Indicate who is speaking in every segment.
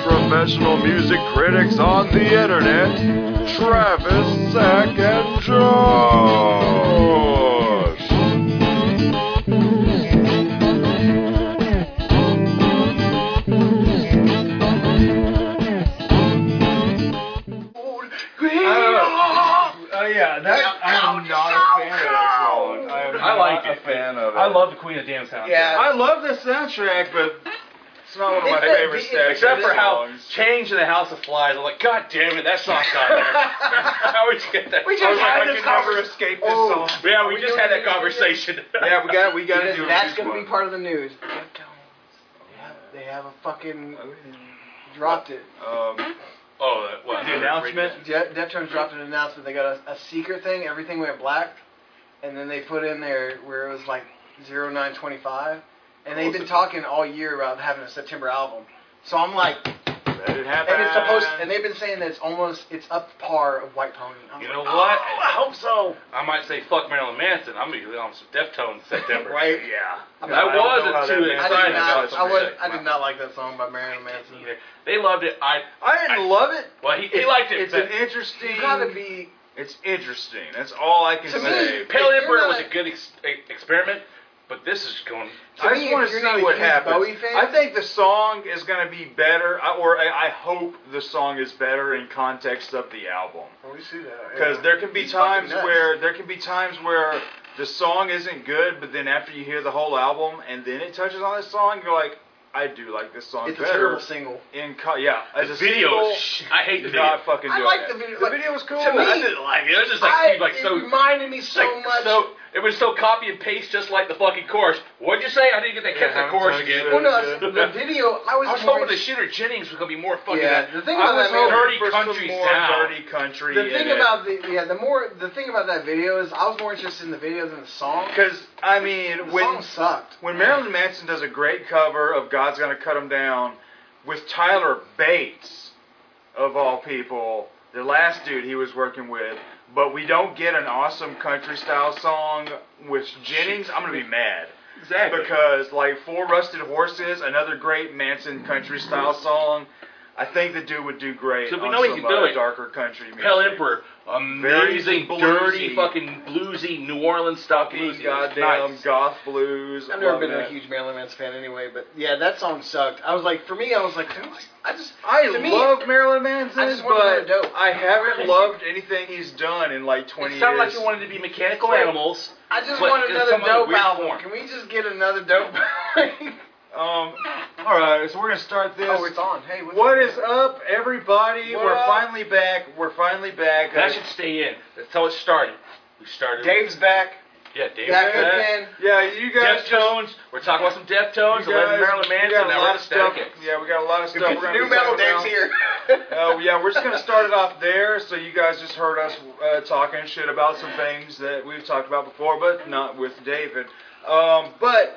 Speaker 1: professional music critics on the internet, Travis, Zach, and Josh.
Speaker 2: Oh Uh, yeah, that I'm not a fan of that song. I am
Speaker 1: I like
Speaker 2: not
Speaker 1: it.
Speaker 2: a fan of it.
Speaker 1: I love
Speaker 2: the Queen of Damn soundtrack.
Speaker 3: Yeah.
Speaker 2: I love the soundtrack, but it's not one of my
Speaker 3: It's a-
Speaker 2: favorite
Speaker 3: it's a
Speaker 2: stacks.
Speaker 3: good
Speaker 2: Except for how
Speaker 3: songs.
Speaker 2: Change in the House of Flies. I'm like, God damn it, that song's not there. How would you get that?
Speaker 3: We just
Speaker 2: I was
Speaker 3: had
Speaker 2: like,
Speaker 3: this
Speaker 2: I can never
Speaker 3: convers-
Speaker 2: escape this
Speaker 3: Oh.
Speaker 2: song. Yeah, we,
Speaker 3: we
Speaker 2: just
Speaker 3: doing
Speaker 2: had that
Speaker 3: anything with
Speaker 2: conversation.
Speaker 1: Yeah, we got we got to
Speaker 3: Because
Speaker 1: do
Speaker 3: that's
Speaker 1: going
Speaker 3: gonna be part of the news. They have a fucking dropped it.
Speaker 2: Um, oh, that- what?
Speaker 1: The announcement?
Speaker 3: De- Deftones dropped an announcement. They got a, a secret thing. Everything went black, and then they put in there where it was like 0925, and they've been talking all year about having a September album. So I'm like,
Speaker 2: Let it happen.
Speaker 3: and it's supposed, and they've been saying that it's almost it's up to par of White Pony. I'm
Speaker 2: You
Speaker 3: like,
Speaker 2: know what?
Speaker 3: "Oh, I hope so.
Speaker 2: I might say fuck Marilyn Manson. I'm gonna get on some Deftones in September.
Speaker 3: Right?
Speaker 2: Yeah.
Speaker 3: I
Speaker 2: I,
Speaker 3: mean, I don't
Speaker 2: wasn't
Speaker 1: know how
Speaker 2: too
Speaker 1: that-
Speaker 3: I
Speaker 2: excited
Speaker 3: did not.
Speaker 2: about it.
Speaker 3: I, would, I did not like that song by Marilyn Manson.
Speaker 2: either. They loved it. I
Speaker 1: I didn't love it.
Speaker 2: well, he, he
Speaker 1: It-
Speaker 2: liked it.
Speaker 1: It's
Speaker 2: but
Speaker 1: an interesting.
Speaker 3: You gotta be.
Speaker 1: It's interesting. That's all I can
Speaker 3: To me,
Speaker 1: say.
Speaker 3: if
Speaker 2: Pale
Speaker 3: you're
Speaker 2: Emperor
Speaker 3: not-
Speaker 2: was a good ex- e- experiment, but this is going.
Speaker 3: To
Speaker 1: I
Speaker 3: me,
Speaker 1: just
Speaker 3: if
Speaker 1: want to
Speaker 3: you're
Speaker 1: see
Speaker 3: not a
Speaker 1: what
Speaker 3: huge
Speaker 1: happens.
Speaker 3: Bowie fan-
Speaker 1: I think the song is going to be better, I- or I, I hope the song is better in context of the album.
Speaker 3: Well, we see that.
Speaker 1: Because there can be
Speaker 3: He's fucking
Speaker 1: times
Speaker 3: nuts.
Speaker 1: where there can be times where the song isn't good, but then after you hear the whole album and then it touches on this song, you're like, I do like this song
Speaker 3: it's a
Speaker 1: better.
Speaker 3: terrible single.
Speaker 1: in co- yeah, as
Speaker 2: The
Speaker 1: a
Speaker 2: video,
Speaker 1: single,
Speaker 2: is sh- I hate the
Speaker 1: did
Speaker 2: video.
Speaker 1: not fucking
Speaker 3: I
Speaker 1: do
Speaker 3: like
Speaker 1: it.
Speaker 3: the video,
Speaker 1: The
Speaker 3: like,
Speaker 1: video was cool.
Speaker 3: me,
Speaker 2: I didn't like it. It was just like,
Speaker 3: I,
Speaker 2: seemed like
Speaker 3: it
Speaker 2: so.
Speaker 3: reminded me so
Speaker 2: like,
Speaker 3: much.
Speaker 2: So it was so copy and paste, just like the fucking chorus. What'd you say? I didn't get that
Speaker 1: Yeah,
Speaker 2: kept
Speaker 1: how many
Speaker 2: the chorus
Speaker 1: times
Speaker 2: again.
Speaker 1: you
Speaker 3: well, no,
Speaker 1: Yeah.
Speaker 3: the video. I was,
Speaker 2: I was
Speaker 3: more
Speaker 2: hoping the
Speaker 3: in-
Speaker 2: shooter Jennings was gonna be more fucking.
Speaker 3: Yeah, the thing
Speaker 1: I
Speaker 3: about
Speaker 1: was
Speaker 3: that video,
Speaker 1: hoping
Speaker 2: dirty
Speaker 1: for some
Speaker 2: country
Speaker 1: more
Speaker 2: sound.
Speaker 1: dirty country.
Speaker 3: the
Speaker 1: in
Speaker 3: thing
Speaker 1: it.
Speaker 3: about the yeah, the more the thing about that video is I was more interested in the video than the song.
Speaker 1: because I
Speaker 3: The
Speaker 1: mean
Speaker 3: song
Speaker 1: when
Speaker 3: sucked.
Speaker 1: When Marilyn Manson does a great cover of God's Gonna Cut 'Em Down with Tyler Bates, of all people, the last dude he was working with, but we don't get an awesome country style song with Jennings, I'm gonna be mad.
Speaker 2: Exactly.
Speaker 1: Because, like, Four Rusted Horses, another great Manson country style song, I think the dude would do great
Speaker 2: So we
Speaker 1: on
Speaker 2: know he
Speaker 1: some,
Speaker 2: can do
Speaker 1: uh,
Speaker 2: it.
Speaker 1: darker country music.
Speaker 2: Hell Emperor,
Speaker 1: Very
Speaker 2: amazing,
Speaker 1: bluesy.
Speaker 2: dirty, fucking bluesy New Orleans style bluesy.
Speaker 1: Fucking goddamn
Speaker 2: Nice.
Speaker 1: goth blues.
Speaker 3: I've never
Speaker 1: love
Speaker 3: been
Speaker 1: that.
Speaker 3: a huge Marilyn Manson fan anyway, but yeah, that song sucked. I was like, for me, I was like, who- I just
Speaker 1: I
Speaker 3: To me,
Speaker 1: love Marilyn Manson,
Speaker 3: I just want
Speaker 1: but
Speaker 3: more dope.
Speaker 1: I haven't loved anything he's done in like 20
Speaker 2: It sounded like
Speaker 1: years.
Speaker 2: you wanted to be mechanical
Speaker 3: Wait.
Speaker 2: animals.
Speaker 3: I just
Speaker 2: But
Speaker 3: want
Speaker 2: in
Speaker 3: another
Speaker 2: some other
Speaker 3: dope
Speaker 2: weird
Speaker 3: album.
Speaker 2: form.
Speaker 3: Can we just get another dope? album?
Speaker 1: um, all right, so we're gonna start this.
Speaker 3: oh, it's on. Hey, what's
Speaker 1: what
Speaker 3: up?
Speaker 1: is up, everybody?
Speaker 3: What
Speaker 1: we're
Speaker 3: up?
Speaker 1: finally back. We're finally back.
Speaker 2: That
Speaker 1: Uh,
Speaker 2: should stay in. That's how it started. We started.
Speaker 1: Dave's back.
Speaker 2: Yeah, Dave.
Speaker 3: Back
Speaker 2: Back.
Speaker 3: again.
Speaker 1: Yeah, you guys.
Speaker 2: Deftones. We're talking about some Deftones.
Speaker 1: you
Speaker 2: Eleven
Speaker 1: guys-
Speaker 2: Marilyn
Speaker 1: we
Speaker 2: Manson.
Speaker 1: got a
Speaker 2: Now
Speaker 1: lot
Speaker 2: we're
Speaker 1: of stuff.
Speaker 2: static.
Speaker 1: Yeah, we got a lot of stuff.
Speaker 3: It's
Speaker 1: we're gonna
Speaker 3: new
Speaker 1: be
Speaker 3: metal
Speaker 1: talking
Speaker 3: Dave's
Speaker 1: about.
Speaker 3: here.
Speaker 1: Uh, yeah, we're just gonna start it off there. So you guys just heard us uh, talking shit about some things that we've talked about before, but not with David. Um, but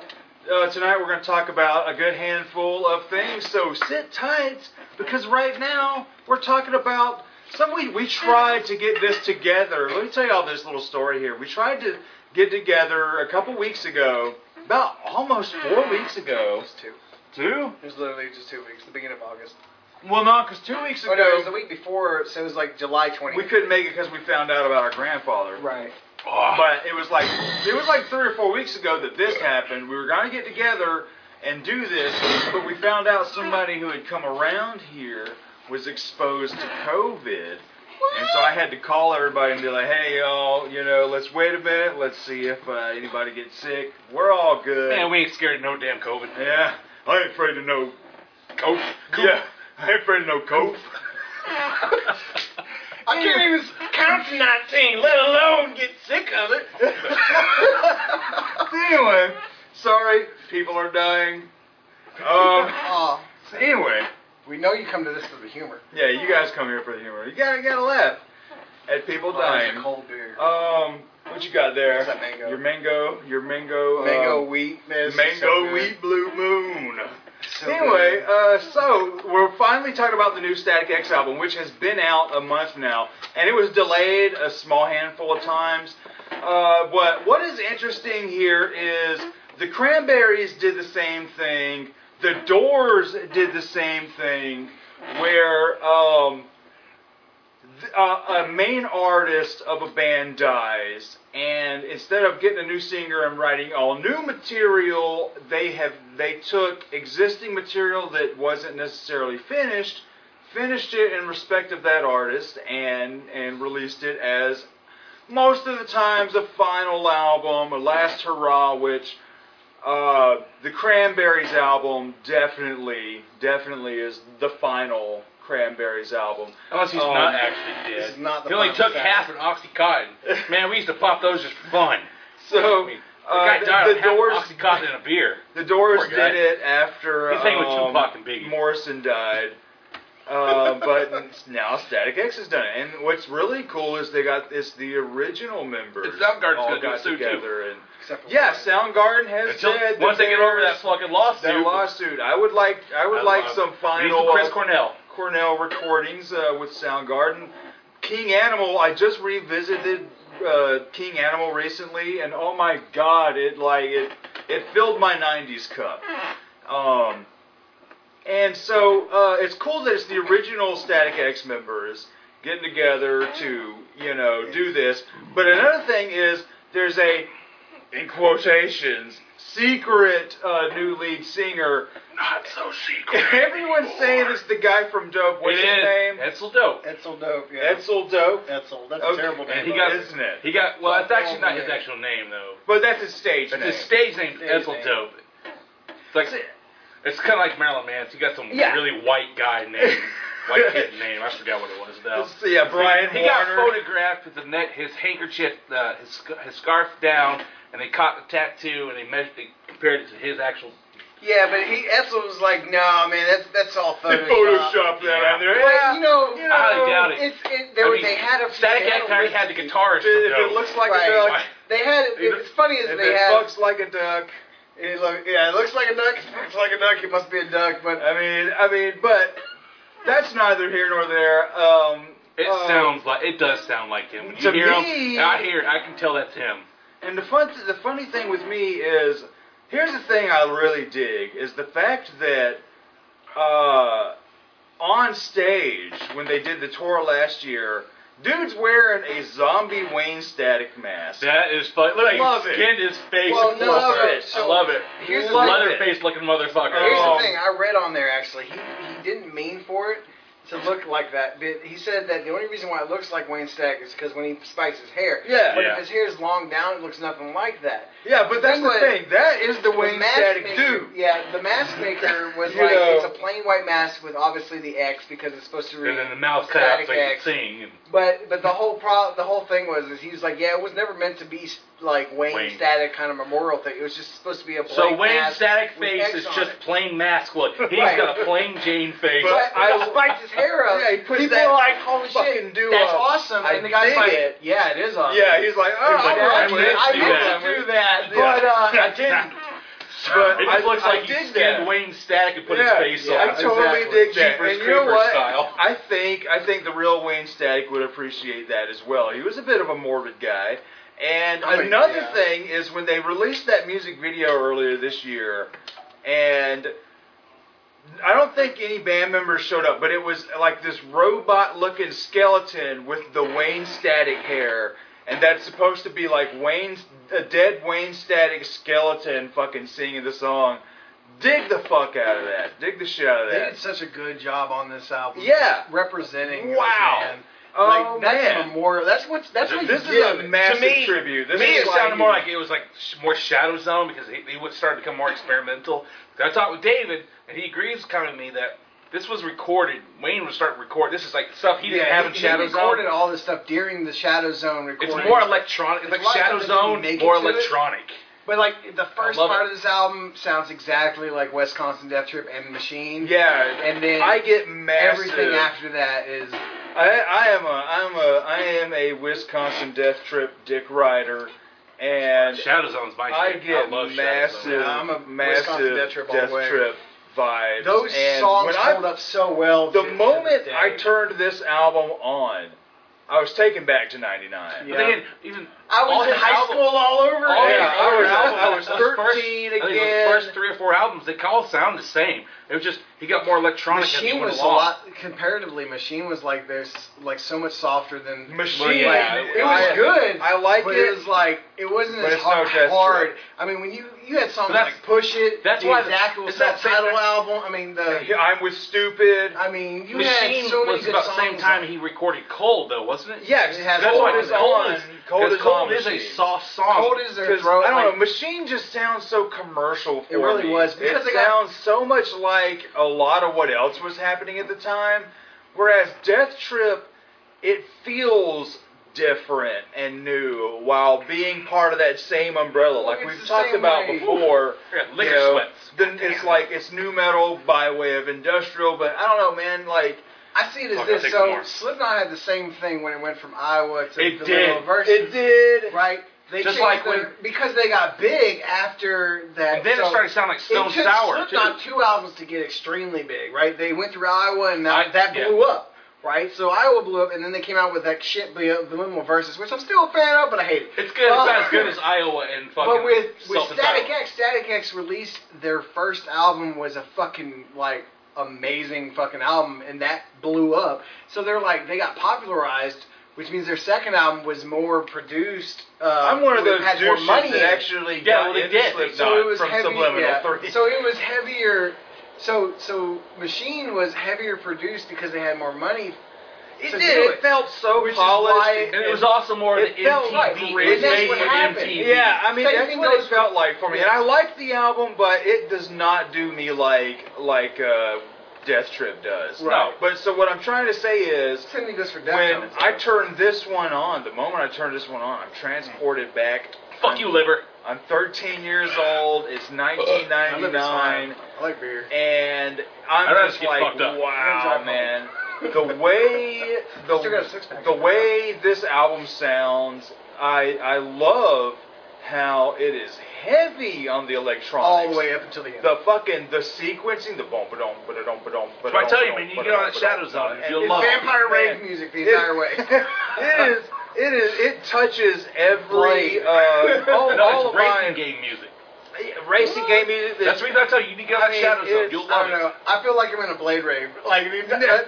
Speaker 1: uh, tonight we're gonna talk about a good handful of things. So sit tight because right now we're talking about some we we tried to get this together. Let me tell you all this little story here. We tried to get together a couple weeks ago, about almost four weeks ago.
Speaker 3: It's two.
Speaker 1: Two?
Speaker 3: It was literally just two weeks, the beginning of August.
Speaker 1: Well, no, because two weeks
Speaker 3: Oh
Speaker 1: ago.
Speaker 3: no, it was the week before, so it was like July 20th.
Speaker 1: We couldn't make it because we found out about our grandfather.
Speaker 3: Right.
Speaker 2: Oh,
Speaker 1: But it was like it was like three or four weeks ago that this happened. We were gonna get together and do this, but we found out somebody who had come around here was exposed to COVID. And so I had to call everybody and be like, "Hey, y'all, you know, let's wait a minute. Let's see if uh, anybody gets sick. We're all good."
Speaker 2: man, we ain't scared of no damn COVID.
Speaker 1: yeah, I ain't afraid of no.
Speaker 2: Cope.
Speaker 1: Yeah, I ain't afraid of no cope.
Speaker 3: I can't even count to 19, let alone get sick of it.
Speaker 1: anyway, sorry, people are dying. Um.
Speaker 3: Aw,
Speaker 1: Anyway,
Speaker 3: we know you come to this for the humor.
Speaker 1: yeah, you guys come here for the humor. You gotta gotta laugh at people
Speaker 3: Oh,
Speaker 1: dying.
Speaker 3: cold beer.
Speaker 1: Um, what you got there?
Speaker 3: What's that mango?
Speaker 1: Your mango, your mango,
Speaker 3: mango
Speaker 1: um,
Speaker 3: wheat. Man, this is
Speaker 1: mango
Speaker 3: so good.
Speaker 1: wheat blue moon.
Speaker 3: So
Speaker 1: Anyway,
Speaker 3: good.
Speaker 1: uh, so we're finally talking about the new Static X album, which has been out a month now, and it was delayed a small handful of times. Uh, but what is interesting here is the Cranberries did the same thing. The
Speaker 4: The Doors did the same thing, where um, th- uh, a main artist of a band dies, and instead of getting a new singer and writing all new material, they have they took existing material that wasn't necessarily finished, finished it in respect of that artist, and and released it as most of the times a final album, a last hurrah, which uh, the Cranberries album definitely, definitely is the final Cranberries album.
Speaker 2: Unless he's
Speaker 4: Um,
Speaker 2: not actually dead.
Speaker 3: He's not the
Speaker 2: he only
Speaker 3: final
Speaker 2: took
Speaker 3: sound.
Speaker 2: half an Oxycontin. Man, we used to pop those just for fun.
Speaker 4: So
Speaker 2: I mean, the
Speaker 4: uh,
Speaker 2: guy died
Speaker 4: the,
Speaker 2: of
Speaker 4: the Doors,
Speaker 2: half an Oxycontin and a beer.
Speaker 4: the Doors
Speaker 2: Poor guy.
Speaker 4: did it after
Speaker 2: He's hanging with
Speaker 4: um,
Speaker 2: Tupac and Biggie.
Speaker 4: Morrison died. Uh, but now Static X has done it, and what's really cool is they got it's the original members
Speaker 2: And Soundgarden's gonna
Speaker 4: all
Speaker 2: do it
Speaker 4: got
Speaker 2: soon, too.
Speaker 4: together, and
Speaker 3: Except for
Speaker 4: yeah, Soundgarden has
Speaker 2: Until,
Speaker 4: said that
Speaker 2: once they get over that
Speaker 4: Doors-
Speaker 2: fucking lawsuit,
Speaker 4: That lawsuit. I would like. I would like some final
Speaker 2: We need Chris
Speaker 4: uh,
Speaker 2: Cornell.
Speaker 4: Cornell recordings uh, with Soundgarden. King Animal. I just revisited uh, King Animal recently, and oh my god, it like it it filled my '90s cup. Um, and so uh, it's cool that it's the original Static X members getting together to you know do this. But another thing is there's a in quotations secret uh, new lead singer.
Speaker 2: Not so secret.
Speaker 4: Everyone's saying it's the guy from Dope. What's his name?
Speaker 2: Edsel Dope.
Speaker 3: Edsel Dope. Yeah.
Speaker 4: Edsel Dope.
Speaker 3: Edsel. That's
Speaker 4: Okay.
Speaker 3: a terrible name.
Speaker 2: And he
Speaker 3: though.
Speaker 2: got-
Speaker 4: isn't it?
Speaker 2: He got well. That's actually not his
Speaker 3: Yeah.
Speaker 2: actual name though.
Speaker 4: But that's his stage
Speaker 2: That's
Speaker 4: name.
Speaker 2: his stage name's
Speaker 3: Stage
Speaker 2: Edsel
Speaker 3: name.
Speaker 2: Dope. It's like it's kind of like Marilyn Manson. He got some
Speaker 4: Yeah.
Speaker 2: really white guy name, white kid name. I forgot what it was now.
Speaker 4: It's- yeah, Brian
Speaker 2: He got
Speaker 4: Warner.
Speaker 2: photographed with the net, his handkerchief, uh, his, sc- his scarf down, and they caught the tattoo and they measured, they compared it to his actual.
Speaker 3: Yeah, but he Edsel was like, nah, man, that's that's all
Speaker 4: they
Speaker 3: Photoshop.
Speaker 4: photoshopped that
Speaker 2: Yeah.
Speaker 4: on there.
Speaker 3: Well, you know,
Speaker 4: You
Speaker 2: I doubt it.
Speaker 3: it's it, there,
Speaker 2: I
Speaker 3: were
Speaker 2: mean,
Speaker 3: they had a
Speaker 2: Static
Speaker 3: they had
Speaker 2: X
Speaker 3: a
Speaker 2: already had the
Speaker 3: list-
Speaker 2: guitarist.
Speaker 4: If it,
Speaker 2: from
Speaker 4: if it
Speaker 2: Dope.
Speaker 4: looks like
Speaker 3: Right.
Speaker 4: a duck,
Speaker 2: Why-
Speaker 3: They had
Speaker 4: If
Speaker 3: it's funny as
Speaker 4: if
Speaker 3: they
Speaker 4: it
Speaker 3: had
Speaker 4: fucks like a duck.
Speaker 3: It look, yeah, it looks like a duck. It looks like a duck. It must be a duck, but
Speaker 4: I mean, I mean, but that's neither here nor there. Um,
Speaker 2: It
Speaker 4: uh,
Speaker 2: sounds like it does sound like him. When you
Speaker 4: to
Speaker 2: hear
Speaker 4: me-
Speaker 2: him, I hear, I can tell that's him.
Speaker 4: And the fun, the funny thing with me is, here's the thing I really dig is the fact that uh, on stage when they did the tour last year, dude's wearing a zombie Wayne Static mask.
Speaker 2: That is fun. Look, he
Speaker 4: Love it.
Speaker 2: skinned his face.
Speaker 3: Well,
Speaker 2: with
Speaker 3: no,
Speaker 2: blood.
Speaker 4: love it.
Speaker 2: I
Speaker 3: So,
Speaker 2: love it.
Speaker 3: here's the
Speaker 4: Love
Speaker 3: thing.
Speaker 2: Leather face looking motherfucker.
Speaker 3: Here's
Speaker 4: Um,
Speaker 3: the thing. I read on there actually. He he didn't mean for it to look like that. But he said that the only reason why it looks like Wayne Stack is because when he spikes his hair.
Speaker 4: Yeah.
Speaker 3: But
Speaker 2: Yeah.
Speaker 3: if his hair is long down, it looks nothing like that.
Speaker 4: Yeah, but that's the
Speaker 3: But-
Speaker 4: thing. That is the Wayne
Speaker 3: mask
Speaker 4: Static
Speaker 3: maker,
Speaker 4: dude.
Speaker 3: Yeah, the mask maker was
Speaker 4: You
Speaker 3: like
Speaker 4: know.
Speaker 3: it's a plain white mask with obviously the X because it's supposed to
Speaker 2: And then
Speaker 3: read.
Speaker 2: the mouth cut out
Speaker 3: Static
Speaker 2: so he can
Speaker 3: X.
Speaker 2: sing. And
Speaker 3: But but the whole pro the whole thing was is he was like yeah it was never meant to be like Wayne,
Speaker 2: Wayne.
Speaker 3: Static kind of memorial thing. It was just supposed to be a blank
Speaker 2: So Wayne
Speaker 3: mask
Speaker 2: Static
Speaker 3: with
Speaker 2: face
Speaker 3: X
Speaker 2: is
Speaker 3: on
Speaker 2: just
Speaker 3: it.
Speaker 2: plain mask look. He's
Speaker 3: Right.
Speaker 2: got a plain Jane face.
Speaker 3: But I spiked his hair up.
Speaker 4: Yeah, he puts
Speaker 3: People
Speaker 4: that
Speaker 3: were like, holy
Speaker 4: fucking
Speaker 3: shit,
Speaker 4: do
Speaker 3: that's
Speaker 4: up.
Speaker 3: awesome.
Speaker 4: I
Speaker 3: and the guy's
Speaker 4: dig
Speaker 3: like,
Speaker 4: it.
Speaker 3: yeah, it is awesome.
Speaker 4: Yeah, he's like, oh,
Speaker 2: He's like,
Speaker 4: all right,
Speaker 2: I meant to
Speaker 4: I
Speaker 2: do
Speaker 4: meant
Speaker 2: that.
Speaker 4: to do that,
Speaker 3: But, uh,
Speaker 4: I didn't. But
Speaker 2: it
Speaker 4: I,
Speaker 2: just looks
Speaker 4: I
Speaker 2: like he
Speaker 4: did
Speaker 2: skinned
Speaker 4: that.
Speaker 2: Wayne Static and put
Speaker 4: Yeah,
Speaker 2: his face
Speaker 3: yeah,
Speaker 2: on.
Speaker 4: I totally
Speaker 3: Exactly.
Speaker 4: dig that.
Speaker 2: Jeepers
Speaker 4: And you know
Speaker 2: Creepers
Speaker 4: what?
Speaker 2: style.
Speaker 4: I think I think the real Wayne Static would appreciate that as well. He was a bit of a morbid guy. And
Speaker 3: I mean,
Speaker 4: another
Speaker 3: yeah.
Speaker 4: thing is when they released that music video earlier this year, and I don't think any band members showed up, but it was like this robot-looking skeleton with the Wayne Static hair, and that's supposed to be like Wayne's a dead Wayne Static skeleton fucking singing the song. Dig the fuck out of that. Dig the shit out of
Speaker 3: They did
Speaker 4: that.
Speaker 3: such a good job on this album.
Speaker 4: Yeah.
Speaker 3: Representing.
Speaker 4: Wow.
Speaker 3: Us, man.
Speaker 4: Oh
Speaker 3: like, that's a
Speaker 4: man,
Speaker 3: memorial. That's what's. That's what
Speaker 4: this
Speaker 3: you
Speaker 4: is a
Speaker 3: give.
Speaker 4: massive
Speaker 2: me-
Speaker 4: tribute.
Speaker 2: To
Speaker 4: This
Speaker 2: me,
Speaker 4: is
Speaker 2: it
Speaker 4: like-
Speaker 2: sounded more like it was like sh- more Shadow Zone because he, he would start to become more experimental. I talked with David, and he agrees kind of me that this was recorded. Wayne would start to record. This is like stuff he didn't
Speaker 3: yeah,
Speaker 2: have in
Speaker 3: he,
Speaker 2: Shadow
Speaker 3: he recorded
Speaker 2: Zone.
Speaker 3: all this stuff during the Shadow Zone recording.
Speaker 2: It's more electronic. It's
Speaker 3: It's
Speaker 2: like
Speaker 3: a lot of
Speaker 2: Shadow
Speaker 3: stuff that didn't
Speaker 2: Zone,
Speaker 3: make it
Speaker 2: more
Speaker 3: to it.
Speaker 2: electronic.
Speaker 3: But like the first
Speaker 2: I love
Speaker 3: part
Speaker 2: it.
Speaker 3: of this album sounds exactly like Wisconsin Death Trip and Machine.
Speaker 4: yeah.
Speaker 3: And then
Speaker 4: I get massive.
Speaker 3: everything after that is
Speaker 4: I, I am a I'm a I am a Wisconsin death trip dick rider, and
Speaker 2: Shadow Zone's my
Speaker 4: I
Speaker 2: shit.
Speaker 4: get
Speaker 2: I love
Speaker 4: massive
Speaker 2: Shadow Zone.
Speaker 3: Yeah, I'm a
Speaker 4: massive
Speaker 3: Wisconsin
Speaker 4: death
Speaker 3: Death
Speaker 4: trip,
Speaker 3: Trip all the way.
Speaker 4: vibes.
Speaker 3: those
Speaker 4: and
Speaker 3: songs
Speaker 4: when I-
Speaker 3: hold up so well. to-
Speaker 4: The
Speaker 3: to
Speaker 4: moment
Speaker 3: this
Speaker 4: I
Speaker 3: day.
Speaker 4: turned this album on, I was taken back to '99.
Speaker 2: But then, even
Speaker 1: I
Speaker 2: All
Speaker 1: was in
Speaker 2: his
Speaker 1: high
Speaker 2: album-
Speaker 1: school all over.
Speaker 2: All
Speaker 1: again.
Speaker 4: yeah,
Speaker 2: his
Speaker 4: I was-
Speaker 2: albums,
Speaker 4: I was
Speaker 2: those first-
Speaker 4: 13
Speaker 2: I think those
Speaker 4: again.
Speaker 2: first three or four albums, they all sound the same. It was just he got more electronic as he
Speaker 3: Machine
Speaker 2: went
Speaker 3: was a
Speaker 2: along.
Speaker 3: lot comparatively. Machine was like there's like so much softer than
Speaker 4: Machine.
Speaker 3: Like,
Speaker 2: yeah,
Speaker 3: it was
Speaker 4: I-
Speaker 3: good.
Speaker 4: I like
Speaker 3: but
Speaker 4: it.
Speaker 3: It was like it wasn't
Speaker 4: But
Speaker 3: as
Speaker 4: it's no
Speaker 3: hard.
Speaker 4: Death
Speaker 3: hard. I mean, when you you had songs
Speaker 2: But that's-
Speaker 3: like Push It,
Speaker 2: that's
Speaker 3: the
Speaker 2: why the-
Speaker 3: Exact was
Speaker 2: it's that same-
Speaker 3: title album. I mean the.
Speaker 4: I'm with stupid.
Speaker 3: I mean you
Speaker 2: Machine
Speaker 3: had so many
Speaker 2: was
Speaker 3: good
Speaker 2: about the
Speaker 3: songs.
Speaker 2: same time he recorded Cold, though, wasn't it?
Speaker 4: Yes,
Speaker 3: It has
Speaker 2: that's
Speaker 3: Cold
Speaker 2: why
Speaker 3: is
Speaker 2: Cold
Speaker 4: on.
Speaker 2: is
Speaker 4: Cold
Speaker 2: because
Speaker 4: is
Speaker 2: Cold
Speaker 4: on
Speaker 2: is a
Speaker 4: Machine.
Speaker 2: soft song.
Speaker 3: Cold is their
Speaker 4: 'Cause,
Speaker 3: throat.
Speaker 4: I don't
Speaker 3: like,
Speaker 4: know. Machine just sounds so commercial for
Speaker 3: It really
Speaker 4: me.
Speaker 3: was, because
Speaker 4: it
Speaker 3: they got-
Speaker 4: sounds so much like a lot of what else was happening at the time, whereas Death Trip, it feels different and new while being part of that same umbrella, like
Speaker 3: It's
Speaker 4: we've
Speaker 3: the
Speaker 4: talked
Speaker 3: same
Speaker 4: about
Speaker 3: way.
Speaker 4: before.
Speaker 2: Yeah, liquor
Speaker 4: you know,
Speaker 2: sweats.
Speaker 4: Then it's like it's new metal by way of industrial, but I don't know, man. Like
Speaker 3: I see it
Speaker 2: Fuck,
Speaker 3: as
Speaker 2: I'll
Speaker 3: this.
Speaker 2: take
Speaker 3: So
Speaker 2: more.
Speaker 3: Slipknot had the same thing when it went from Iowa to
Speaker 2: It
Speaker 3: the
Speaker 2: did.
Speaker 3: Little Versus.
Speaker 4: it did.
Speaker 3: Right. They
Speaker 2: Just
Speaker 3: changed
Speaker 2: like
Speaker 3: their-
Speaker 2: when-
Speaker 3: because they got big after that.
Speaker 2: And then it
Speaker 3: so-
Speaker 2: started sounding like Stone
Speaker 3: it took
Speaker 2: Sour. too.
Speaker 3: Slipknot two albums to get extremely big, right? They went through Iowa and that,
Speaker 2: I-
Speaker 3: that
Speaker 2: yeah.
Speaker 3: blew up, right? So Iowa blew up, and then they came out with that shit, the Minimal Versus, which I'm still a fan of, but I hate it.
Speaker 2: It's good. It's
Speaker 3: Uh,
Speaker 2: not as good as Iowa and fucking
Speaker 3: But with, with
Speaker 2: Self-Entitled.
Speaker 3: Static X, Static X released their first album was a fucking like amazing fucking album, and that blew up. So they're like they got popularized, which means their second album was more produced. Uh,
Speaker 4: I'm one of
Speaker 3: with-
Speaker 4: those
Speaker 3: had more
Speaker 4: douches
Speaker 3: money
Speaker 4: that
Speaker 3: in it.
Speaker 4: actually
Speaker 2: Yeah,
Speaker 4: got
Speaker 2: well, they
Speaker 4: into
Speaker 2: did.
Speaker 4: Slipknot
Speaker 3: So it was
Speaker 4: from
Speaker 3: heavy-
Speaker 4: Subliminal
Speaker 3: yeah.
Speaker 4: Three.
Speaker 3: So it was heavier. So so machine was heavier produced because they had more money.
Speaker 4: It
Speaker 3: to
Speaker 4: did.
Speaker 3: do
Speaker 4: It
Speaker 3: it.
Speaker 4: felt so
Speaker 3: Which is
Speaker 4: polished.
Speaker 3: why-
Speaker 4: and-
Speaker 2: And it was also more of
Speaker 4: It
Speaker 2: the
Speaker 4: felt
Speaker 2: MTV.
Speaker 4: like
Speaker 2: it
Speaker 4: great.
Speaker 2: was
Speaker 4: That's
Speaker 2: made
Speaker 4: what
Speaker 2: for
Speaker 3: happened.
Speaker 2: MTV.
Speaker 4: Yeah, I mean
Speaker 3: Same
Speaker 4: that's
Speaker 3: thing
Speaker 4: what it
Speaker 3: goes-
Speaker 4: felt like for me, and I liked the album, but it does not do me like like uh, Death Trip does.
Speaker 2: Right.
Speaker 4: No, but so what I'm trying to say is,
Speaker 3: Send me this for
Speaker 4: when
Speaker 3: Deftones.
Speaker 4: I turn this one on, the moment I turn this one on, I'm transported back.
Speaker 2: Fuck you, liver.
Speaker 4: I'm 13 years old. It's 1999,
Speaker 3: I like beer.
Speaker 4: and
Speaker 2: I'd
Speaker 4: I'm
Speaker 2: rather
Speaker 4: just
Speaker 2: get
Speaker 4: like,
Speaker 2: fucked up.
Speaker 4: wow,
Speaker 3: I'm
Speaker 4: man.
Speaker 3: driving
Speaker 4: The way
Speaker 3: Still got a six
Speaker 4: the
Speaker 3: pack.
Speaker 4: the way this album sounds, I I love how it is heavy on the electronics.
Speaker 3: all the way up until the end.
Speaker 4: The fucking the sequencing, the bum ba dum ba dum ba dum.
Speaker 2: That's what I tell you, man, you get on that Shadow Zone, you'll
Speaker 3: it's
Speaker 2: love it.
Speaker 3: vampire rave music the entire way.
Speaker 4: It is. It is. It touches every.
Speaker 3: Blade.
Speaker 4: Uh, all,
Speaker 2: no,
Speaker 4: all of
Speaker 2: it's racing
Speaker 4: my
Speaker 2: game music.
Speaker 4: racing game music.
Speaker 2: That's the reason I tell you, you need to get on that
Speaker 4: I mean,
Speaker 2: Shadow Zone.
Speaker 4: it's-
Speaker 2: You'll
Speaker 3: I
Speaker 2: love
Speaker 3: don't
Speaker 2: it.
Speaker 3: know. I feel like I'm in a blade rave. Like the,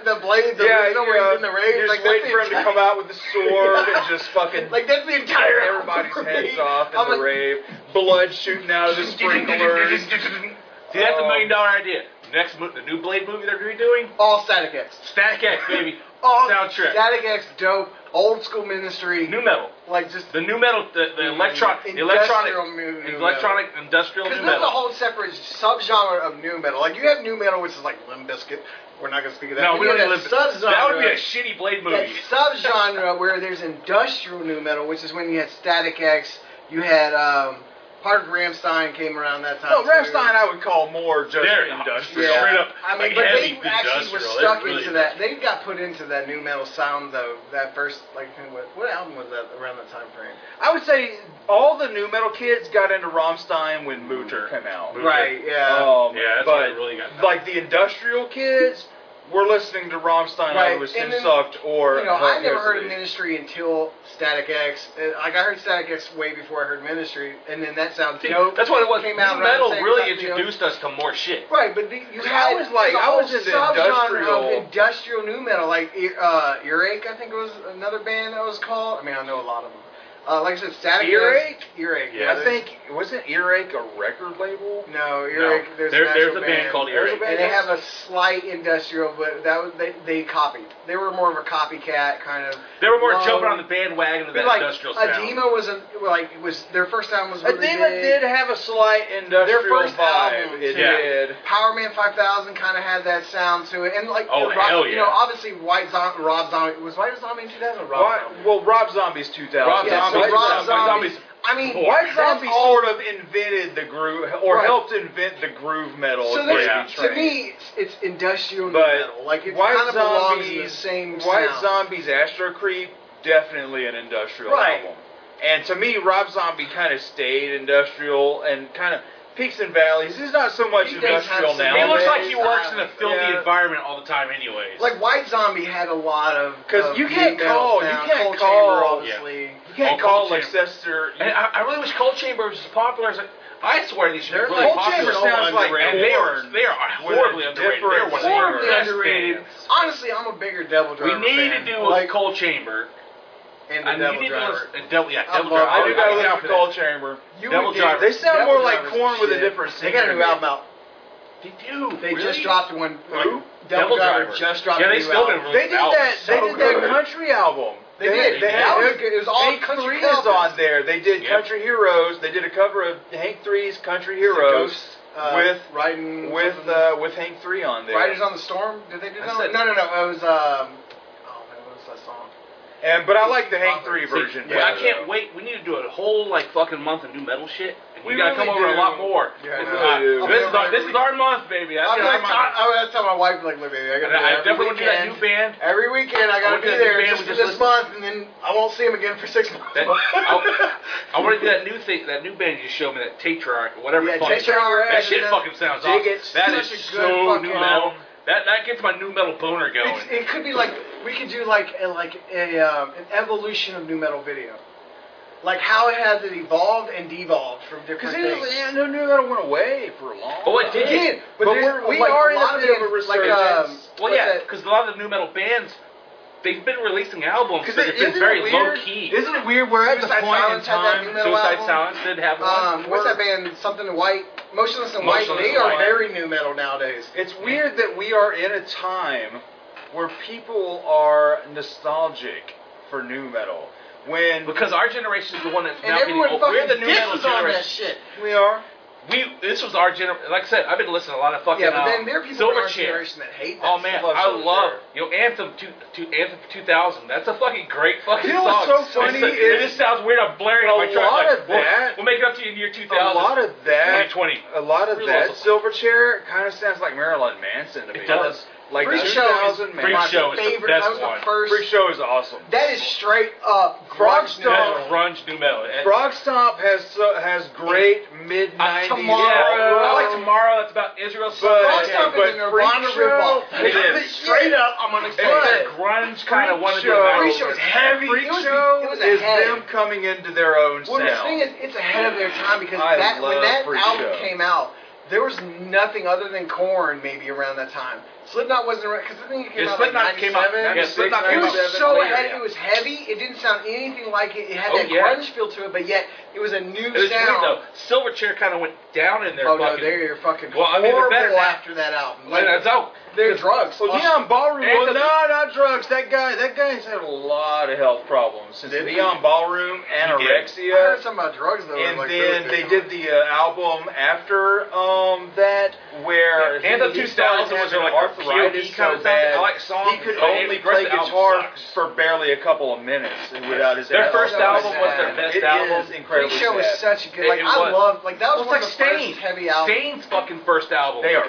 Speaker 3: the blade, the yeah,
Speaker 4: yeah,
Speaker 3: reason
Speaker 4: you
Speaker 3: where
Speaker 4: know,
Speaker 3: he's in the rave. is
Speaker 4: You're
Speaker 3: like,
Speaker 4: just waiting for him to come out with the sword and just fucking
Speaker 3: Like that's the entire.
Speaker 4: everybody's heads off in
Speaker 3: I'm
Speaker 4: the
Speaker 3: like,
Speaker 4: rave, blood shooting out of the sprinklers.
Speaker 2: See, that's the
Speaker 4: Um,
Speaker 2: million dollar idea. Next, mo- the new Blade movie they're redoing,
Speaker 3: All Static X.
Speaker 2: Static X, baby.
Speaker 3: All
Speaker 2: Soundtrack.
Speaker 3: Static X, dope. Old school ministry.
Speaker 2: new metal.
Speaker 3: like just
Speaker 2: The new metal, the, the electronic, the electronic,
Speaker 3: Mm-hmm. Industrial new- new
Speaker 2: electronic industrial
Speaker 3: Because
Speaker 2: new
Speaker 3: there's a
Speaker 2: metal.
Speaker 3: whole separate subgenre of new metal. Like you have new metal, which is like Limp Bizkit. We're not gonna speak of that.
Speaker 2: no,
Speaker 3: Then
Speaker 2: we
Speaker 3: you have
Speaker 2: don't live.
Speaker 3: that subgenre.
Speaker 2: That would be a shitty Blade
Speaker 3: that
Speaker 2: movie.
Speaker 3: subgenre where there's industrial new metal, which is when you had Static X, you had um, part of Ramstein came around that time.
Speaker 4: No,
Speaker 3: too.
Speaker 4: Ramstein I would call more just
Speaker 2: Very
Speaker 4: industrial.
Speaker 2: industrial.
Speaker 3: Yeah,
Speaker 2: Straight up,
Speaker 3: I mean,
Speaker 2: like,
Speaker 3: but
Speaker 2: heavy
Speaker 3: they actually were
Speaker 2: industrial.
Speaker 3: stuck
Speaker 2: It's really
Speaker 3: into that. They got put into that new metal sound though. That first, like, what, what album was that around that time frame?
Speaker 4: I would say all the new metal kids got into Rammstein when Mutter came out.
Speaker 2: Mutter.
Speaker 3: Right. Yeah.
Speaker 4: Um,
Speaker 2: Yeah, that's
Speaker 4: but
Speaker 2: when it really got nuts.
Speaker 4: like the industrial kids were listening to Rammstein
Speaker 3: Right,
Speaker 4: either with
Speaker 3: and then,
Speaker 4: Sucked or
Speaker 3: You know, I
Speaker 4: Hell's
Speaker 3: never heard of
Speaker 4: Gate.
Speaker 3: Ministry until Static X. Uh, Like I heard Static X way before I heard Ministry, and then that sounds
Speaker 2: See,
Speaker 3: dope.
Speaker 2: that's what it was.
Speaker 3: Came out
Speaker 2: new
Speaker 3: around the
Speaker 2: metal
Speaker 3: same
Speaker 2: really
Speaker 3: time, you know?
Speaker 2: introduced us to more shit.
Speaker 3: Right, but the, you
Speaker 4: See,
Speaker 3: had
Speaker 4: I was like-
Speaker 3: there's a
Speaker 4: I was
Speaker 3: whole
Speaker 4: into
Speaker 3: subgenre
Speaker 4: industrial-
Speaker 3: of industrial new metal, like E- uh, Earache, I think it was another band that was called. I mean, I know a lot of them. Uh, like I said, Static X-
Speaker 4: Earache?
Speaker 3: Earache.
Speaker 2: Yeah,
Speaker 4: I
Speaker 3: there's-
Speaker 4: think wasn't Earache a record label?
Speaker 3: No,
Speaker 2: No.
Speaker 3: Earache. There's,
Speaker 2: There-
Speaker 3: an
Speaker 2: there's a
Speaker 3: actual
Speaker 2: band called
Speaker 4: There's a
Speaker 2: Earache.
Speaker 4: band
Speaker 3: And they have a slight industrial, but that was, they they copied. They were more of a copycat kind of.
Speaker 2: They were more
Speaker 3: Well,
Speaker 2: jumping on the bandwagon of
Speaker 3: But
Speaker 2: that
Speaker 3: like
Speaker 2: industrial sound.
Speaker 3: Adema was a, like was their first album was really
Speaker 4: Adema
Speaker 3: big.
Speaker 4: did have a slight industrial
Speaker 3: first
Speaker 4: vibe.
Speaker 3: album,
Speaker 4: it
Speaker 2: too. Yeah.
Speaker 4: did.
Speaker 3: Power Man 5000 kind of had that sound to it, and like
Speaker 2: Oh,
Speaker 3: you know,
Speaker 2: hell
Speaker 3: Rob, you know,
Speaker 2: yeah.
Speaker 3: obviously White Zombie, Rob Zombie was White Zombie in 2000. Or Rob
Speaker 4: Why-
Speaker 3: Zombie?
Speaker 4: well, Rob Zombie's 2000.
Speaker 2: Rob
Speaker 3: Yeah, so
Speaker 2: Zombie-
Speaker 3: Rob
Speaker 2: White
Speaker 3: Zombie.
Speaker 2: Zombie's-
Speaker 3: I mean,
Speaker 4: White
Speaker 3: that's
Speaker 4: Zombie
Speaker 3: all-
Speaker 4: sort of invented the groove, or
Speaker 3: Right.
Speaker 4: helped invent the groove metal.
Speaker 3: So
Speaker 4: gravy
Speaker 2: Yeah.
Speaker 3: that's, to
Speaker 4: train.
Speaker 3: me, it's, it's industrial
Speaker 4: But
Speaker 3: metal. Like it
Speaker 4: White
Speaker 3: kind of belongs in the
Speaker 4: Zombies-
Speaker 3: same
Speaker 4: White
Speaker 3: sound.
Speaker 4: Zombies Astro Creep, definitely an industrial
Speaker 3: Right.
Speaker 4: album. And to me, Rob Zombie kind of stayed industrial and kind of peaks and valleys. He's not so much
Speaker 3: He does have
Speaker 4: industrial
Speaker 3: some-
Speaker 4: now.
Speaker 2: He looks
Speaker 3: Yeah,
Speaker 2: like he
Speaker 3: he's
Speaker 2: works
Speaker 3: not-
Speaker 2: in a filthy
Speaker 4: yeah.
Speaker 2: environment all the time, anyways.
Speaker 3: Like White Zombie had a lot of
Speaker 4: Because
Speaker 3: of
Speaker 4: you can't
Speaker 3: emails
Speaker 4: call, you
Speaker 3: down.
Speaker 4: can't
Speaker 3: Cold
Speaker 4: call.
Speaker 3: Chamber,
Speaker 4: Yeah.
Speaker 3: obviously.
Speaker 4: you can't
Speaker 2: Oh,
Speaker 4: call
Speaker 2: Cold Chamber.
Speaker 4: Leicester.
Speaker 2: and I, I really wish Cold Chamber was as popular as. I, I swear these should be
Speaker 3: They're
Speaker 2: really
Speaker 3: like-
Speaker 4: Cold
Speaker 2: popular.
Speaker 4: Chamber
Speaker 3: so
Speaker 4: sounds like
Speaker 2: and they are
Speaker 4: porn.
Speaker 2: they are
Speaker 4: With
Speaker 2: horribly
Speaker 4: a
Speaker 2: underrated. They're one of the
Speaker 4: different-
Speaker 3: Horribly
Speaker 2: best
Speaker 3: underrated.
Speaker 2: bands.
Speaker 3: Honestly, I'm a bigger Devil
Speaker 2: We
Speaker 3: Driver
Speaker 2: need to
Speaker 3: fan.
Speaker 2: do
Speaker 3: like
Speaker 2: a Cold Chamber.
Speaker 3: and the
Speaker 2: I
Speaker 3: Devil
Speaker 2: need to
Speaker 3: Driver.
Speaker 2: do a, a Devil, yeah,
Speaker 3: I
Speaker 2: Devil
Speaker 3: love-
Speaker 2: Driver.
Speaker 4: I do
Speaker 3: I'm
Speaker 2: I'm
Speaker 4: gotta
Speaker 2: down
Speaker 4: listen
Speaker 2: for
Speaker 4: to
Speaker 2: that.
Speaker 4: Cold Chamber.
Speaker 3: You
Speaker 2: Devil
Speaker 3: would get-
Speaker 2: Driver.
Speaker 4: They sound
Speaker 3: Devil
Speaker 4: more like
Speaker 3: Driver's
Speaker 4: corn with a
Speaker 3: shit.
Speaker 4: different
Speaker 3: They got
Speaker 4: singer
Speaker 3: a
Speaker 4: to
Speaker 3: new
Speaker 4: me.
Speaker 3: album out.
Speaker 2: They do.
Speaker 3: They
Speaker 2: really?
Speaker 3: just dropped one. Like,
Speaker 4: Who?
Speaker 3: Devil,
Speaker 2: Devil
Speaker 3: Driver,
Speaker 2: Driver.
Speaker 3: just dropped.
Speaker 2: Yeah,
Speaker 3: a
Speaker 2: they
Speaker 3: new
Speaker 2: still
Speaker 3: album.
Speaker 2: didn't
Speaker 4: They did that.
Speaker 2: Album's
Speaker 4: They
Speaker 2: so
Speaker 4: did that
Speaker 2: good.
Speaker 4: country album.
Speaker 3: They did.
Speaker 4: They
Speaker 2: They
Speaker 4: had
Speaker 3: did. It was all
Speaker 4: Hank
Speaker 3: country
Speaker 4: Three's
Speaker 3: covers.
Speaker 4: on there. They did
Speaker 2: Yep.
Speaker 4: Country Heroes. They did a cover of Hank Three's Country Heroes
Speaker 3: Ghost, uh,
Speaker 4: with
Speaker 3: riding
Speaker 4: with uh, with Hank Three on there.
Speaker 3: Riders on the Storm. Did they do
Speaker 2: I
Speaker 3: that? one?
Speaker 2: said-
Speaker 3: No, no, no. It was um. Oh man, what was that song?
Speaker 4: And but I like the Hank Three
Speaker 2: See,
Speaker 4: version.
Speaker 2: well, I
Speaker 4: better,
Speaker 2: can't
Speaker 4: though.
Speaker 2: wait. We need to do a whole like fucking month of new metal shit. And
Speaker 4: We
Speaker 2: we gotta come
Speaker 4: really
Speaker 2: over a
Speaker 4: do.
Speaker 2: lot more.
Speaker 3: Yeah, I
Speaker 2: this, is
Speaker 3: know.
Speaker 2: our,
Speaker 4: Yeah.
Speaker 2: this, is our, this is our month, baby. That's
Speaker 3: I'm
Speaker 2: our
Speaker 3: like,
Speaker 2: month.
Speaker 3: I, I, I tell my wife like, look, baby, I
Speaker 2: And
Speaker 3: gotta.
Speaker 2: I
Speaker 3: be there every
Speaker 2: definitely want to do that
Speaker 3: weekend.
Speaker 2: new band.
Speaker 3: Every weekend I
Speaker 2: I
Speaker 3: gotta
Speaker 2: want
Speaker 3: be
Speaker 2: that new
Speaker 3: there
Speaker 2: band
Speaker 3: just
Speaker 2: we
Speaker 3: for
Speaker 2: just
Speaker 3: this month, and then I won't see him again for six months.
Speaker 2: That, I, I want to do that new thing, that new band you showed me, that Tatriarch or whatever.
Speaker 3: yeah,
Speaker 2: the fuck it's
Speaker 3: take your
Speaker 2: called. That shit
Speaker 3: and
Speaker 2: fucking sounds
Speaker 4: Dig
Speaker 2: awesome.
Speaker 4: It's
Speaker 2: That
Speaker 3: such
Speaker 2: is
Speaker 3: a good
Speaker 2: so
Speaker 3: fucking
Speaker 2: new metal.
Speaker 4: album.
Speaker 2: That that gets my new metal boner
Speaker 3: It's,
Speaker 2: going.
Speaker 3: it could be like we could do like a, like a um, an evolution of new metal video, like how it has it evolved and devolved from different
Speaker 4: Because
Speaker 3: things.
Speaker 4: yeah, no, no, that went away for a long.
Speaker 2: Oh, it
Speaker 4: time.
Speaker 2: did.
Speaker 3: Again, but,
Speaker 4: But
Speaker 3: there's-
Speaker 4: we're- we
Speaker 3: like,
Speaker 4: are in
Speaker 3: a
Speaker 4: a
Speaker 3: lot
Speaker 4: bit of a
Speaker 3: bands, like,
Speaker 4: resurgence.
Speaker 3: um,
Speaker 2: Well,
Speaker 3: what's
Speaker 2: yeah,
Speaker 3: that?
Speaker 2: because a lot of the new metal bands, they've been releasing albums, but
Speaker 4: Because
Speaker 2: they've been
Speaker 4: isn't
Speaker 2: very
Speaker 4: it weird?
Speaker 2: low key.
Speaker 4: Isn't it weird? We're at the
Speaker 3: Suicide
Speaker 4: point in
Speaker 3: Silence had that
Speaker 4: time.
Speaker 3: new metal
Speaker 2: Suicide
Speaker 3: album?
Speaker 2: Silence did have one.
Speaker 3: Um, what's that band? Something in white, motionless and white.
Speaker 2: Motionless
Speaker 3: They
Speaker 2: in
Speaker 3: are
Speaker 2: White.
Speaker 3: very new metal nowadays.
Speaker 4: It's weird that we are in a time where people are nostalgic for new metal. When
Speaker 2: Because our generation is the one that's
Speaker 3: And
Speaker 2: now getting
Speaker 3: everyone
Speaker 2: old.
Speaker 3: fucking
Speaker 2: We're the new metal
Speaker 3: disses on that
Speaker 2: generation.
Speaker 3: shit.
Speaker 4: we are,
Speaker 2: We this was our generation. Like I said, I've been listening to a lot of fucking
Speaker 3: Yeah, but then
Speaker 2: um,
Speaker 3: there are people in our
Speaker 2: Silverchair.
Speaker 3: generation that hate that.
Speaker 2: Oh man,
Speaker 4: love
Speaker 2: I
Speaker 4: Silverchair.
Speaker 2: love you know Anthem two, two Anthem two thousand. That's a fucking great fucking
Speaker 4: You know what's
Speaker 2: song.
Speaker 4: so funny
Speaker 2: It's like- it
Speaker 4: is
Speaker 2: just sounds weird. I'm blaring on
Speaker 4: a
Speaker 2: my truck.
Speaker 4: lot
Speaker 2: like,
Speaker 4: of
Speaker 2: we'll,
Speaker 4: that-
Speaker 2: we'll make it up to you in year two
Speaker 4: a
Speaker 2: thousand.
Speaker 4: lot of that.
Speaker 2: 2020.
Speaker 4: A lot of
Speaker 2: Really
Speaker 4: that
Speaker 2: awesome.
Speaker 4: Silverchair kind of sounds like Marilyn Manson to me.
Speaker 2: It does.
Speaker 4: Like
Speaker 3: Freak Show is
Speaker 4: 2000
Speaker 2: Freak
Speaker 3: my
Speaker 4: Manson.
Speaker 2: Show is the
Speaker 3: favorite.
Speaker 2: best
Speaker 3: that was
Speaker 2: one.
Speaker 3: the first.
Speaker 4: Freak Show is awesome.
Speaker 3: That is straight up
Speaker 4: Frog
Speaker 3: grunge
Speaker 4: Stomp.
Speaker 3: metal.
Speaker 2: That's grunge new metal. It-
Speaker 4: Frog Stomp has so, has great mid
Speaker 2: I-
Speaker 4: nineties.
Speaker 2: Yeah,
Speaker 3: Tomorrow.
Speaker 2: I like tomorrow. That's about Israel.
Speaker 4: But-
Speaker 3: Frog
Speaker 4: Okay,
Speaker 3: Stomp
Speaker 4: but
Speaker 3: is a Nirvana
Speaker 4: Freak Show-
Speaker 3: ripoff.
Speaker 2: It is.
Speaker 3: straight up. I'm gonna
Speaker 2: It's
Speaker 3: say
Speaker 2: that
Speaker 3: it.
Speaker 2: grunge kind of one of the
Speaker 4: Show-
Speaker 2: metal.
Speaker 3: Freak Show is heavy.
Speaker 4: Freak
Speaker 3: It was-
Speaker 4: Show
Speaker 3: it was
Speaker 4: is
Speaker 3: ahead.
Speaker 4: them coming into their own
Speaker 3: Well, the thing
Speaker 4: sound.
Speaker 3: is, it's ahead of their time because
Speaker 4: I
Speaker 3: that when
Speaker 4: love
Speaker 3: that
Speaker 4: Freak
Speaker 3: album
Speaker 4: Show.
Speaker 3: came out, there was nothing other than Corn maybe around that time. Slipknot wasn't around because I think it came
Speaker 2: Yeah,
Speaker 3: out
Speaker 2: Slipknot
Speaker 3: like
Speaker 2: came out.
Speaker 3: 97.
Speaker 2: Yeah,
Speaker 4: 96,
Speaker 2: Slipknot
Speaker 3: It
Speaker 2: came out.
Speaker 3: was
Speaker 4: Seven
Speaker 3: so
Speaker 2: later,
Speaker 3: ahead.
Speaker 2: yeah.
Speaker 3: It was heavy. It didn't sound anything like it. It had
Speaker 2: Oh,
Speaker 3: that
Speaker 2: yeah.
Speaker 3: grunge feel to it, but yet it was a new
Speaker 2: It was
Speaker 3: sound.
Speaker 2: weird though. Silverchair kind of went down in their
Speaker 3: Oh no,
Speaker 2: fucking.
Speaker 3: they're fucking
Speaker 2: Well, I mean, they're
Speaker 3: horrible
Speaker 2: better now.
Speaker 3: after that album.
Speaker 2: Like,
Speaker 3: Like,
Speaker 2: that's out.
Speaker 3: they're drugs.
Speaker 4: Well, Leon Ballroom.
Speaker 2: And
Speaker 4: Well,
Speaker 2: the-
Speaker 4: no, not drugs. That guy. That guy's had a lot of health problems since
Speaker 3: Did he?
Speaker 4: Leon Ballroom,
Speaker 3: I heard
Speaker 4: anorexia,
Speaker 3: something about drugs though.
Speaker 4: and
Speaker 3: like,
Speaker 4: then
Speaker 3: really
Speaker 4: they did the uh, album after um that where
Speaker 2: Yeah, and the
Speaker 4: he
Speaker 2: 2000
Speaker 4: started
Speaker 2: was like
Speaker 4: having
Speaker 2: a
Speaker 4: arthritis
Speaker 2: POD kind of
Speaker 4: so
Speaker 2: sound.
Speaker 4: bad.
Speaker 2: I like songs,
Speaker 4: He could
Speaker 2: but it-
Speaker 4: only
Speaker 2: the
Speaker 4: play
Speaker 2: rest of the album
Speaker 4: guitar
Speaker 2: sucks.
Speaker 4: for barely a couple of minutes without his.
Speaker 2: Their
Speaker 4: album.
Speaker 2: first
Speaker 4: That
Speaker 3: album was their
Speaker 4: sad.
Speaker 2: best
Speaker 4: It
Speaker 2: album.
Speaker 4: is
Speaker 3: Freak
Speaker 4: incredibly
Speaker 3: Show was
Speaker 4: sad.
Speaker 3: such a good.
Speaker 2: It-
Speaker 3: Like
Speaker 2: it
Speaker 3: I
Speaker 2: was.
Speaker 3: love. Like that was
Speaker 2: It's
Speaker 3: one
Speaker 2: like
Speaker 3: of the
Speaker 2: Stain.
Speaker 3: first heavy albums.
Speaker 2: Stain's fucking first album.
Speaker 4: They are.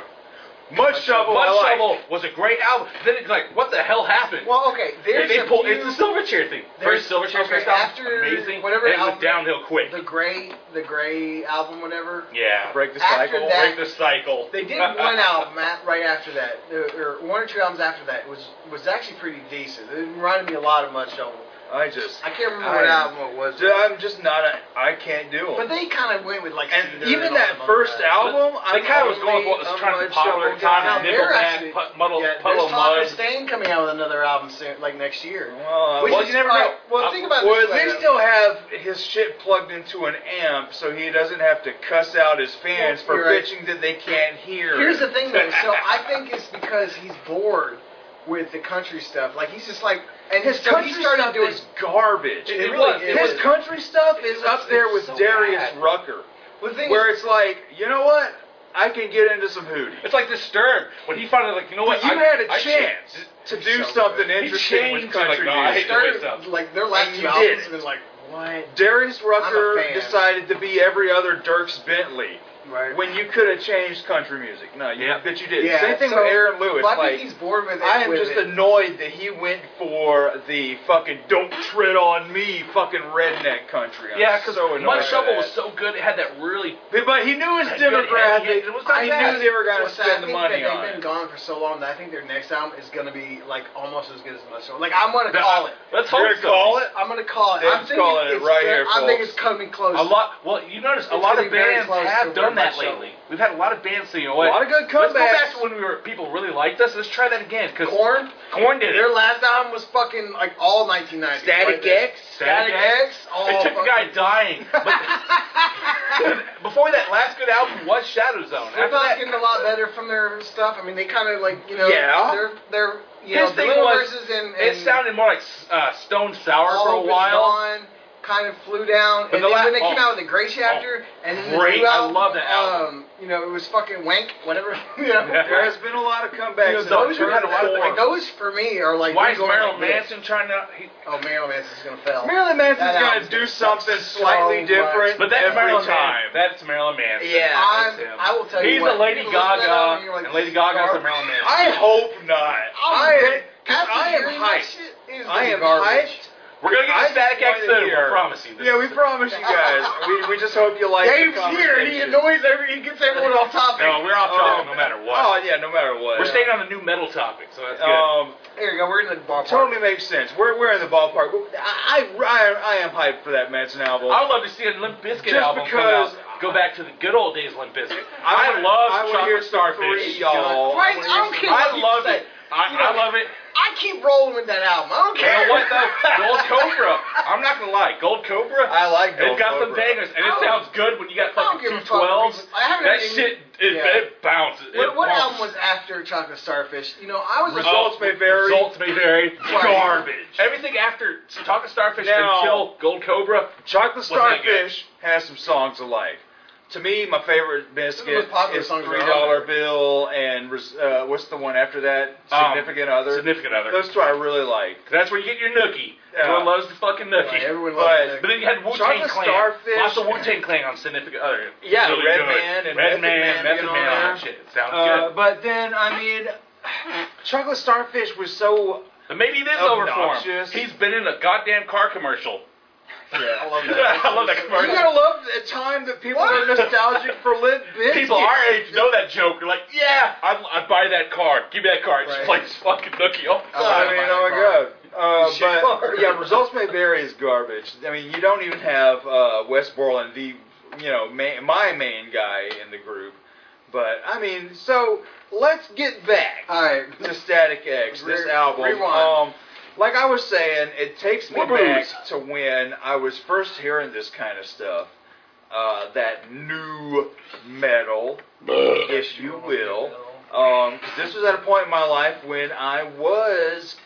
Speaker 4: Mud Shovel.
Speaker 2: Mud
Speaker 4: I like.
Speaker 2: Shovel was a great album. Then it's like, what the hell happened?
Speaker 3: Well, okay,
Speaker 2: They-
Speaker 3: there's
Speaker 2: they
Speaker 3: a
Speaker 2: pulled-
Speaker 3: few,
Speaker 2: it's the Silverchair thing.
Speaker 3: There's-
Speaker 2: First Silverchair
Speaker 3: okay,
Speaker 2: first album,
Speaker 3: after
Speaker 2: amazing.
Speaker 3: whatever
Speaker 2: and it
Speaker 3: album-
Speaker 2: went downhill quick.
Speaker 3: the gray, the gray album, whatever.
Speaker 2: yeah,
Speaker 4: Break the
Speaker 3: After
Speaker 4: cycle.
Speaker 3: that-
Speaker 2: break the cycle.
Speaker 3: They did one album at, right after that, or or one or two albums after that was was actually pretty decent. It reminded me a lot of Mud Shovel.
Speaker 4: I just.
Speaker 3: I can't remember what
Speaker 4: I-
Speaker 3: album it was,
Speaker 4: I'm just not. A, I can't do
Speaker 3: but
Speaker 4: it.
Speaker 3: they kind of went with like
Speaker 4: And
Speaker 3: Cedar
Speaker 4: even
Speaker 3: and all
Speaker 4: that
Speaker 3: them other
Speaker 4: first
Speaker 3: guys.
Speaker 4: album, I
Speaker 2: They kind of was going for what was trying to be popular at the time.
Speaker 3: Now, they're actually-
Speaker 2: Nickelback, put, muddle,
Speaker 3: Yeah,
Speaker 2: puddle
Speaker 3: there's
Speaker 2: of
Speaker 3: talk
Speaker 2: mud.
Speaker 3: of Stain coming out with another album soon, like next year.
Speaker 2: uh,
Speaker 4: Well,
Speaker 3: Which
Speaker 4: well,
Speaker 3: is-
Speaker 4: you never
Speaker 3: all
Speaker 4: know.
Speaker 3: right, Well, think about it
Speaker 4: Well,
Speaker 3: this
Speaker 4: at
Speaker 3: way,
Speaker 4: least
Speaker 3: though.
Speaker 4: he'll have his shit plugged into an amp, so he doesn't have to cuss out his fans
Speaker 3: Well,
Speaker 4: for
Speaker 3: you're right.
Speaker 4: bitching that they can't hear.
Speaker 3: Here's the thing, though. So I think it's because he's bored with the country stuff. Like he's just like, and
Speaker 4: his
Speaker 3: so
Speaker 4: country
Speaker 3: he started
Speaker 4: stuff
Speaker 3: doing.
Speaker 4: is garbage.
Speaker 3: it
Speaker 2: It- it
Speaker 3: really
Speaker 2: was.
Speaker 3: is.
Speaker 2: It was
Speaker 4: his country stuff is
Speaker 2: It's-
Speaker 4: up there
Speaker 2: it's
Speaker 4: with
Speaker 2: so
Speaker 4: Darius
Speaker 2: bad.
Speaker 4: Rucker,
Speaker 3: Well, the thing
Speaker 4: where
Speaker 3: is,
Speaker 4: it's like, you know what? I can get into some hootie.
Speaker 2: It's like Disturbed when he found out, like you know what?
Speaker 4: But you
Speaker 2: I-
Speaker 4: had a
Speaker 2: I
Speaker 4: chance
Speaker 2: changed.
Speaker 4: to do
Speaker 3: so
Speaker 4: something
Speaker 3: good.
Speaker 4: interesting with
Speaker 2: changed, like,
Speaker 4: country
Speaker 2: no, I
Speaker 4: music.
Speaker 2: hate the way it
Speaker 3: started
Speaker 2: sounds.
Speaker 3: like their
Speaker 4: And
Speaker 3: last
Speaker 4: you
Speaker 3: two albums
Speaker 4: did.
Speaker 3: have been like what?
Speaker 4: Darius
Speaker 3: I'm a
Speaker 4: Rucker
Speaker 3: fan.
Speaker 4: decided to be every other Dirks Bentley
Speaker 3: Right.
Speaker 4: when you could have changed country music. No, you,
Speaker 2: Yeah.
Speaker 4: that you did.
Speaker 3: Yeah,
Speaker 4: Same thing
Speaker 3: so-
Speaker 4: with Aaron Lewis.
Speaker 3: Well, I
Speaker 4: like,
Speaker 3: think he's bored with it.
Speaker 4: I am
Speaker 3: with
Speaker 4: just
Speaker 3: it.
Speaker 4: annoyed that he went for the fucking "Don't tread on me" fucking redneck country. I'm
Speaker 2: Yeah, because
Speaker 4: so annoyed.
Speaker 2: Mud
Speaker 4: by
Speaker 2: Shovel
Speaker 4: that.
Speaker 2: was so good. It had that really.
Speaker 4: But- But he knew his
Speaker 2: Good
Speaker 4: demographic.
Speaker 2: head. It was
Speaker 4: he
Speaker 2: not
Speaker 4: knew
Speaker 2: bad.
Speaker 4: they were
Speaker 3: So
Speaker 4: gonna
Speaker 3: sad
Speaker 4: spend the
Speaker 3: thing
Speaker 4: money
Speaker 3: that
Speaker 4: on
Speaker 3: They've been
Speaker 4: it.
Speaker 3: gone for so long that I think their next album is gonna be like almost as good as Muscle. Like I'm gonna
Speaker 2: That-
Speaker 3: call it.
Speaker 2: Let's
Speaker 4: You're
Speaker 2: hope
Speaker 4: gonna
Speaker 2: so.
Speaker 4: call it?
Speaker 3: I'm gonna call it.
Speaker 4: Dave's
Speaker 3: I'm thinking
Speaker 4: calling it
Speaker 3: it's
Speaker 4: right
Speaker 3: good.
Speaker 4: here,
Speaker 3: I think
Speaker 4: folks.
Speaker 3: it's coming close.
Speaker 2: A lot. Well, you notice a
Speaker 3: It's
Speaker 2: lot of
Speaker 3: getting very
Speaker 2: bands
Speaker 3: close
Speaker 2: have
Speaker 3: to
Speaker 2: done
Speaker 3: Mud
Speaker 2: that
Speaker 3: Shovel.
Speaker 2: lately. We've had a lot of bands saying, you know
Speaker 4: A
Speaker 2: what?
Speaker 4: lot of good
Speaker 2: Let's go back
Speaker 4: comebacks.
Speaker 2: to when we were people really liked us. Let's try that again. Because
Speaker 3: Corn.
Speaker 2: Corn did
Speaker 3: Their
Speaker 2: it.
Speaker 3: last album was fucking like all 1990s. right
Speaker 4: Static
Speaker 3: there.
Speaker 4: X.
Speaker 3: Static X. All
Speaker 2: It took the guy
Speaker 3: fucking-
Speaker 2: dying. But before that, last good album was Shadow Zone.
Speaker 3: They're
Speaker 2: After
Speaker 3: not
Speaker 2: that,
Speaker 3: getting a lot better from their stuff. I mean, they kind of like you know,
Speaker 4: Yeah.
Speaker 3: they're they're you
Speaker 2: His
Speaker 3: know,
Speaker 2: thing
Speaker 3: Little
Speaker 2: was,
Speaker 3: Verses and, and
Speaker 2: it sounded more like uh, Stone Sour
Speaker 3: All
Speaker 2: for a
Speaker 3: Hope Is
Speaker 2: while.
Speaker 3: Gone, kind of flew down,
Speaker 2: But
Speaker 3: and
Speaker 2: the
Speaker 3: then
Speaker 2: la-
Speaker 3: when they came
Speaker 2: oh.
Speaker 3: out with the Gray Chapter, and then
Speaker 2: Great.
Speaker 3: the new
Speaker 2: I
Speaker 3: album,
Speaker 2: love that album.
Speaker 3: Um, you know, it was fucking wank, whatever. You know,
Speaker 2: Yeah.
Speaker 4: There has been a lot of comebacks.
Speaker 3: You know,
Speaker 4: in
Speaker 3: those,
Speaker 4: the
Speaker 3: are,
Speaker 2: had a lot of-
Speaker 4: form.
Speaker 3: like, those for me are like
Speaker 2: Why is
Speaker 3: going
Speaker 2: Marilyn
Speaker 3: like this.
Speaker 2: Manson trying to? He,
Speaker 3: Oh, Marilyn Manson's gonna fail.
Speaker 4: Marilyn Manson's
Speaker 3: That
Speaker 4: gonna
Speaker 3: album's
Speaker 4: do
Speaker 3: gonna
Speaker 4: something
Speaker 3: suck so
Speaker 4: slightly
Speaker 3: much.
Speaker 4: different
Speaker 2: but that's
Speaker 4: every
Speaker 2: Marilyn
Speaker 4: time.
Speaker 2: Manson. That's Marilyn Manson.
Speaker 4: Yeah.
Speaker 3: I'm,
Speaker 2: that's him.
Speaker 3: I will tell you
Speaker 2: He's
Speaker 3: what,
Speaker 2: a Lady
Speaker 3: you look at that album,
Speaker 2: Gaga,
Speaker 3: you're like,
Speaker 2: and Lady Gaga's a
Speaker 3: garbage.
Speaker 2: Marilyn Manson.
Speaker 4: I hope not. I,
Speaker 3: After
Speaker 4: I am
Speaker 3: hearing that
Speaker 4: hyped.
Speaker 3: shit, it is
Speaker 4: I am
Speaker 3: garbage.
Speaker 4: hyped.
Speaker 2: We're gonna get
Speaker 4: I just
Speaker 2: a Static X
Speaker 4: wanted to
Speaker 2: soon.
Speaker 4: hear.
Speaker 2: I promise you. This
Speaker 4: Yeah, we
Speaker 2: is-
Speaker 4: promise you guys. we, we just hope you like the
Speaker 3: Dave's here and he
Speaker 4: conversation.
Speaker 3: annoys every, he gets everyone off topic.
Speaker 2: No, we're off
Speaker 4: Oh.
Speaker 2: topic no matter what.
Speaker 4: Oh yeah, no matter what.
Speaker 2: We're staying on the new metal topic, so that's good.
Speaker 4: Um,
Speaker 3: There you go. We're in the ballpark.
Speaker 4: totally makes sense. We're we're in the ballpark. I I, I, I am hyped for that Manson album.
Speaker 2: I would love to see a Limp Bizkit
Speaker 4: Just
Speaker 2: album come
Speaker 4: because-
Speaker 2: out. Go back to the good old days, Limp Bizkit.
Speaker 4: I
Speaker 2: I,
Speaker 4: wanna-
Speaker 2: love
Speaker 4: I wanna hear
Speaker 2: Chocolate
Speaker 4: some
Speaker 2: Starfish.
Speaker 4: free, y'all.
Speaker 3: Right, I don't care
Speaker 2: I
Speaker 3: what you
Speaker 2: love
Speaker 3: say.
Speaker 2: it. I,
Speaker 3: You know-
Speaker 2: I love it.
Speaker 3: I keep rolling with that album. I don't
Speaker 2: You
Speaker 3: care.
Speaker 2: know what though? Gold Cobra. I'm not gonna lie, Gold Cobra.
Speaker 4: I like Gold
Speaker 2: It's got
Speaker 4: Cobra.
Speaker 2: some bangers, and it
Speaker 3: I don't-
Speaker 2: sounds good when you got
Speaker 3: I don't
Speaker 2: fucking
Speaker 3: give a
Speaker 2: two
Speaker 3: fuck.
Speaker 2: twelves.
Speaker 3: I haven't
Speaker 2: That
Speaker 3: even-
Speaker 2: shit, it,
Speaker 3: Yeah.
Speaker 2: it bounces. It
Speaker 3: What, what
Speaker 2: bumps.
Speaker 3: album was after Chocolate Starfish? You know, I was a
Speaker 4: Result- Results may vary.
Speaker 2: Results may vary.
Speaker 4: Garbage.
Speaker 2: Everything after Talk of Starfish
Speaker 4: Now-
Speaker 2: until Gold Cobra.
Speaker 4: Chocolate
Speaker 2: Wasn't that
Speaker 4: Starfish has some songs alike. To me, my favorite
Speaker 3: Those are
Speaker 4: biscuit
Speaker 3: the popular
Speaker 4: is
Speaker 3: songs
Speaker 4: Three
Speaker 3: around.
Speaker 4: Dollar Bill and res- uh, what's the one after that?
Speaker 2: Um,
Speaker 4: Significant Other.
Speaker 2: Significant Other.
Speaker 4: Those two I really like.
Speaker 2: 'Cause That's where you get your nookie.
Speaker 4: Yeah.
Speaker 2: Everyone loves the fucking nookie.
Speaker 3: Like, everyone
Speaker 4: But-
Speaker 3: loves that.
Speaker 2: But then you had Wu Tang
Speaker 4: Chocolate
Speaker 2: Clan.
Speaker 4: Starfish.
Speaker 2: Lots of Wu Tang Clan on Significant Other.
Speaker 4: Yeah,
Speaker 2: really
Speaker 4: Red
Speaker 2: good.
Speaker 4: Man and Method
Speaker 2: Red
Speaker 4: Man
Speaker 2: Man, Method
Speaker 4: being on
Speaker 2: Man, all
Speaker 4: there.
Speaker 2: that shit. It sounds
Speaker 4: Uh,
Speaker 2: good.
Speaker 4: but then, I mean, Chocolate Starfish was so.
Speaker 2: But maybe it is over for him.
Speaker 4: obnoxious.
Speaker 2: He's been in a goddamn car commercial.
Speaker 4: Yeah.
Speaker 3: love
Speaker 2: I love that
Speaker 4: You
Speaker 2: commercial.
Speaker 4: gotta love the time that people
Speaker 3: What?
Speaker 4: are nostalgic for Limp Bizkit.
Speaker 2: People our age know that joke. You're like, yeah, I'd, I'd buy that car. Give me that car. It's
Speaker 3: Right.
Speaker 2: just like this fucking nookie. Oh,
Speaker 3: I love
Speaker 4: I
Speaker 3: it.
Speaker 4: mean, oh my
Speaker 3: Shit.
Speaker 4: god. Uh, but yeah, results may vary is garbage. I mean, you don't even have uh, Wes Borland, the you know ma my main guy in the group. But I mean, so let's get back
Speaker 3: All right.
Speaker 4: to Static X, this
Speaker 3: Uh, Re-
Speaker 4: album.
Speaker 3: rewind.
Speaker 4: Um, like I was saying, it takes me
Speaker 2: More
Speaker 4: back
Speaker 2: booze.
Speaker 4: to when I was first hearing this kind of stuff. Uh, that new metal, if you will. Um, 'cause this was at a point in my life when I was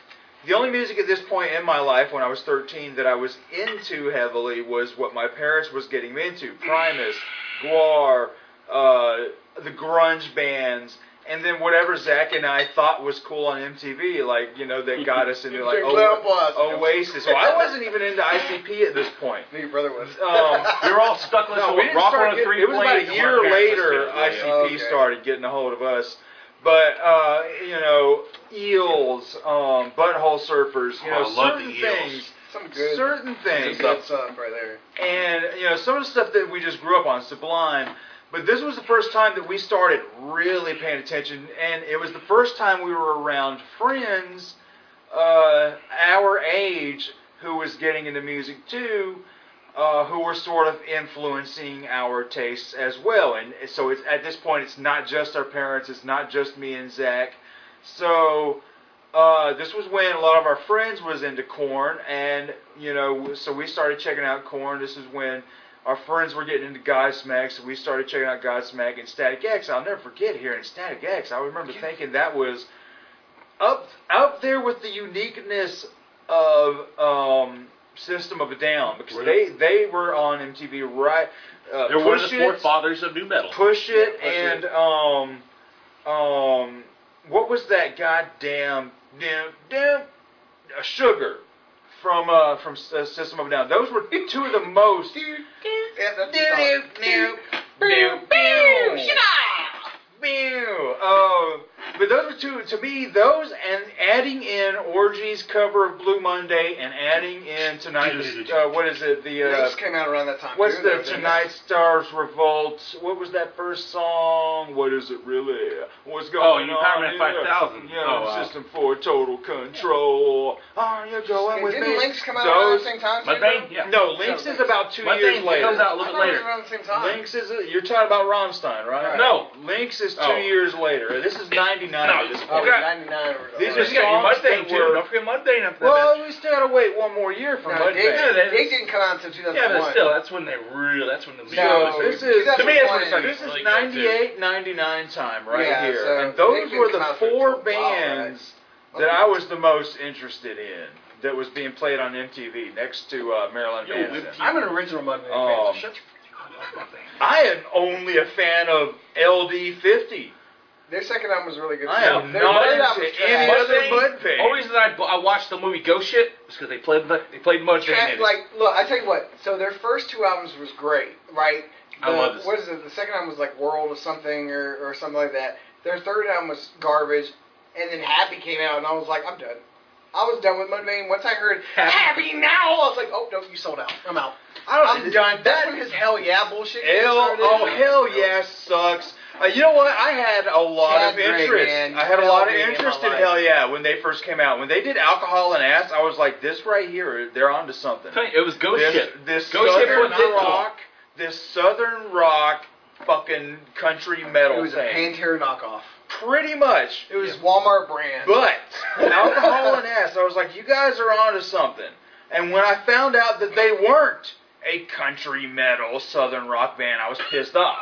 Speaker 4: the only music at this point in my life when I was 13 that I was into heavily was what my parents was getting me into: Primus, Guar, uh, the grunge bands. And then whatever Zach and I thought was cool on MTV, like you know, that got us into like oh,
Speaker 3: Glam Blast.
Speaker 4: O- Oasis. So I wasn't even into ICP at this point.
Speaker 3: Your brother was.
Speaker 4: Um,
Speaker 2: we were all stuck listening
Speaker 4: no,
Speaker 2: to
Speaker 4: we didn't
Speaker 2: Rock
Speaker 4: start getting,
Speaker 2: 103
Speaker 4: it was about
Speaker 2: plays
Speaker 4: a
Speaker 2: and
Speaker 4: year
Speaker 2: Mark Maron's listening to
Speaker 4: later
Speaker 2: it.
Speaker 4: ICP
Speaker 3: Okay.
Speaker 4: started getting a hold of us. But uh, you know, eels, um, butthole surfers, you
Speaker 2: Oh, I
Speaker 4: know,
Speaker 2: love
Speaker 4: certain
Speaker 2: the Eels.
Speaker 4: things,
Speaker 3: Some good.
Speaker 4: certain
Speaker 3: some
Speaker 4: things,
Speaker 3: good stuff right there.
Speaker 4: and you know, some of the stuff that we just grew up on, Sublime. But this was the first time that we started really paying attention, and it was the first time we were around friends uh, our age who was getting into music too, uh, who were sort of influencing our tastes as well. And so it's at this point, it's not just our parents, it's not just me and Zach. So uh, this was when a lot of our friends was into Corn, and you know, so we started checking out Corn. This is when. Our friends were getting into Godsmack, so we started checking out Godsmack and Static X. I'll never forget hearing Static X. I remember thinking that was up up there with the uniqueness of um, System of a Down because
Speaker 2: Really?
Speaker 4: they they were on MTV right. Uh,
Speaker 2: They're one of
Speaker 4: push
Speaker 2: the
Speaker 4: it,
Speaker 2: forefathers of new metal.
Speaker 4: push it,
Speaker 3: Yeah, Push It.
Speaker 4: and um, um, what was that goddamn damn damn uh, sugar from uh, from S- uh, System of a Down. Those were two of the most.
Speaker 1: Yeah, that's the song. Boo, boo, Shania.
Speaker 4: Mew. Oh, but those were two to me. Those and adding in Orgy's cover of Blue Monday and adding in tonight's uh, what is it? The uh,
Speaker 3: Those came out around that time.
Speaker 4: what's
Speaker 3: too,
Speaker 4: the
Speaker 3: though, didn't
Speaker 4: Tonight Stars Revolt? What was that first song? What is it really? What's going on?
Speaker 2: Oh, you Power Man
Speaker 4: in
Speaker 2: 5000.
Speaker 4: there? Yeah,
Speaker 2: Oh, wow.
Speaker 4: System for total control. Are you
Speaker 3: they?
Speaker 4: going with
Speaker 3: Didn't
Speaker 4: me?
Speaker 3: Lynx come out around
Speaker 4: those,
Speaker 3: the same time?
Speaker 2: My
Speaker 3: too,
Speaker 2: Bane,
Speaker 3: though?
Speaker 2: yeah.
Speaker 4: No, Lynx is about two
Speaker 2: My
Speaker 4: years
Speaker 2: Bane
Speaker 4: later.
Speaker 2: comes out a
Speaker 3: I
Speaker 2: little bit
Speaker 3: thought it was
Speaker 2: later.
Speaker 3: around the same time.
Speaker 4: Lynx is you're talking about Rammstein, right?
Speaker 2: No.
Speaker 4: Lynx is two
Speaker 2: Oh.
Speaker 4: years later. This is '99.
Speaker 2: No,
Speaker 4: at this
Speaker 3: Oh,
Speaker 4: point.
Speaker 2: Okay.
Speaker 3: 99 or
Speaker 2: You
Speaker 4: These are
Speaker 2: got your
Speaker 4: songs
Speaker 2: Mustang
Speaker 4: that
Speaker 2: too.
Speaker 4: were-
Speaker 2: Don't forget Mustang after that.
Speaker 4: Well, we still gotta wait one more year for
Speaker 3: No,
Speaker 4: Mud
Speaker 3: Dig,
Speaker 4: Bang.
Speaker 2: Yeah, that-
Speaker 3: Dig didn't come out until 2001.
Speaker 2: Yeah, but still, that's when they really. That's when the music
Speaker 3: No,
Speaker 2: was-
Speaker 4: this is
Speaker 2: To me, that's when
Speaker 3: 2001.
Speaker 2: it started
Speaker 4: This
Speaker 2: getting
Speaker 4: is
Speaker 2: really good, too.
Speaker 4: 98, 99 time right
Speaker 3: Yeah,
Speaker 4: here.
Speaker 3: so
Speaker 4: and those
Speaker 3: they've been
Speaker 4: were the
Speaker 3: covered
Speaker 4: four
Speaker 3: for a while, right? Oh.
Speaker 4: bands that I was the most interested in that was being played on MTV next to uh, Marilyn
Speaker 2: Yo, Um,
Speaker 4: Manson.
Speaker 2: MTV.
Speaker 3: I'm an original Mudman
Speaker 4: Oh.
Speaker 3: fan. so Shut your
Speaker 4: I am only a fan of LD50.
Speaker 3: Their second album was really good.
Speaker 4: I
Speaker 3: too.
Speaker 4: am
Speaker 3: Their
Speaker 4: not
Speaker 3: third
Speaker 4: into
Speaker 3: album was
Speaker 4: any
Speaker 3: trash.
Speaker 4: other Mud Bang.
Speaker 2: Only reason I, I watched the movie Ghost Shit was because they played Mud- they played Mud Bang. in
Speaker 3: Trash-
Speaker 2: it.
Speaker 3: Like, look, I tell you what. So their first two albums was great, right?
Speaker 2: I
Speaker 3: The-
Speaker 2: love this.
Speaker 3: What is it? The second album was like World or something or, or something like that. Their third album was garbage, and then Happy came out, and I was like, I'm done. I was done with Mudvayne. Once I heard
Speaker 2: Happy.
Speaker 3: Happy now, I was like, Oh no, you sold out. I'm out.
Speaker 4: I
Speaker 3: I'm
Speaker 4: don't.
Speaker 3: done. That's when his Um, hell yeah bullshit.
Speaker 4: Hell,
Speaker 3: started.
Speaker 4: oh hell yeah, sucks. Uh, you know what? I had a lot
Speaker 3: Chad
Speaker 4: of
Speaker 3: Gray,
Speaker 4: interest.
Speaker 3: man.
Speaker 4: I had a
Speaker 3: Hell
Speaker 4: lot of
Speaker 3: being in
Speaker 4: interest
Speaker 3: my
Speaker 4: in
Speaker 3: life.
Speaker 4: Hell Yeah when they first came out. When they did Alcohol and Ass, I was like, this right here, they're onto something.
Speaker 2: It was Ghost
Speaker 4: This,
Speaker 2: Shit.
Speaker 4: this
Speaker 2: Go Shit
Speaker 4: southern
Speaker 2: was it, though.
Speaker 4: rock, this southern rock, fucking country
Speaker 3: It
Speaker 4: metal
Speaker 3: was a
Speaker 4: thing.
Speaker 3: Pantera knockoff.
Speaker 4: Pretty much.
Speaker 3: It was Walmart brand.
Speaker 4: But alcohol and ass, I was like, you guys are onto something. And when I found out that they weren't a country metal southern rock band, I was pissed off.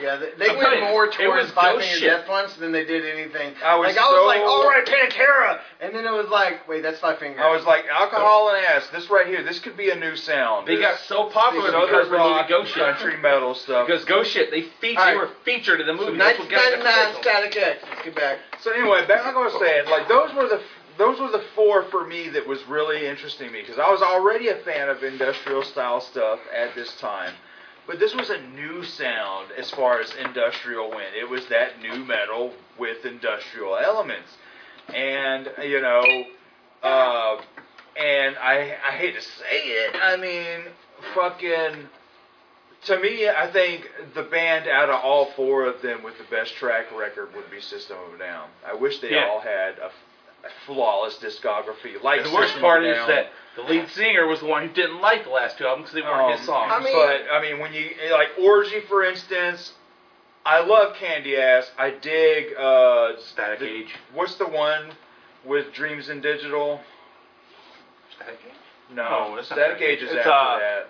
Speaker 3: Yeah, they, they
Speaker 2: I'm
Speaker 3: went
Speaker 2: telling you,
Speaker 3: more
Speaker 2: it
Speaker 3: towards
Speaker 2: was
Speaker 3: Five
Speaker 2: ghost
Speaker 3: Finger
Speaker 2: shit.
Speaker 3: Death Punch than they did anything.
Speaker 4: I was
Speaker 3: like, I was
Speaker 4: so-
Speaker 3: like, all right, Pantera, and then it was like, wait, that's Five Finger.
Speaker 4: I was like, alcohol and ass. This right here, this could be a new sound.
Speaker 2: They got
Speaker 4: This
Speaker 2: so popular
Speaker 4: southern
Speaker 2: because of the movie
Speaker 4: rock,
Speaker 2: Ghost Shit.
Speaker 4: country metal stuff.
Speaker 2: Because Ghost Shit, they, fe-
Speaker 3: All right.
Speaker 2: they were featured in the
Speaker 3: so
Speaker 2: movie. That's what got them
Speaker 3: 1999
Speaker 2: canceled.
Speaker 3: Static X. Let's get back.
Speaker 4: so anyway, back like I was saying, like those were the those were the four for me that was really interesting me because I was already a fan of industrial style stuff at this time. But this was a new sound as far as industrial went. It was that new metal with industrial elements. And, you know, uh, and I, I hate to say it, I mean, fucking. To me, I think the band out of all four of them with the best track record would be System of a Down. I wish they
Speaker 2: Yeah.
Speaker 4: all had a, f- a flawless discography. Like
Speaker 2: And the worst
Speaker 4: System of a
Speaker 2: part is
Speaker 4: Down.
Speaker 2: that the lead singer was the one who didn't like the last two albums because they weren't his
Speaker 4: Um,
Speaker 2: songs.
Speaker 3: I mean-
Speaker 4: but I mean, when you like orgy, for instance, I love Candy Ass. I dig. Uh,
Speaker 2: Static
Speaker 4: the-
Speaker 2: Age.
Speaker 4: What's the one with Dreams in Digital?
Speaker 2: Static Age?
Speaker 4: No,
Speaker 2: No, Oh, it's not
Speaker 4: Static
Speaker 2: Static Age.
Speaker 4: Age is
Speaker 2: It's,
Speaker 4: after
Speaker 2: uh,
Speaker 4: that.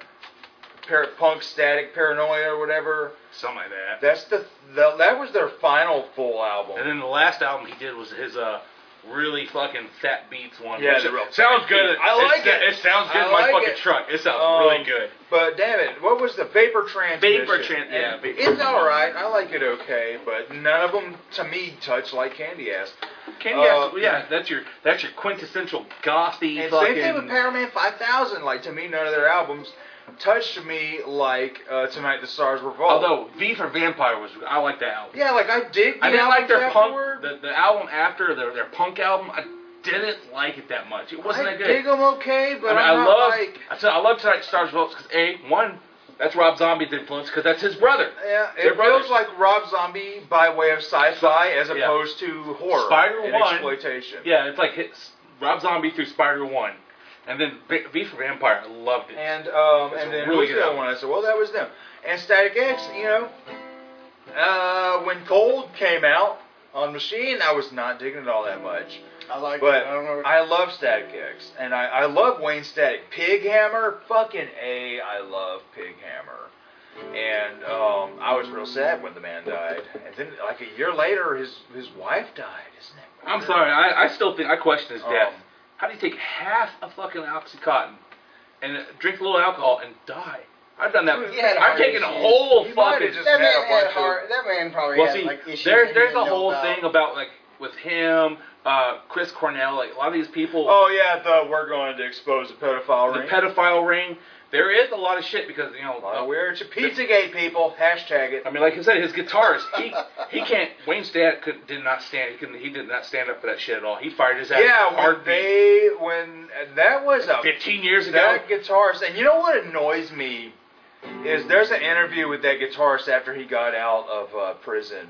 Speaker 4: Par- punk Static Paranoia or whatever.
Speaker 2: Something like that.
Speaker 4: That's the, the that was their final full album.
Speaker 2: And then the last album he did was his uh really fucking fat beats one.
Speaker 4: Yeah,
Speaker 2: which
Speaker 4: the real
Speaker 2: sounds
Speaker 4: fat
Speaker 2: good.
Speaker 4: beats. I like
Speaker 2: It's-
Speaker 4: it.
Speaker 2: It sounds good
Speaker 4: I
Speaker 2: in my
Speaker 4: like
Speaker 2: fucking
Speaker 4: it.
Speaker 2: truck. It sounds
Speaker 4: Um,
Speaker 2: really good.
Speaker 4: But damn it, what was the Vapor Transmission?
Speaker 2: Tran- yeah,
Speaker 4: And
Speaker 2: Vapor
Speaker 4: It's all right. I like it okay, but none of them to me touch like Candy Ass.
Speaker 2: Candy Ass-
Speaker 4: uh,
Speaker 2: yeah, that's your that's your quintessential gothy
Speaker 4: And
Speaker 2: fucking.
Speaker 4: same thing with Power Man 5000. Like to me, none of their albums touched me like uh, Tonight the Stars Revolt.
Speaker 2: Although V for Vampire was I like that album.
Speaker 4: yeah, like I dig. The
Speaker 2: I didn't like their
Speaker 4: albums afterward.
Speaker 2: punk the, the album after their their punk album. I didn't like it that much. It wasn't
Speaker 4: I
Speaker 2: that good.
Speaker 4: dig them okay, but
Speaker 2: I, mean, I
Speaker 4: am not
Speaker 2: love
Speaker 4: like.
Speaker 2: I said I love Tonight Stars Votes because a one that's Rob Zombie's influence because that's his brother.
Speaker 4: Yeah,
Speaker 2: They're
Speaker 4: it
Speaker 2: brothers.
Speaker 4: feels like Rob Zombie by way of sci-fi as
Speaker 2: Yeah.
Speaker 4: opposed to horror
Speaker 2: Spiral
Speaker 4: and
Speaker 2: One-
Speaker 4: exploitation.
Speaker 2: Yeah, it's like hits Rob Zombie through Spider One, and then V V for Vampire. I loved it.
Speaker 4: And um,
Speaker 2: That's
Speaker 4: and
Speaker 2: a
Speaker 4: then
Speaker 2: really good
Speaker 4: who's the other
Speaker 2: album.
Speaker 4: one? I said, well, that was them. And Static X, you know, uh, when Cold came out on Machine, I was not digging it all that much.
Speaker 3: I like.
Speaker 4: But
Speaker 3: it. I don't know.
Speaker 4: I love Static X, and I, I love Wayne Static. Pig Hammer, fucking a, I love Pig Hammer. And um, I was real sad when the man died. And then, like a year later, his his wife died. Isn't it?
Speaker 2: I'm
Speaker 4: weird?
Speaker 2: sorry, I, I still think I question his
Speaker 4: Um,
Speaker 2: death. How do you take half a fucking oxycontin and uh, drink a little alcohol and die? I've done that.
Speaker 3: He had
Speaker 2: I've
Speaker 3: heart
Speaker 2: taken a
Speaker 3: issues.
Speaker 2: whole
Speaker 4: He might
Speaker 2: fucking.
Speaker 4: have just
Speaker 3: that
Speaker 4: had
Speaker 3: man
Speaker 4: a bunch
Speaker 3: had
Speaker 4: of-
Speaker 3: heart. That man probably
Speaker 2: Well,
Speaker 3: had
Speaker 2: see,
Speaker 3: like issues.
Speaker 2: there,
Speaker 3: he
Speaker 2: there's a
Speaker 3: didn't know
Speaker 2: whole
Speaker 3: about.
Speaker 2: thing about like with him uh, Chris Cornell, like a lot of these people,
Speaker 4: Oh yeah, the we're going to expose the pedophile
Speaker 2: the
Speaker 4: ring.
Speaker 2: pedophile ring. There is a lot of shit because you know.
Speaker 4: Uh,
Speaker 2: uh,
Speaker 4: we're to Pizzagate people. Hashtag it.
Speaker 2: I mean, like I said, his guitarist, he he can't. Wayne's dad could, did not stand. He, couldn't, he did not stand up for that shit at all. He fired his ass.
Speaker 4: Yeah, when
Speaker 2: hard
Speaker 4: they when that was a
Speaker 2: fifteen years ago.
Speaker 4: that guitarist, and you know what annoys me is there's an interview with that guitarist after he got out of uh, prison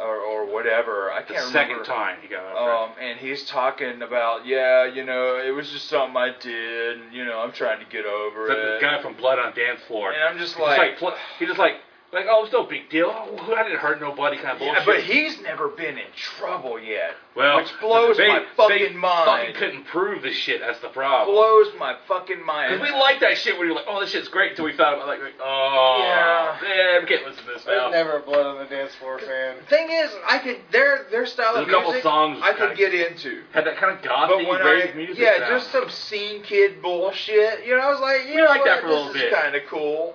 Speaker 4: or, or whatever. I
Speaker 2: the
Speaker 4: can't
Speaker 2: second
Speaker 4: remember.
Speaker 2: time he got out.
Speaker 4: Um, and he's talking about, yeah, you know, it was just something I did, and, you know, I'm trying to get over
Speaker 2: Except the
Speaker 4: it.
Speaker 2: guy from Blood on Dance Floor.
Speaker 4: and I'm just
Speaker 2: He's like,
Speaker 4: like,
Speaker 2: pl- he just like, like, oh, it's no big deal. Oh, I didn't hurt nobody, kind of
Speaker 4: yeah,
Speaker 2: bullshit.
Speaker 4: but he's never been in trouble yet.
Speaker 2: well,
Speaker 4: which blows
Speaker 2: they,
Speaker 4: my
Speaker 2: they
Speaker 4: fucking mind.
Speaker 2: Fucking couldn't prove this shit. That's the problem.
Speaker 4: Blows my fucking mind.
Speaker 2: Because we like that shit where you're like, oh, this shit's great, until we found out, like, like, oh,
Speaker 4: Yeah.
Speaker 2: man, we can't listen to this now.
Speaker 3: There's never a blood on the dance floor fan.
Speaker 4: The thing is, I could their their style
Speaker 2: There's
Speaker 4: of
Speaker 2: a couple
Speaker 4: music
Speaker 2: songs
Speaker 4: I
Speaker 2: kinda-
Speaker 4: could get into.
Speaker 2: Had that kind of
Speaker 4: But
Speaker 2: gothic
Speaker 4: when
Speaker 2: rave
Speaker 4: I,
Speaker 2: music.
Speaker 4: yeah,
Speaker 2: sound.
Speaker 4: just some scene kid bullshit, you know, I was like, you
Speaker 2: We
Speaker 4: know,
Speaker 2: like that
Speaker 4: what,
Speaker 2: for a
Speaker 4: this
Speaker 2: little
Speaker 4: is
Speaker 2: bit.
Speaker 4: kind of cool.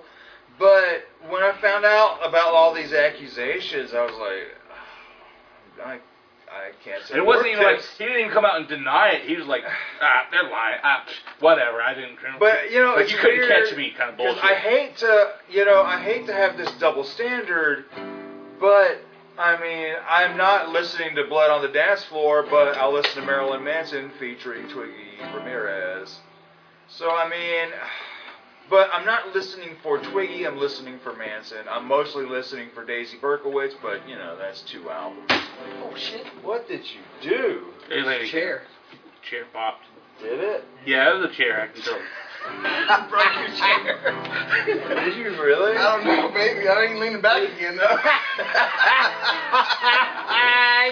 Speaker 4: But when I found out about all these accusations, I was like, I, I can't.
Speaker 2: And it wasn't even like he didn't even come out and deny it. He was like, ah, they're lying. Ah, psh, whatever. I didn't.
Speaker 4: But you know,
Speaker 2: like
Speaker 4: it's
Speaker 2: you couldn't
Speaker 4: weird
Speaker 2: catch me, kind of
Speaker 4: 'cause
Speaker 2: bullshit.
Speaker 4: I hate to, you know, I hate to have this double standard, but I mean, I'm not listening to Blood on the Dance Floor, but I'll listen to Marilyn Manson featuring Twiggy Ramirez. So I mean, but I'm not listening for Twiggy. I'm listening for Manson. I'm mostly listening for Daisy Berkowitz, but you know, that's two albums.
Speaker 3: Oh shit!
Speaker 4: What did you do?
Speaker 2: Hey, lady,
Speaker 3: Chair.
Speaker 2: Chair popped.
Speaker 4: Did it?
Speaker 2: Yeah, it was a chair. I can tell.
Speaker 3: I broke your chair.
Speaker 4: Did you really?
Speaker 3: I don't know, baby. I ain't leaning back again though.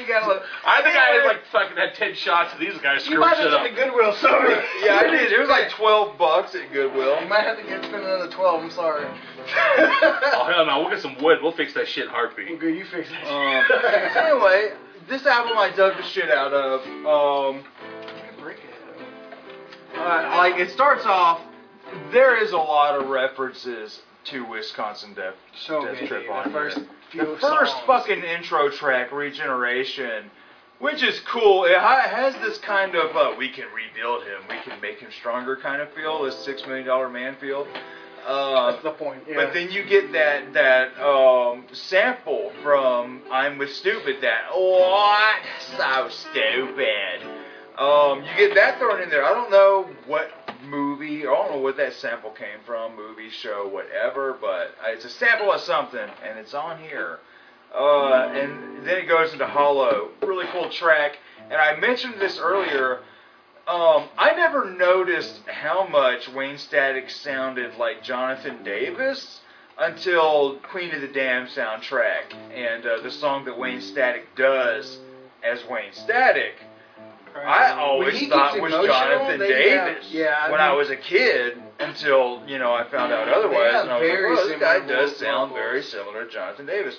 Speaker 3: you gotta look.
Speaker 2: I think I had like fucking had ten shots, and these guys
Speaker 3: You
Speaker 2: screwed
Speaker 3: might have
Speaker 2: shit
Speaker 3: to
Speaker 2: up.
Speaker 3: the Goodwill. Sorry.
Speaker 4: Yeah, I did. It was like twelve bucks at Goodwill.
Speaker 3: You might have to get spend another twelve. I'm sorry.
Speaker 2: Oh hell no! We'll get some wood. We'll fix that shit in a
Speaker 3: Well,
Speaker 2: heartbeat.
Speaker 3: good, you fix that.
Speaker 4: Um, anyway, this album I dug the shit out of. Um, uh, like it starts off, there is a lot of references to Wisconsin Death
Speaker 3: So
Speaker 4: Death
Speaker 3: many.
Speaker 4: Trip on
Speaker 3: The first
Speaker 4: here.
Speaker 3: few
Speaker 4: The first
Speaker 3: songs.
Speaker 4: fucking intro track, Regeneration, which is cool. It ha- has this kind of uh, we can rebuild him, we can make him stronger kind of feel. This six million dollar man feel. Uh,
Speaker 3: That's the point. Yeah.
Speaker 4: But then you get that that um, sample from "I'm with Stupid." That what so stupid. Um, you get that thrown in there. I don't know what movie. I don't know what that sample came from. Movie, show, whatever. But uh, it's a sample of something, and it's on here. Uh, and then it goes into Hollow. Really cool track. And I mentioned this earlier. Um, I never noticed how much Wayne Static sounded like Jonathan Davis until Queen of the Dam soundtrack and uh, the song that Wayne Static does as Wayne Static. I always
Speaker 3: When he
Speaker 4: thought
Speaker 3: gets
Speaker 4: was
Speaker 3: emotional,
Speaker 4: Jonathan
Speaker 3: they
Speaker 4: Davis
Speaker 3: have- yeah, I
Speaker 4: when I
Speaker 3: mean-
Speaker 4: was a kid until you know I found out otherwise,
Speaker 3: have
Speaker 4: and I was
Speaker 3: very
Speaker 4: like, "Well, this guy
Speaker 3: similar
Speaker 4: does sound
Speaker 3: vocals.
Speaker 4: very similar to Jonathan Davis,"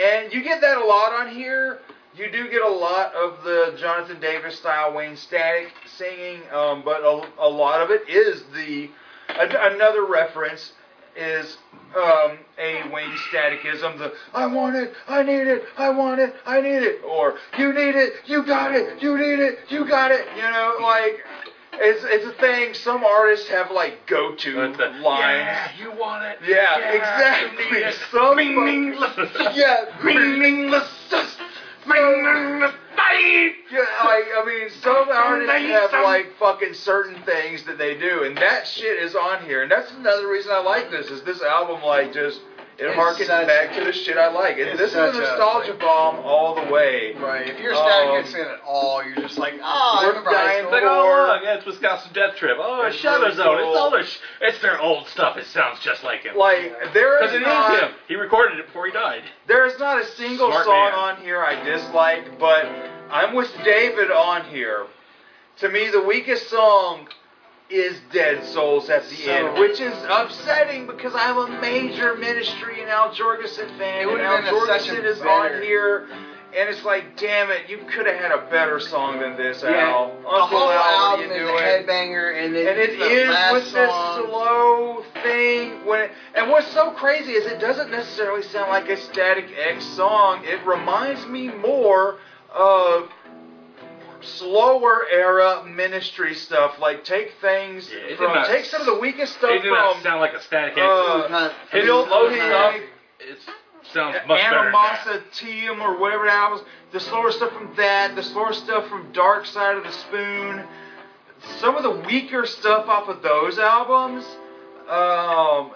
Speaker 4: and you get that a lot on here. You do get a lot of the Jonathan Davis style Wayne Static singing, um, but a, a lot of it is the a, another reference is um, a Wayne Staticism. The I want it, I need it, I want it, I need it, or you need it, you got it, you need it, you got it. You know, like it's it's a thing. Some artists have like go to
Speaker 2: That's
Speaker 4: lines.
Speaker 2: the, yeah, you want it.
Speaker 4: Yeah,
Speaker 2: you need
Speaker 4: exactly.
Speaker 2: it.
Speaker 4: Some
Speaker 2: Ming, ming,
Speaker 4: fuck-
Speaker 2: listen.
Speaker 4: yeah,
Speaker 2: Meaningless. Just meaningless. Bye.
Speaker 4: yeah, like I mean, some artists have like fucking certain things that they do, and that shit is on here, and that's another reason I like this. Is this album like just it
Speaker 3: It's
Speaker 4: harkens
Speaker 3: such-
Speaker 4: back to the shit I like. It,
Speaker 3: it's
Speaker 4: this is a
Speaker 3: such a-
Speaker 4: nostalgia bomb all the way.
Speaker 3: Right. If you're
Speaker 4: Um,
Speaker 3: static accent at all, you're just like, oh, I
Speaker 4: we're
Speaker 3: remember high
Speaker 4: dying
Speaker 3: school.
Speaker 2: Like, oh, look, yeah, it's Wisconsin Death Trip. Oh,
Speaker 4: It's
Speaker 2: Shadow
Speaker 4: really
Speaker 2: Zone.
Speaker 4: cool.
Speaker 2: It's all their, sh- it's their old stuff. It sounds just like him.
Speaker 4: Like there
Speaker 2: Because
Speaker 4: is
Speaker 2: it is
Speaker 4: not
Speaker 2: him. He recorded it before he died.
Speaker 4: there is not a single
Speaker 2: Smart
Speaker 4: song
Speaker 2: man.
Speaker 4: on here I dislike, but I'm with David on here. To me, the weakest song is Dead Souls at the
Speaker 3: So-
Speaker 4: end, which is upsetting because I'm a major Ministry and Al Jorgensen fan,
Speaker 3: It
Speaker 4: and
Speaker 3: would've
Speaker 4: Al
Speaker 3: been a- such
Speaker 4: Jorgensen
Speaker 3: a
Speaker 4: is
Speaker 3: better-
Speaker 4: on here, and it's like, damn it, you could have had a better song than this, Al.
Speaker 3: The
Speaker 4: Uncle
Speaker 3: whole
Speaker 4: Al, what are
Speaker 3: album
Speaker 4: you
Speaker 3: is
Speaker 4: doing?
Speaker 3: a headbanger, and then
Speaker 4: and it
Speaker 3: it's the
Speaker 4: is
Speaker 3: last
Speaker 4: with this
Speaker 3: song.
Speaker 4: slow thing when it, and what's so crazy is it doesn't necessarily sound like a static x song it reminds me more of slower era ministry stuff. Like take things
Speaker 5: Yeah, it did
Speaker 4: from
Speaker 5: not-
Speaker 4: take some of the weakest stuff
Speaker 5: It did not
Speaker 4: from
Speaker 5: sound like a static X.
Speaker 4: Uh,
Speaker 3: It was not-
Speaker 5: It
Speaker 3: it
Speaker 5: don't
Speaker 3: was
Speaker 5: load
Speaker 3: not-
Speaker 5: stuff. it sounds much better. than that.
Speaker 4: Animositium or whatever that was. The slower stuff from that. The slower stuff from Dark Side of the Spoon. Some of the weaker stuff off of those albums. Um,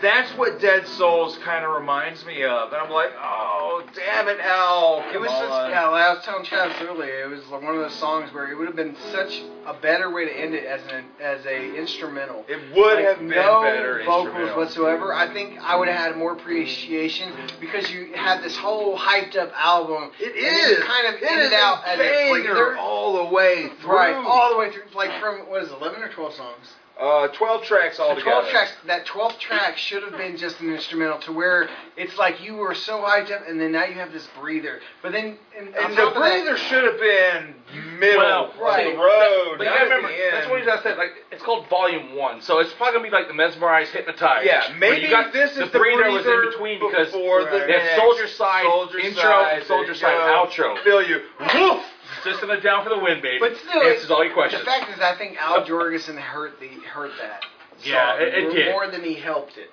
Speaker 4: that's what Dead Souls kind of reminds me of, and I'm like, oh damn it, Al!
Speaker 3: It was
Speaker 4: come
Speaker 3: such,
Speaker 4: on.
Speaker 3: yeah, well, I was telling Travis earlier, it was like one of those songs where it would have been such a better way to end it as an as a instrumental.
Speaker 4: It would
Speaker 3: Like,
Speaker 4: have been
Speaker 3: no
Speaker 4: better
Speaker 3: vocals
Speaker 4: instrumental.
Speaker 3: whatsoever. I think I would have had more appreciation because you had this whole hyped up album.
Speaker 4: It
Speaker 3: and then you
Speaker 4: is
Speaker 3: kind of
Speaker 4: it
Speaker 3: ended
Speaker 4: is
Speaker 3: out
Speaker 4: a
Speaker 3: as a
Speaker 4: banger
Speaker 3: breather.
Speaker 4: all the way through.
Speaker 3: Right, all the way through, like from what is it, eleven or twelve songs?
Speaker 4: uh, twelve tracks all
Speaker 3: The
Speaker 4: together.
Speaker 3: twelve tracks. That twelfth track should have been just an instrumental, to where it's like you were so hyped up, and then now you have this breather. But then, and, on
Speaker 4: And the
Speaker 3: top of that-
Speaker 4: breather should have been middle
Speaker 2: Well,
Speaker 4: of
Speaker 3: right.
Speaker 4: the road.
Speaker 2: But you
Speaker 4: not
Speaker 2: gotta
Speaker 4: at the
Speaker 2: remember, that's
Speaker 4: end.
Speaker 2: one reason I said like it's called Volume One, so it's probably gonna be like the mesmerized, hypnotized.
Speaker 4: Yeah,
Speaker 2: Where
Speaker 4: maybe
Speaker 2: you got
Speaker 4: this is
Speaker 2: the
Speaker 4: the
Speaker 2: breather was in
Speaker 4: breather
Speaker 2: between because
Speaker 4: before the
Speaker 2: they
Speaker 4: next
Speaker 2: had soldier side
Speaker 4: Soldier
Speaker 2: intro,
Speaker 4: Side,
Speaker 2: and soldier
Speaker 4: there you
Speaker 2: side
Speaker 4: go.
Speaker 2: outro.
Speaker 4: Feel you. Woof!
Speaker 2: Just in the down for the win, baby.
Speaker 3: But still,
Speaker 2: answers all your
Speaker 3: The
Speaker 2: questions.
Speaker 3: fact is, I think Al Jorgensen hurt the hurt that.
Speaker 2: Yeah,
Speaker 3: song
Speaker 2: it- it
Speaker 3: more-
Speaker 2: did.
Speaker 3: More than he helped it.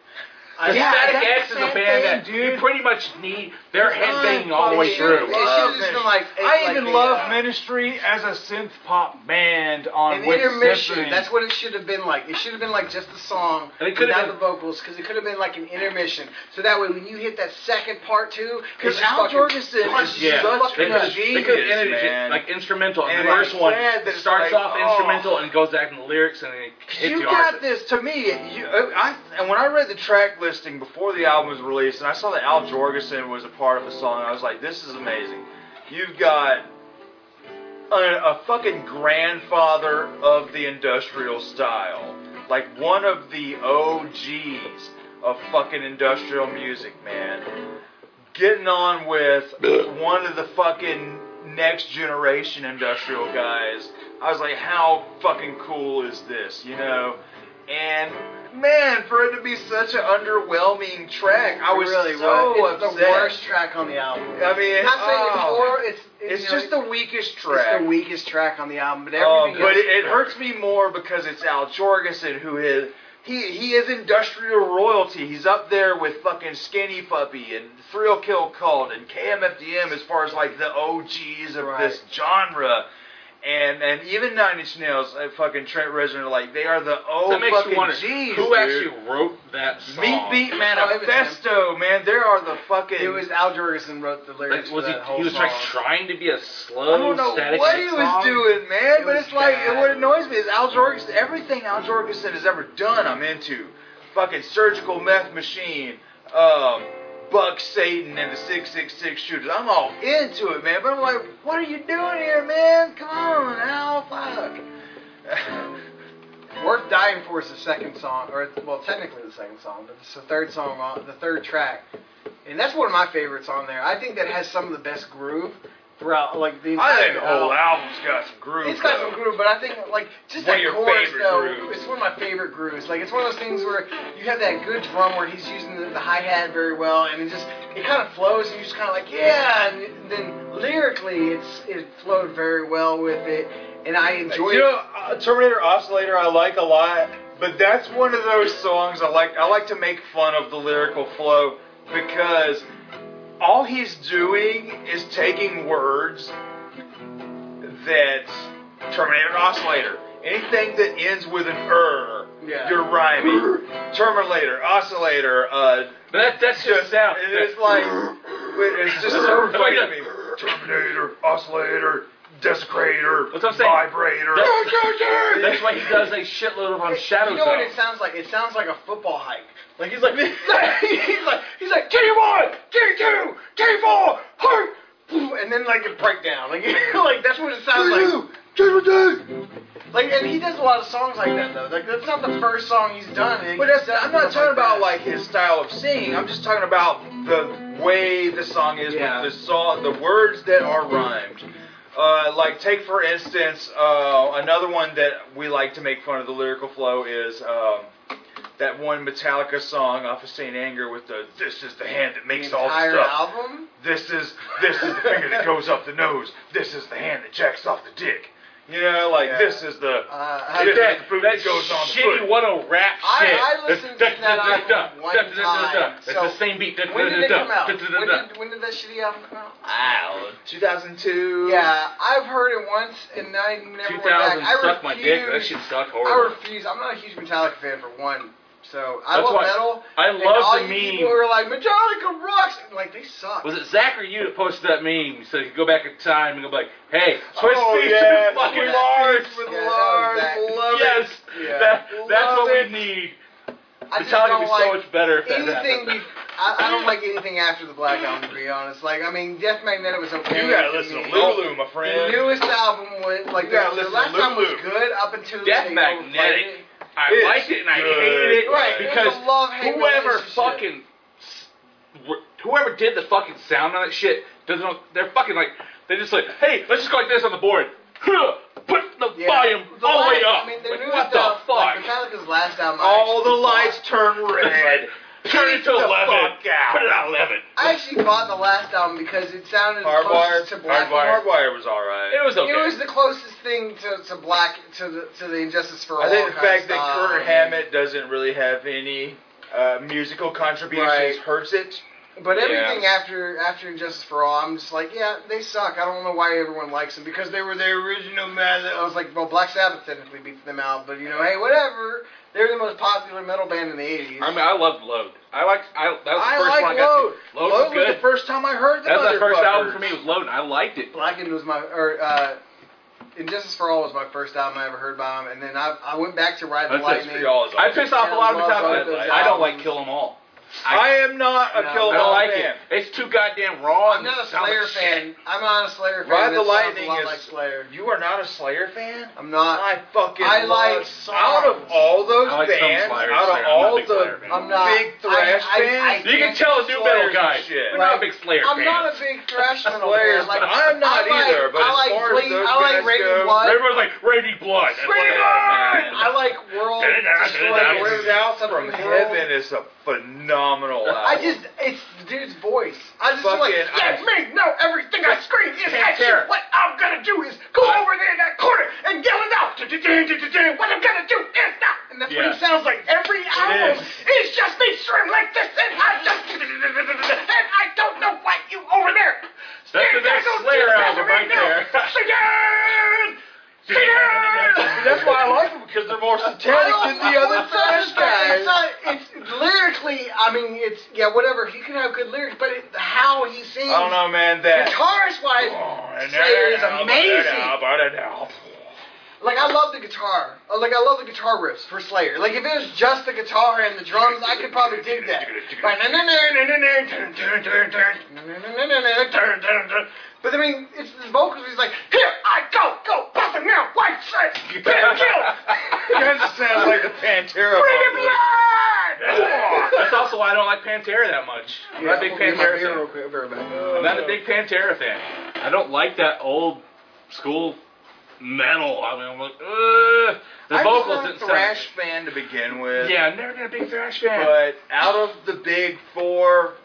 Speaker 2: The
Speaker 3: Yeah,
Speaker 2: Static
Speaker 3: that's
Speaker 2: X
Speaker 3: the
Speaker 2: is a
Speaker 3: same
Speaker 2: band that
Speaker 3: thing,
Speaker 2: you pretty much need. They're headbanging all the
Speaker 3: It
Speaker 2: way
Speaker 3: should've-
Speaker 2: through.
Speaker 3: It should have just been like it's
Speaker 4: I
Speaker 3: like
Speaker 4: even
Speaker 3: a,
Speaker 4: love
Speaker 3: uh,
Speaker 4: Ministry as a synth pop band on
Speaker 3: An
Speaker 4: with
Speaker 3: intermission.
Speaker 4: Symphony.
Speaker 3: That's what it should have been like. It should have been like just the song
Speaker 2: And it could've
Speaker 3: without
Speaker 2: been-
Speaker 3: the vocals, because it could have been like an intermission. So that way, when you hit that second part too,
Speaker 4: because Al Jorgensen is
Speaker 2: Yeah,
Speaker 4: such
Speaker 2: they
Speaker 4: a
Speaker 2: could have
Speaker 4: genius,
Speaker 2: ended it just,
Speaker 4: man.
Speaker 2: like instrumental, and,
Speaker 4: And
Speaker 2: the
Speaker 4: it's
Speaker 2: first one
Speaker 4: sad that it's
Speaker 2: starts
Speaker 4: like,
Speaker 2: off
Speaker 4: oh.
Speaker 2: instrumental and goes back in the lyrics and then it hits
Speaker 4: you
Speaker 2: the
Speaker 4: got
Speaker 2: artist.
Speaker 4: this to me. You, uh, I, and when I read the track listing before the album was released, and I saw that Al Jorgensen was a part of the song, I was like, "This is amazing." You've got a, a fucking grandfather of the industrial style, like one of the OGs of fucking industrial music, man. Getting on with one of the fucking next generation industrial guys. I was like, how fucking cool is this, you know? And man, for it to be such an underwhelming track, I was
Speaker 3: really
Speaker 4: so
Speaker 3: was. It's
Speaker 4: upset.
Speaker 3: the worst track on the album.
Speaker 4: I mean,
Speaker 3: Not saying it's
Speaker 4: oh,
Speaker 3: horrible. It's
Speaker 4: it's
Speaker 3: you know,
Speaker 4: just the weakest track.
Speaker 3: It's the weakest track on the album, but
Speaker 4: Um,
Speaker 3: everything.
Speaker 4: but
Speaker 3: else-
Speaker 4: it, it hurts me more because it's Al Jorgensen who is he he is industrial royalty. He's up there with fucking Skinny Puppy and Thrill Kill Cult and KMFDM as far as like the OGs of
Speaker 3: Right.
Speaker 4: this genre. And and even Nine Inch Nails, uh, fucking Trent Reznor, like they are the oh
Speaker 2: that makes
Speaker 4: fucking
Speaker 2: you wonder
Speaker 4: G's,
Speaker 2: who
Speaker 4: dude.
Speaker 2: actually wrote that song.
Speaker 4: Meat
Speaker 3: Oh, it
Speaker 4: Beat
Speaker 3: was him.
Speaker 4: Manifesto, man. They are the fucking.
Speaker 3: It was Al Jorgensen wrote the lyrics.
Speaker 2: Like, was
Speaker 3: for
Speaker 2: he?
Speaker 3: that whole
Speaker 2: He was
Speaker 3: song.
Speaker 2: like trying to be a
Speaker 4: I
Speaker 2: slow,
Speaker 4: don't know
Speaker 2: static
Speaker 4: what
Speaker 2: X
Speaker 4: he
Speaker 2: song.
Speaker 4: was doing, man.
Speaker 3: It
Speaker 4: but
Speaker 3: was
Speaker 4: it's like
Speaker 3: bad.
Speaker 4: what annoys me is Al Jorgensen. Everything Al Jorgensen has ever done, I'm into. Fucking surgical meth machine, um, Buck Satan, and the six six six shooters. I'm all into it, man. But I'm like, what are you doing here, man? Come on, Al, fuck.
Speaker 3: Worth Dying For is the second song, or well, technically the second song, but it's the third song, on, the third track, and that's one of my favorites on there. I think that has some of the best groove throughout, like the
Speaker 4: I
Speaker 3: entire
Speaker 4: think the whole
Speaker 3: album.
Speaker 4: album's got some groove.
Speaker 3: It's got
Speaker 4: though.
Speaker 3: some groove, but I think like just
Speaker 2: One
Speaker 3: that
Speaker 2: of your
Speaker 3: chorus
Speaker 2: favorite
Speaker 3: though.
Speaker 2: grooves.
Speaker 3: It's one of my favorite grooves. Like it's one of those things where you have that good drum where he's using the, the hi hat very well, and it just it kind of flows, and you're just kind of like yeah. And then lyrically, it's it flowed very well with it, and I enjoyed.
Speaker 4: You know, uh, Terminator Oscillator I like a lot, but that's one of those songs I like. I like to make fun of the lyrical flow because all he's doing is taking words that Terminator Oscillator. Anything that ends with an er,
Speaker 3: Yeah.
Speaker 4: you're rhyming. Terminator, oscillator, uh,
Speaker 2: But that, that's just sound.
Speaker 4: it's like it's just so funny to me. Terminator, oscillator, desecrator,
Speaker 2: That's what I'm saying.
Speaker 4: vibrator.
Speaker 2: That's- That's why he does a shitload of on Shadow
Speaker 3: you know what
Speaker 2: Zone.
Speaker 3: it sounds like? It sounds like a football hike.
Speaker 2: Like he's like, he's like, he's like, T1, T2, T4, hurt.
Speaker 3: And then like a breakdown, like like that's what it sounds like. Like, and he does a lot of songs like that though. Like, that's not the first song he's done. and
Speaker 4: But
Speaker 3: he's
Speaker 4: that's,
Speaker 3: done
Speaker 4: I'm not
Speaker 3: stuff
Speaker 4: talking about
Speaker 3: that.
Speaker 4: like his style of singing. I'm just talking about the way the song is
Speaker 3: Yeah.
Speaker 4: with the song, the words that are rhymed. Uh, like take for instance, uh, another one that we like to make fun of the lyrical flow is um, that one Metallica song off of Saint Anger with the "This is the hand that makes
Speaker 3: the
Speaker 4: all
Speaker 3: entire
Speaker 4: stuff."
Speaker 3: album.
Speaker 4: This is this is the finger that goes up the nose. This is the hand that jacks off the dick. You know, like
Speaker 3: Yeah.
Speaker 4: this is the
Speaker 3: Uh, I,
Speaker 4: It
Speaker 6: That,
Speaker 4: is.
Speaker 6: that,
Speaker 4: Fruit
Speaker 6: that
Speaker 4: goes on the
Speaker 6: shitty
Speaker 4: foot.
Speaker 6: what a rap
Speaker 3: I-
Speaker 6: shit.
Speaker 3: I listened to that album one time,
Speaker 6: It's
Speaker 3: so-
Speaker 6: the same beat.
Speaker 3: when did it come out? When did, when did that shitty album come out?
Speaker 6: Wow.
Speaker 4: 2002.
Speaker 3: Yeah, I've heard it once and I never went back.
Speaker 2: 2000
Speaker 3: I
Speaker 2: suck my dick. That
Speaker 3: refuse-
Speaker 2: shit sucked
Speaker 3: I
Speaker 2: horrible.
Speaker 3: refuse. I'm not a huge Metallica fan for one, so I
Speaker 2: That's
Speaker 3: love
Speaker 2: why-
Speaker 3: metal.
Speaker 2: I
Speaker 3: and all
Speaker 2: love the
Speaker 3: you
Speaker 2: meme.
Speaker 3: people who are like Metallica rocks, like they suck.
Speaker 2: Was it Zach or you that posted that meme? So you go back in time and go like, hey, Swiss
Speaker 4: Oh,
Speaker 2: beats
Speaker 4: yeah.
Speaker 2: with fucking
Speaker 4: Swiss
Speaker 2: Lars.
Speaker 4: With
Speaker 3: Yeah,
Speaker 4: Lars,
Speaker 3: that was
Speaker 4: love it.
Speaker 2: Yes,
Speaker 3: Yeah.
Speaker 2: that, that's
Speaker 4: Love
Speaker 2: what
Speaker 4: it.
Speaker 2: we need.
Speaker 3: I just
Speaker 2: Metallica would
Speaker 3: don't
Speaker 2: be
Speaker 3: like
Speaker 2: so much better if that
Speaker 3: anything.
Speaker 2: happened.
Speaker 3: Be- I, I don't like anything after the Black Album, to be honest. Like, I mean, Death Magnetic was okay.
Speaker 4: You gotta listen to
Speaker 3: me.
Speaker 4: Lulu, my
Speaker 3: The
Speaker 4: friend.
Speaker 3: newest album was like
Speaker 4: You
Speaker 3: the,
Speaker 4: gotta
Speaker 3: the
Speaker 4: listen
Speaker 3: last
Speaker 4: to
Speaker 3: album was
Speaker 4: Lulu.
Speaker 3: good up until
Speaker 2: Death
Speaker 3: they
Speaker 2: Magnetic.
Speaker 3: overplayed it.
Speaker 2: I
Speaker 4: It's
Speaker 2: liked it and I
Speaker 4: good.
Speaker 2: hated it
Speaker 3: Right, it was
Speaker 2: because
Speaker 3: a love-hate
Speaker 2: whoever
Speaker 3: relationship.
Speaker 2: fucking whoever did the fucking sound on that shit doesn't know, they're fucking like they just like hey let's just go like this on the board Huh, put the
Speaker 3: Yeah.
Speaker 2: volume
Speaker 3: The
Speaker 2: all the way
Speaker 3: last-
Speaker 2: up
Speaker 3: I mean, the
Speaker 2: Like,
Speaker 3: newest
Speaker 2: what the
Speaker 3: album,
Speaker 2: fuck
Speaker 3: Like, Metallica's last album. I
Speaker 4: All the
Speaker 3: actually
Speaker 4: lights
Speaker 3: bought.
Speaker 4: turn red.
Speaker 2: turn it to
Speaker 4: the
Speaker 2: eleven
Speaker 4: fuck out.
Speaker 2: put it on eleven
Speaker 3: I actually bought the last album because it sounded the
Speaker 4: Hardwire.
Speaker 3: closest to Black.
Speaker 4: Hardwire. Hardwire was all right.
Speaker 2: it was okay
Speaker 3: It was the closest thing to, to Black to the to the Injustice for All.
Speaker 4: I think the
Speaker 3: kind of
Speaker 4: fact that
Speaker 3: style.
Speaker 4: Kurt Hammett doesn't really have any uh, musical contributions
Speaker 3: Right.
Speaker 4: hurts it.
Speaker 3: But everything after after Injustice for All, I'm just like, yeah, they suck. I don't know why everyone likes them because they were the original metal. I was like, well, Black Sabbath technically beat them out, but you know, hey, whatever. They're the most popular metal band in the '80s.
Speaker 2: I mean I loved Load I liked I that was the
Speaker 4: I
Speaker 2: first
Speaker 4: like
Speaker 2: one I got
Speaker 4: Load.
Speaker 2: to Load was
Speaker 4: was
Speaker 2: good
Speaker 4: the first time I heard the
Speaker 2: that was the first album
Speaker 4: motherfuckers.
Speaker 2: for me was Load and I liked it
Speaker 3: Blackened was my or uh, Injustice for All was my first album I ever heard by them, and then I I went back to Ride the
Speaker 2: That's- that's
Speaker 3: Lightning.
Speaker 4: For y'all is
Speaker 2: I pissed off a lot of
Speaker 3: Yeah, I love both
Speaker 2: Metallica
Speaker 3: those
Speaker 2: I don't like
Speaker 3: albums.
Speaker 2: Kill 'Em All
Speaker 4: I am not a
Speaker 3: No,
Speaker 4: Kill
Speaker 2: I
Speaker 4: Bill
Speaker 2: don't like
Speaker 4: fan.
Speaker 2: it. It's too goddamn raw.
Speaker 3: I'm not a Slayer fan. I'm not a Slayer fan.
Speaker 4: Ride the
Speaker 3: That sounds a
Speaker 4: Lightning
Speaker 3: lot
Speaker 4: is-
Speaker 3: like Slayer.
Speaker 4: You are not a Slayer fan.
Speaker 3: I'm not.
Speaker 4: I fucking
Speaker 3: I like
Speaker 4: love- out of
Speaker 3: songs.
Speaker 4: all
Speaker 2: I
Speaker 4: those
Speaker 2: like some
Speaker 4: bands,
Speaker 2: Slayer, Slayer.
Speaker 4: out of
Speaker 2: I'm not a
Speaker 4: all
Speaker 2: big Slayer
Speaker 4: the
Speaker 2: fan.
Speaker 3: I'm not.
Speaker 4: big thrash
Speaker 3: I- I-
Speaker 4: bands,
Speaker 3: I
Speaker 2: You can
Speaker 3: can't
Speaker 2: tell a new metal
Speaker 4: Slayer's
Speaker 2: guy.
Speaker 4: shit.
Speaker 2: We're not a big Slayer
Speaker 3: I'm
Speaker 2: fan.
Speaker 3: not a big thrash metal
Speaker 4: Slayers,
Speaker 3: fan. Like,
Speaker 4: but I'm
Speaker 3: I
Speaker 4: not
Speaker 3: like,
Speaker 4: either, but
Speaker 3: I
Speaker 4: as
Speaker 3: like
Speaker 4: far as
Speaker 3: Bleed-
Speaker 4: those
Speaker 3: I
Speaker 4: guys
Speaker 3: like Raven
Speaker 4: go-
Speaker 3: Blood.
Speaker 2: Everyone's like Randy Blood. That's what
Speaker 4: Raven
Speaker 2: I
Speaker 4: Blood!
Speaker 2: am.
Speaker 3: I like World Destroyer.
Speaker 2: That
Speaker 4: Like
Speaker 2: was-
Speaker 4: Word Out from
Speaker 3: Something
Speaker 4: Heaven is a phenomenal album.
Speaker 3: I just, it's the dude's voice. I just feel like,
Speaker 4: Fucking-
Speaker 3: let me know everything I scream is
Speaker 2: Take
Speaker 3: at you.
Speaker 2: care.
Speaker 3: What I'm gonna do is go over there in that corner and yell it out. Du-du-du-du-du-du. What I'm gonna do is not. And that's what
Speaker 2: Yeah.
Speaker 3: he sounds like every album.
Speaker 4: is.
Speaker 3: It's just me screaming like this and I just, and I don't know what you over there.
Speaker 2: That's the next Slayer album right there.
Speaker 3: Satan!
Speaker 4: That's why I like them because they're more satanic than the other thrash guys.
Speaker 3: It's, not, it's lyrically, I mean, it's yeah, whatever. He can have good lyrics, but it, how he sings,
Speaker 4: I don't know, man. That
Speaker 3: guitarist wise, Slayer is amazing. Like I love the guitar. Uh, Like I love the guitar riffs for Slayer. Like if it was just the guitar and the drums, I could probably dig that. But I mean, it's the vocals. He's like, here I go, go, bust him now, white shirt, better
Speaker 4: You
Speaker 3: kill.
Speaker 4: guys just sound like the Pantera.
Speaker 3: Bring him blood.
Speaker 2: That's also why I don't like Pantera that much. I'm not a big Pantera fan. I'm not a big Pantera fan. I don't like that old school metal. I mean, I'm like, ugh. The
Speaker 4: I'm
Speaker 2: vocals
Speaker 4: not a
Speaker 2: didn't
Speaker 4: thrash fan to begin with.
Speaker 2: sound. Yeah, I've never been a big thrash fan.
Speaker 4: But out of the big four,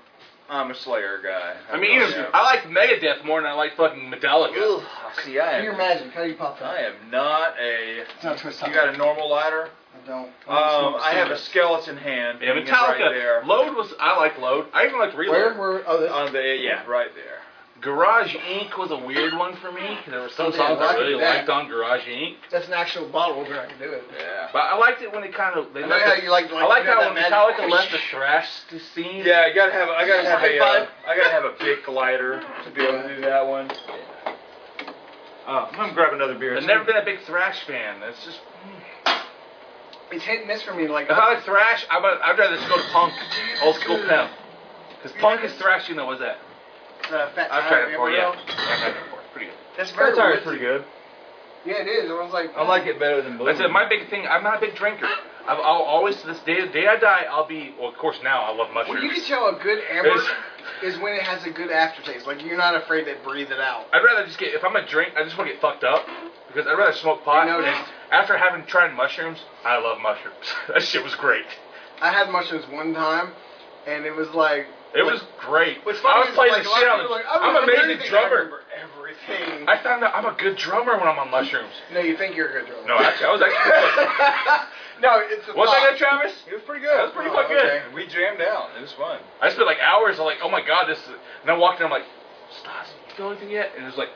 Speaker 4: I'm a Slayer guy.
Speaker 2: I mean,
Speaker 3: oh,
Speaker 2: even, I like Megadeth more than I like fucking Metallica.
Speaker 4: Ugh, see, I
Speaker 3: Your
Speaker 4: am,
Speaker 3: magic, how do you pop
Speaker 4: I
Speaker 3: that?
Speaker 4: am not a.
Speaker 3: It's not twist
Speaker 4: You got a normal lighter?
Speaker 3: Oh, I don't.
Speaker 4: Um, I have a skeleton hand.
Speaker 2: Yeah,
Speaker 4: hanging
Speaker 2: Metallica.
Speaker 4: Right there.
Speaker 2: Load was I like Load. I even liked Reload.
Speaker 3: Where were? Oh, this.
Speaker 4: On the yeah, right there.
Speaker 2: Garage Inc. was a weird one for me. There were some
Speaker 3: Yeah,
Speaker 2: songs
Speaker 3: I
Speaker 2: I
Speaker 3: like
Speaker 2: really
Speaker 3: that.
Speaker 2: liked on Garage Inc.
Speaker 3: That's an actual bottle opener. I can do it.
Speaker 4: Yeah.
Speaker 2: But I liked it when it kind of. They
Speaker 3: I
Speaker 2: left
Speaker 3: like how
Speaker 2: it-
Speaker 3: you like.
Speaker 2: I like
Speaker 3: you know
Speaker 2: how when
Speaker 3: that
Speaker 2: Metallica
Speaker 3: magic-
Speaker 2: left the thrash scene.
Speaker 4: Yeah, I gotta have I gotta have a uh,
Speaker 3: High five.
Speaker 4: I gotta have a big lighter to be able to do that one. Uh, I'm gonna grab another beer.
Speaker 2: I've never been a big thrash fan. That's just.
Speaker 3: It's hit and miss for me. Like
Speaker 2: If I like thrash, I'm a, I'd rather just go to punk, old school pimp. Because punk is thrash, you know what's that?
Speaker 3: uh, Fat
Speaker 2: I've
Speaker 3: Tire
Speaker 2: tried it before. Yeah,
Speaker 3: Gabrielle.
Speaker 2: I've tried it before. Pretty good.
Speaker 3: That's very.
Speaker 4: Red tire
Speaker 3: weird.
Speaker 4: is pretty good.
Speaker 3: Yeah, it is. I was like.
Speaker 4: I like it better than blue.
Speaker 2: That's it. My big thing. I'm not a big drinker. I've, I'll always to this day, the day I die, I'll be. Well, of course now I love mushrooms.
Speaker 3: Well, you can tell a good amber
Speaker 2: It's-
Speaker 3: is when it has a good aftertaste. Like you're not afraid to breathe it out.
Speaker 2: I'd rather just get if I'm gonna drink, I just want to get fucked up because I'd rather smoke pot.
Speaker 3: You know
Speaker 2: and
Speaker 3: that.
Speaker 2: after having tried mushrooms, I love mushrooms. that shit was great.
Speaker 3: I had mushrooms one time, and it was like
Speaker 2: It was great.
Speaker 3: What's
Speaker 7: I
Speaker 3: funny
Speaker 7: was
Speaker 3: is,
Speaker 7: playing
Speaker 3: like,
Speaker 7: the
Speaker 3: a lot
Speaker 7: shit
Speaker 3: of
Speaker 7: out
Speaker 3: people
Speaker 7: of
Speaker 3: are
Speaker 7: it.
Speaker 3: like, "I
Speaker 7: I'm
Speaker 3: remember
Speaker 7: amazing
Speaker 3: everything."
Speaker 7: drummer.
Speaker 3: I remember everything.
Speaker 7: I found out I'm a good drummer when I'm on mushrooms.
Speaker 3: no, you think you're a good drummer.
Speaker 7: No, actually, I was actually.
Speaker 3: no, it's a
Speaker 7: What's
Speaker 3: thought.
Speaker 7: that good, Travis?
Speaker 4: It was pretty good.
Speaker 7: That was pretty
Speaker 3: Oh,
Speaker 7: fucking good.
Speaker 3: okay.
Speaker 4: We jammed out. It was fun.
Speaker 7: I spent like hours. I'm like, oh my god, this. Is... And I walked in. I'm like, Stas, you feel anything yet? And it was like,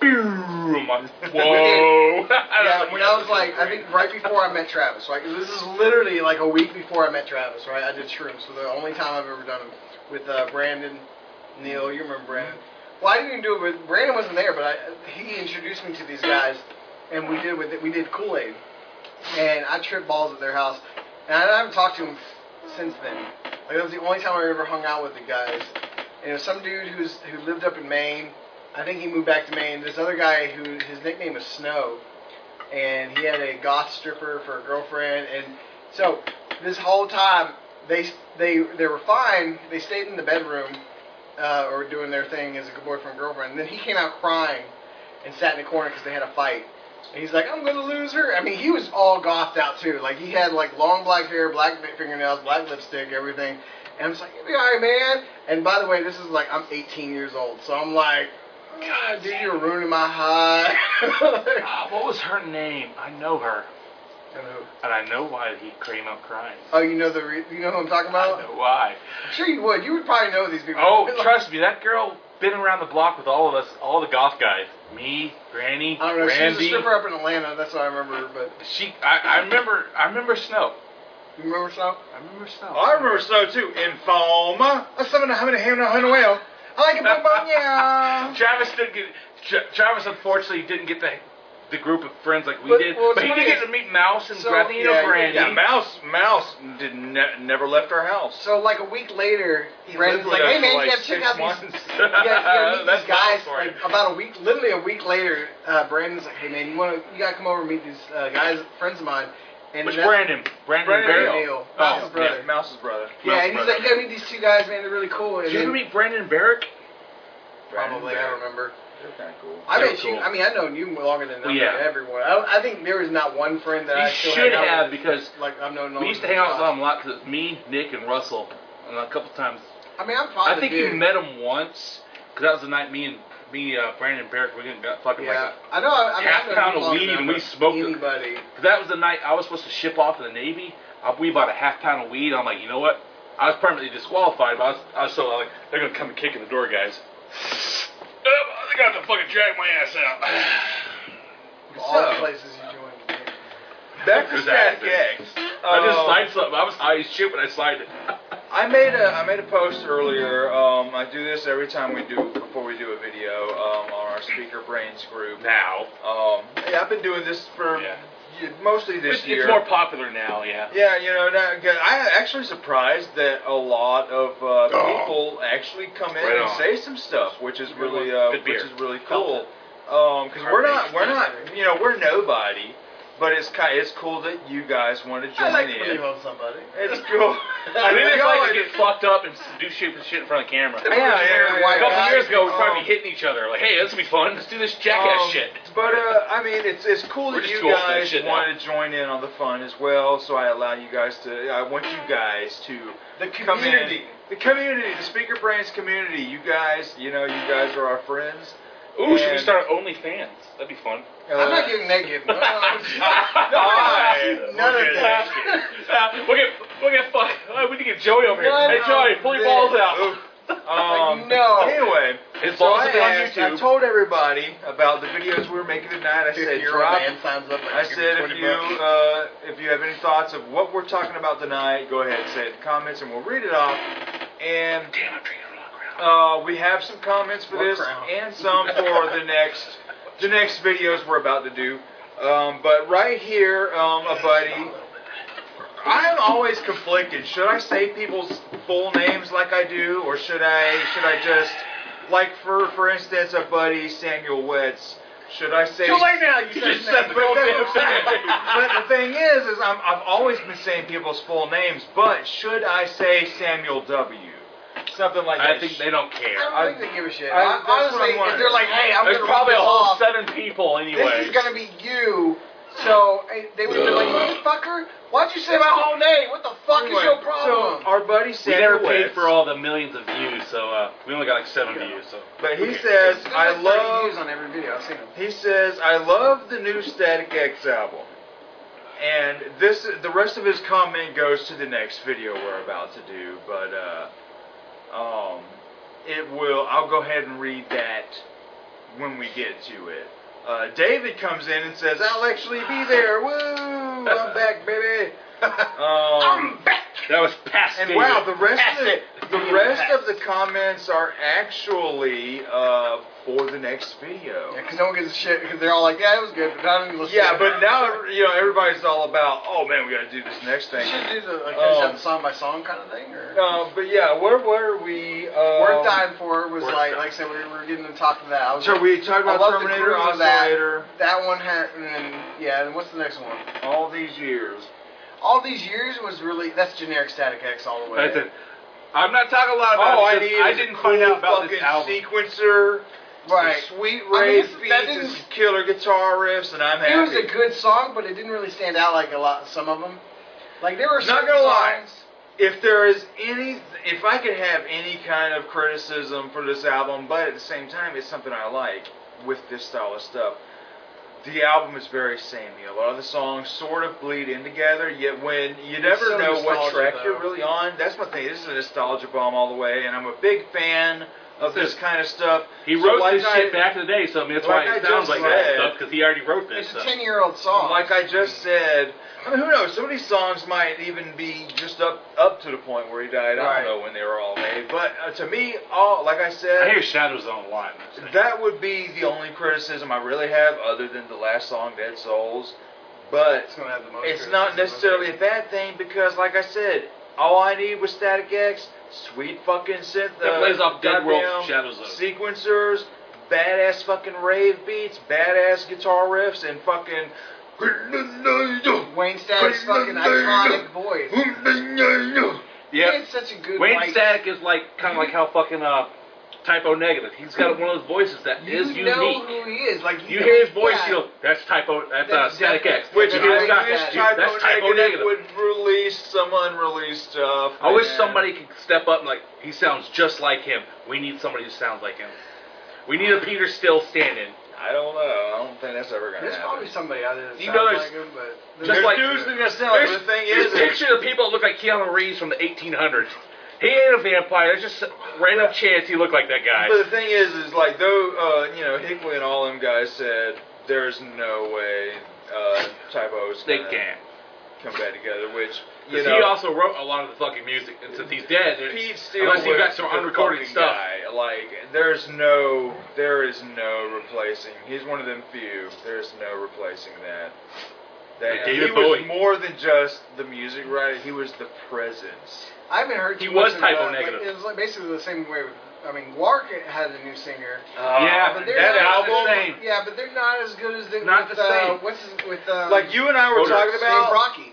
Speaker 7: boom. I'm like, whoa.
Speaker 3: Yeah, when I was like, I think right before I met Travis, right? 'cause this is literally like a week before I met Travis, right? I did shrooms, so the only time I've ever done them with uh, Brandon, Neil. You remember Brandon? Well, I didn't even do it with Brandon. Wasn't there, but I, he introduced me to these guys, and we did with we did Kool Aid, and I tripped balls at their house, and I haven't talked to him since then. Like that was the only time I ever hung out with the guys. And it was some dude who's who lived up in Maine. I think he moved back to Maine. This other guy who his nickname was Snow and he had a goth stripper for a girlfriend, and so this whole time they they they were fine. They stayed in the bedroom uh, or doing their thing as a boyfriend and girlfriend. And then he came out crying and sat in the corner because they had a fight. And he's like, "I'm gonna lose her." I mean, he was all gothed out too. Like he had like long black hair, black fingernails, black lipstick, everything. And I'm just like, "You'll be all right, man." And by the way, this is like I'm 18 years old, so I'm like, "God, dude, you're ruining my high."
Speaker 2: Ah, what was her name? I know her, and I know why he came up crying.
Speaker 3: Oh, you know the re- you know who I'm talking
Speaker 2: I
Speaker 3: about?
Speaker 2: know why.
Speaker 3: I'm sure you would. You would probably know these people.
Speaker 2: Oh, trust me, that girl been around the block with all of us, all the goth guys. Me, Granny,
Speaker 3: I don't know. She was a
Speaker 2: Randy.
Speaker 3: stripper up in Atlanta. That's what I remember. But
Speaker 2: She, I, I remember, I remember Snow.
Speaker 3: you remember Snow?
Speaker 2: I remember Snow.
Speaker 4: I remember so too. Informa. I summon a hammer, hammer, hammer, well. I like a bonbon,
Speaker 3: Uh-huh.
Speaker 4: yeah.
Speaker 2: Travis did get. Tra- Travis unfortunately didn't get the the group of friends like we
Speaker 3: But-
Speaker 2: did,
Speaker 3: well, it's
Speaker 2: but he did
Speaker 3: funny
Speaker 2: get
Speaker 3: is-
Speaker 2: to meet Mouse and
Speaker 3: so,
Speaker 2: Gravina
Speaker 3: yeah,
Speaker 2: Brandy.
Speaker 4: Yeah, Mouse, Mouse did ne- never left our house.
Speaker 3: So like a week later, Brandon's
Speaker 4: lived
Speaker 3: like,
Speaker 4: with
Speaker 3: "Hey
Speaker 4: us
Speaker 3: man,
Speaker 4: for,
Speaker 3: you
Speaker 4: like,
Speaker 3: gotta check
Speaker 4: six
Speaker 3: out these
Speaker 4: months.
Speaker 3: you gotta, you gotta meet
Speaker 2: That's
Speaker 3: these guys."
Speaker 2: Mouse for you.
Speaker 3: Like about a week, literally a week later, uh, Brandon's like, "Hey man, you wanna you gotta come over and meet these uh, guys, friends of mine." And
Speaker 2: Which
Speaker 3: that's
Speaker 2: Brandon? Brandon,
Speaker 4: Brandon
Speaker 2: Barrett.
Speaker 4: Neal.
Speaker 3: Neil,
Speaker 2: Oh,
Speaker 3: Mouse's brother.
Speaker 4: Yeah, Mouse's brother.
Speaker 3: Yeah, and
Speaker 2: Mouse's
Speaker 3: he's
Speaker 2: brother.
Speaker 3: like, "You gotta meet these two guys, man. They're really cool." And
Speaker 2: Did you ever
Speaker 3: then-
Speaker 2: meet Brandon Barrick?
Speaker 3: probably, I remember.
Speaker 4: They're kind of cool.
Speaker 3: I
Speaker 2: They're
Speaker 3: bet you.
Speaker 2: cool.
Speaker 3: I mean, I know you longer than
Speaker 2: Well,
Speaker 3: I've
Speaker 2: yeah.
Speaker 3: known everyone. I, I think there is not one friend that I
Speaker 2: You
Speaker 3: still
Speaker 2: should
Speaker 3: hang out
Speaker 2: have
Speaker 3: with.
Speaker 2: because
Speaker 3: like I've known.
Speaker 2: we used to hang out with him a lot because it's me, Nick, and Russell, and a couple times.
Speaker 3: I mean, I'm fine.
Speaker 2: I think you met him once because that was the night me and me, uh, Brandon Barrick, we didn't got fucking
Speaker 3: Yeah,
Speaker 2: like.
Speaker 3: I know. I, I mean,
Speaker 2: half
Speaker 3: I've known
Speaker 2: pound
Speaker 3: you
Speaker 2: of
Speaker 3: longer
Speaker 2: weed
Speaker 3: than
Speaker 2: and
Speaker 3: I've
Speaker 2: we
Speaker 3: known
Speaker 2: smoked it.
Speaker 3: anybody.
Speaker 2: Cause that was the night I was supposed to ship off to the Navy. I, we bought a half pound of weed. I'm like, you know what? I was permanently disqualified, but I was, I was so like, they're gonna come and kick in the door, guys. Oh, they got to fucking drag my ass out.
Speaker 3: Of All the
Speaker 4: So-
Speaker 3: places you joined.
Speaker 4: Back to Static
Speaker 2: Exactly.
Speaker 4: X.
Speaker 2: I just
Speaker 4: Um,
Speaker 2: slide something. I was high as shit when I slid it.
Speaker 4: I made a I made a post earlier. Um, I do this every time we do before we do a video um, on our Speaker Brains group.
Speaker 2: now.
Speaker 4: Um, yeah, I've been doing this for
Speaker 2: Yeah.
Speaker 4: yeah, mostly this
Speaker 2: It's,
Speaker 4: year.
Speaker 2: it's more popular now, yeah.
Speaker 4: Yeah, you know, that, 'cause I'm actually surprised that a lot of uh, people actually come in
Speaker 2: Oh. Right
Speaker 4: and
Speaker 2: on.
Speaker 4: say some stuff, which is really,
Speaker 2: one.
Speaker 4: uh,
Speaker 2: Good beer.
Speaker 4: which is really cool. Because we're not, we're not, you know, we're nobody, but it's kind, it's cool that you guys want to join
Speaker 3: I like to
Speaker 4: in.
Speaker 3: believe I'm somebody.
Speaker 4: It's cool.
Speaker 2: I mean, it's
Speaker 4: Go
Speaker 2: like to
Speaker 4: and-
Speaker 2: get fucked up and s- do shit shit in front of the camera.
Speaker 4: yeah, yeah, yeah,
Speaker 2: A couple
Speaker 4: yeah.
Speaker 2: years ago, we'd
Speaker 4: Um,
Speaker 2: probably be hitting each other. Like, hey, this will be fun. Let's do this jackass
Speaker 4: Um,
Speaker 2: shit.
Speaker 4: But uh, I mean, it's it's cool
Speaker 2: We're
Speaker 4: that
Speaker 2: just
Speaker 4: you
Speaker 2: too old for that
Speaker 4: guys
Speaker 2: shit now.
Speaker 4: want to join in on the fun as well. So I allow you guys to. I want you guys to
Speaker 3: The
Speaker 4: come in.
Speaker 3: community.
Speaker 4: The community, the Speaker Brains community. You guys, you know, you guys are our friends. Uh,
Speaker 2: Ooh, should we
Speaker 4: and-
Speaker 2: start OnlyFans? That'd be fun.
Speaker 3: I'm not getting negative. No, I'm just-
Speaker 4: I-
Speaker 3: no, none of that.
Speaker 2: Uh, we'll get, we'll get fuck. Uh, we need to get Joey over here.
Speaker 3: None
Speaker 2: hey, Joey, pull your balls out.
Speaker 4: um,
Speaker 3: Like, no.
Speaker 4: Anyway,
Speaker 2: His
Speaker 4: so
Speaker 2: balls
Speaker 4: I,
Speaker 2: have been on
Speaker 4: asked- I
Speaker 2: YouTube.
Speaker 4: told everybody about the videos we were making tonight. I said,
Speaker 3: Fifty-year-old
Speaker 4: drop
Speaker 3: man signs up. Like,
Speaker 4: I
Speaker 3: give me
Speaker 4: said
Speaker 3: 20
Speaker 4: if you
Speaker 3: bucks.
Speaker 4: uh, if you have any thoughts of what we're talking about tonight, go ahead and say it in the comments and we'll read it off. And
Speaker 2: Damn, I'm drinking a lot of ground.
Speaker 4: uh, we have some comments for
Speaker 3: One
Speaker 4: this
Speaker 3: crown.
Speaker 4: and some for the next the next videos we're about to do. Um, but right here, um, a buddy. I'm always conflicted. Should I say people's full names like I do, or should I should I just like for for instance a buddy Samuel Wetz? Should I say
Speaker 3: Too late now. You
Speaker 2: You
Speaker 3: said
Speaker 2: just said
Speaker 3: that.
Speaker 2: the
Speaker 4: but,
Speaker 2: whole
Speaker 4: the,
Speaker 2: damn thing.
Speaker 4: but the thing is, is I'm, I've always been saying people's full names, but should I say Samuel W? Something like that.
Speaker 2: I think they don't care.
Speaker 3: I don't think they give a shit.
Speaker 4: I-
Speaker 3: I-
Speaker 4: that's what I'm
Speaker 3: honestly, if
Speaker 4: wondering.
Speaker 3: they're like, "Hey, I'm
Speaker 2: There's
Speaker 3: gonna rip
Speaker 2: probably a
Speaker 3: this
Speaker 2: whole
Speaker 3: off,"
Speaker 2: seven people anyway.
Speaker 3: This is gonna be you So eh, they would have been like, "You fucker, why'd you say my whole name? What the fuck is your problem?"
Speaker 4: So our buddy
Speaker 2: We never
Speaker 4: Sandra
Speaker 2: paid
Speaker 4: West,
Speaker 2: for all the millions of views, so uh, we only got like seven views. So
Speaker 4: but he
Speaker 2: Okay.
Speaker 4: says,
Speaker 3: There's
Speaker 4: "I
Speaker 3: like 30 views on
Speaker 4: love."
Speaker 3: every video I've seen. Them.
Speaker 4: He says, "I love the new Static X album." And this, the rest of his comment goes to the next video we're about to do, but uh, um, it will. I'll go ahead and read that when we get to it. Uh, David comes in and says, "I'll actually be there. Woo! I'm back, baby." Um,
Speaker 2: that was past.
Speaker 4: and
Speaker 2: David.
Speaker 4: wow, the rest of
Speaker 2: That's it.
Speaker 4: the, the rest of the comments are actually uh, for the next video.
Speaker 3: Yeah, because no one gives a shit. Because they're all like, "Yeah, it was good," but I don't even listen.
Speaker 4: Yeah,
Speaker 3: to it.
Speaker 4: but now you know everybody's all about. Oh man, we got to do this next
Speaker 3: You
Speaker 4: thing.
Speaker 3: should do the like,
Speaker 4: Um,
Speaker 3: finish up song by song kind of thing, or
Speaker 4: Uh, but yeah, where were we? Uh,
Speaker 3: worth dying for was
Speaker 2: Worth
Speaker 3: like,
Speaker 2: Dying.
Speaker 3: like I said, we were getting to talk of that. I was
Speaker 4: So we talked
Speaker 3: I
Speaker 4: about
Speaker 3: love the
Speaker 4: Terminator,
Speaker 3: groove of that.
Speaker 4: Oscillator,
Speaker 3: that one had, and then yeah, and what's the next one?
Speaker 4: all these years.
Speaker 3: All these years was really that's generic Static X all the way.
Speaker 2: That's it. I'm not talking
Speaker 3: Oh,
Speaker 2: a lot about
Speaker 4: All
Speaker 2: it.
Speaker 4: Oh, I
Speaker 2: because
Speaker 4: need
Speaker 2: I
Speaker 4: is a
Speaker 2: didn't
Speaker 4: cool
Speaker 2: find out about
Speaker 4: fucking
Speaker 2: this album.
Speaker 4: sequencer,
Speaker 3: Right.
Speaker 4: some sweet
Speaker 3: mean, this-
Speaker 4: rave
Speaker 3: that
Speaker 4: beats, and
Speaker 3: didn't-
Speaker 4: some killer guitar riffs, and I'm happy.
Speaker 3: It was a good song, but it didn't really stand out like a lot. Some of them, like there were
Speaker 4: Not
Speaker 3: certain
Speaker 4: gonna lie.
Speaker 3: songs-
Speaker 4: if there is any, if I could have any kind of criticism for this album, but at the same time, it's something I like with this style of stuff. The album is very samey. A lot of the songs sort of bleed in together, yet when you never
Speaker 3: so
Speaker 4: know what
Speaker 3: nostalgic,
Speaker 4: track
Speaker 3: though.
Speaker 4: you're really on, that's my thing. This is a nostalgia bomb all the way, and I'm a big fan of
Speaker 2: That's
Speaker 4: this kind of stuff.
Speaker 2: He
Speaker 4: So
Speaker 2: wrote
Speaker 4: like
Speaker 2: this shit
Speaker 4: I-
Speaker 2: back in the day, so I mean that's
Speaker 4: like
Speaker 2: why it
Speaker 4: I
Speaker 2: sounds
Speaker 4: just
Speaker 2: like that
Speaker 4: said-
Speaker 2: and stuff because he already wrote this.
Speaker 3: It's
Speaker 2: so.
Speaker 3: a ten-year-old song.
Speaker 4: Like I just said, I mean, who knows? Some of these songs might even be just up up to the point where he died. I
Speaker 3: Right.
Speaker 4: don't know when they were all made, but uh, to me, all like I
Speaker 2: I
Speaker 4: said,
Speaker 2: hear Shadows on a lot.
Speaker 4: that would be the only criticism I really have, other than the last song, Dead Souls. But
Speaker 3: it's gonna have the most.
Speaker 4: it's not necessarily a bad thing because, like I said, all I need was Static X, sweet fucking synth.
Speaker 2: That
Speaker 4: uh,
Speaker 2: plays off Dead World
Speaker 4: goddamn
Speaker 2: Shadows of.
Speaker 4: sequencers, badass fucking rave beats, badass guitar riffs, and fucking.
Speaker 3: Wayne Static's fucking iconic voice. He
Speaker 2: Yeah,
Speaker 3: had such a good
Speaker 2: Wayne
Speaker 3: like,
Speaker 2: Static is like kind of like how fucking uh, Typo Negative. He's got one of those voices that
Speaker 3: You
Speaker 2: is
Speaker 3: know
Speaker 2: unique.
Speaker 3: who he is. Like
Speaker 2: You hear his voice,
Speaker 3: yeah.
Speaker 2: you go, that's Typo, that's,
Speaker 3: That's
Speaker 2: uh, Static
Speaker 3: definitely-
Speaker 2: X.
Speaker 4: Which
Speaker 2: You
Speaker 3: That's
Speaker 2: hear
Speaker 4: I
Speaker 3: Typo
Speaker 2: Scott,
Speaker 4: wish
Speaker 3: Negative.
Speaker 4: Typo
Speaker 2: that's Typo
Speaker 4: Negative
Speaker 2: Negative.
Speaker 4: would release some unreleased stuff.
Speaker 2: I wish
Speaker 4: man.
Speaker 2: somebody could step up and like, he sounds just like him. We need somebody who sounds like him. We need a Peter Still standing.
Speaker 4: I don't know. I don't think that's ever gonna
Speaker 3: There's
Speaker 4: happen.
Speaker 3: probably somebody out there that
Speaker 2: You
Speaker 3: sounds
Speaker 2: know there's-
Speaker 3: like him, but
Speaker 2: just
Speaker 4: there's
Speaker 2: like-
Speaker 4: dudes that are gonna sound like
Speaker 2: There's,
Speaker 4: the thing
Speaker 2: there's
Speaker 4: is.
Speaker 2: pictures of people that look like Keanu Reeves from the 1800s. He ain't a vampire. It's just a random chance he looked like that guy.
Speaker 4: But the thing is, is like though uh, you know Hickley and all them guys said there's no way uh, typos
Speaker 2: They
Speaker 4: gonna
Speaker 2: can.
Speaker 4: come back together. Which you
Speaker 2: 'Cause he
Speaker 4: know,
Speaker 2: also wrote a lot of the fucking music, and since he's dead, there-
Speaker 4: Pete Steele
Speaker 2: unless you
Speaker 4: was
Speaker 2: got some
Speaker 4: the
Speaker 2: unrecorded
Speaker 4: fucking
Speaker 2: stuff.
Speaker 4: guy. Like there's no, there is no replacing. He's one of them few. There's no replacing that. That
Speaker 2: Yeah,
Speaker 4: he
Speaker 2: David
Speaker 4: was
Speaker 2: Bowie.
Speaker 4: more than just the music writer. He was the presence.
Speaker 3: I haven't heard.
Speaker 2: He
Speaker 3: too
Speaker 2: was
Speaker 3: much of
Speaker 2: Typo
Speaker 3: that. Like,
Speaker 2: Negative.
Speaker 3: it was like basically the same way. With, I mean, Lark had a new singer.
Speaker 2: yeah,
Speaker 3: but
Speaker 2: but
Speaker 3: they're
Speaker 2: that
Speaker 3: not
Speaker 2: album.
Speaker 4: the
Speaker 2: Same.
Speaker 3: Yeah, but they're not as good as the
Speaker 2: Not
Speaker 3: with,
Speaker 2: the
Speaker 3: uh,
Speaker 2: same.
Speaker 3: what's his, with um,
Speaker 4: Uh, Like you and I were
Speaker 2: Voters.
Speaker 4: talking
Speaker 3: Dave
Speaker 4: about
Speaker 3: Brocky.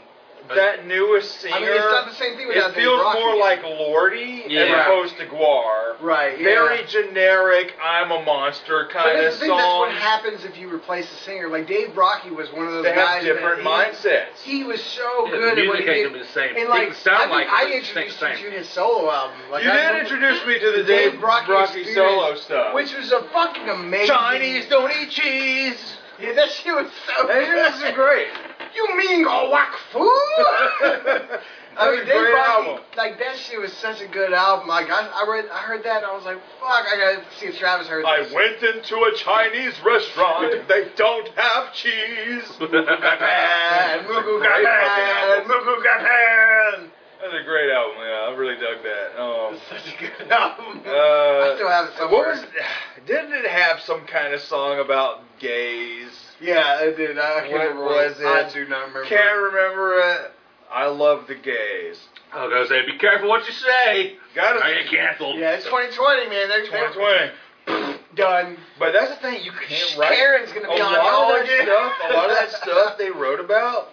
Speaker 4: that newest singer.
Speaker 3: I mean, it's not the same thing without
Speaker 4: It
Speaker 3: Dave
Speaker 4: feels
Speaker 3: Brocky.
Speaker 4: more like Lordy as
Speaker 2: Yeah.
Speaker 4: opposed to Guar.
Speaker 3: right. Yeah.
Speaker 4: Very generic, I'm a monster
Speaker 3: But
Speaker 4: kind of
Speaker 3: that's the thing. That's
Speaker 4: song.
Speaker 3: what happens if you replace a singer. Like Dave Brocky was one of those
Speaker 4: They have
Speaker 3: guys. that
Speaker 4: different
Speaker 3: he-
Speaker 4: mindsets.
Speaker 3: He was so
Speaker 2: Yeah,
Speaker 3: good
Speaker 2: the
Speaker 3: at what he
Speaker 2: music ain't
Speaker 3: did.
Speaker 2: gonna be the same.
Speaker 3: And
Speaker 2: It
Speaker 3: like,
Speaker 2: can sound
Speaker 3: I, think
Speaker 2: like it,
Speaker 3: I
Speaker 2: but it's the
Speaker 3: introduced
Speaker 2: same.
Speaker 3: you to his solo album. Like,
Speaker 4: you
Speaker 3: I
Speaker 4: did
Speaker 3: remember
Speaker 4: introduce me to the
Speaker 3: the
Speaker 4: Dave,
Speaker 3: Brocky,
Speaker 4: Brocky
Speaker 3: experience,
Speaker 4: solo stuff.
Speaker 3: which was a fucking amazing.
Speaker 4: Chinese don't eat cheese.
Speaker 3: Yeah, that shit was so.
Speaker 4: That shit
Speaker 3: good.
Speaker 4: is great.
Speaker 3: You mean go whack food? I mean,
Speaker 4: That's a great
Speaker 3: Dave Rocky,
Speaker 4: album.
Speaker 3: like that shit was such a good album. Like I, I read, I heard that, and I was like, "Fuck, I gotta see if Travis heard
Speaker 4: I
Speaker 3: this."
Speaker 4: went into a Chinese restaurant. they don't have cheese.
Speaker 3: Japan,
Speaker 4: It's a
Speaker 3: Mugu
Speaker 4: great
Speaker 3: Japan,
Speaker 4: fucking album.
Speaker 3: Mugu Japan.
Speaker 4: That's a great album. Yeah, I really dug that. Um,
Speaker 3: It's such a good album.
Speaker 4: uh,
Speaker 3: I still have it
Speaker 4: What
Speaker 3: somewhere.
Speaker 4: was? Didn't it have some kind of song about gays?
Speaker 3: yeah, it did. I can't
Speaker 4: What
Speaker 3: remember
Speaker 4: was
Speaker 3: I
Speaker 4: it?
Speaker 3: do not remember.
Speaker 4: Can't remember it. I love the gays.
Speaker 2: I was gonna say, be careful what you say.
Speaker 4: Got
Speaker 2: I
Speaker 4: it.
Speaker 2: get canceled.
Speaker 3: Yeah, it's 2020, man. They're, they're
Speaker 4: 2020.
Speaker 3: done.
Speaker 4: But that's the thing. You can't write.
Speaker 3: Karen's gonna
Speaker 4: a
Speaker 3: be on
Speaker 4: lot
Speaker 3: all
Speaker 4: of that
Speaker 3: again.
Speaker 4: stuff. A lot of that stuff they wrote about.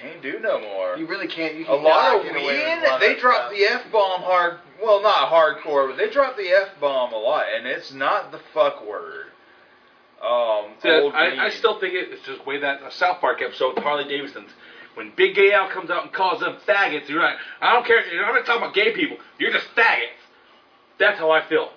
Speaker 4: Can't do no more.
Speaker 3: You really can't. You
Speaker 4: A lot of
Speaker 3: cannot get
Speaker 4: weed.
Speaker 3: away with a lot of
Speaker 4: They
Speaker 3: that
Speaker 4: drop
Speaker 3: stuff.
Speaker 4: the f bomb hard. Well, not hardcore, but they drop the f bomb a lot, and it's not the fuck word. Um,
Speaker 2: See, that's-
Speaker 4: old
Speaker 2: I, I
Speaker 4: memes.
Speaker 2: still think it, it's just way that uh, South Park episode with Harley Davidson's. When Big Gay Al comes out and calls them faggots, you're like, I don't care. You're not talking about gay people. You're just faggots. That's how I feel.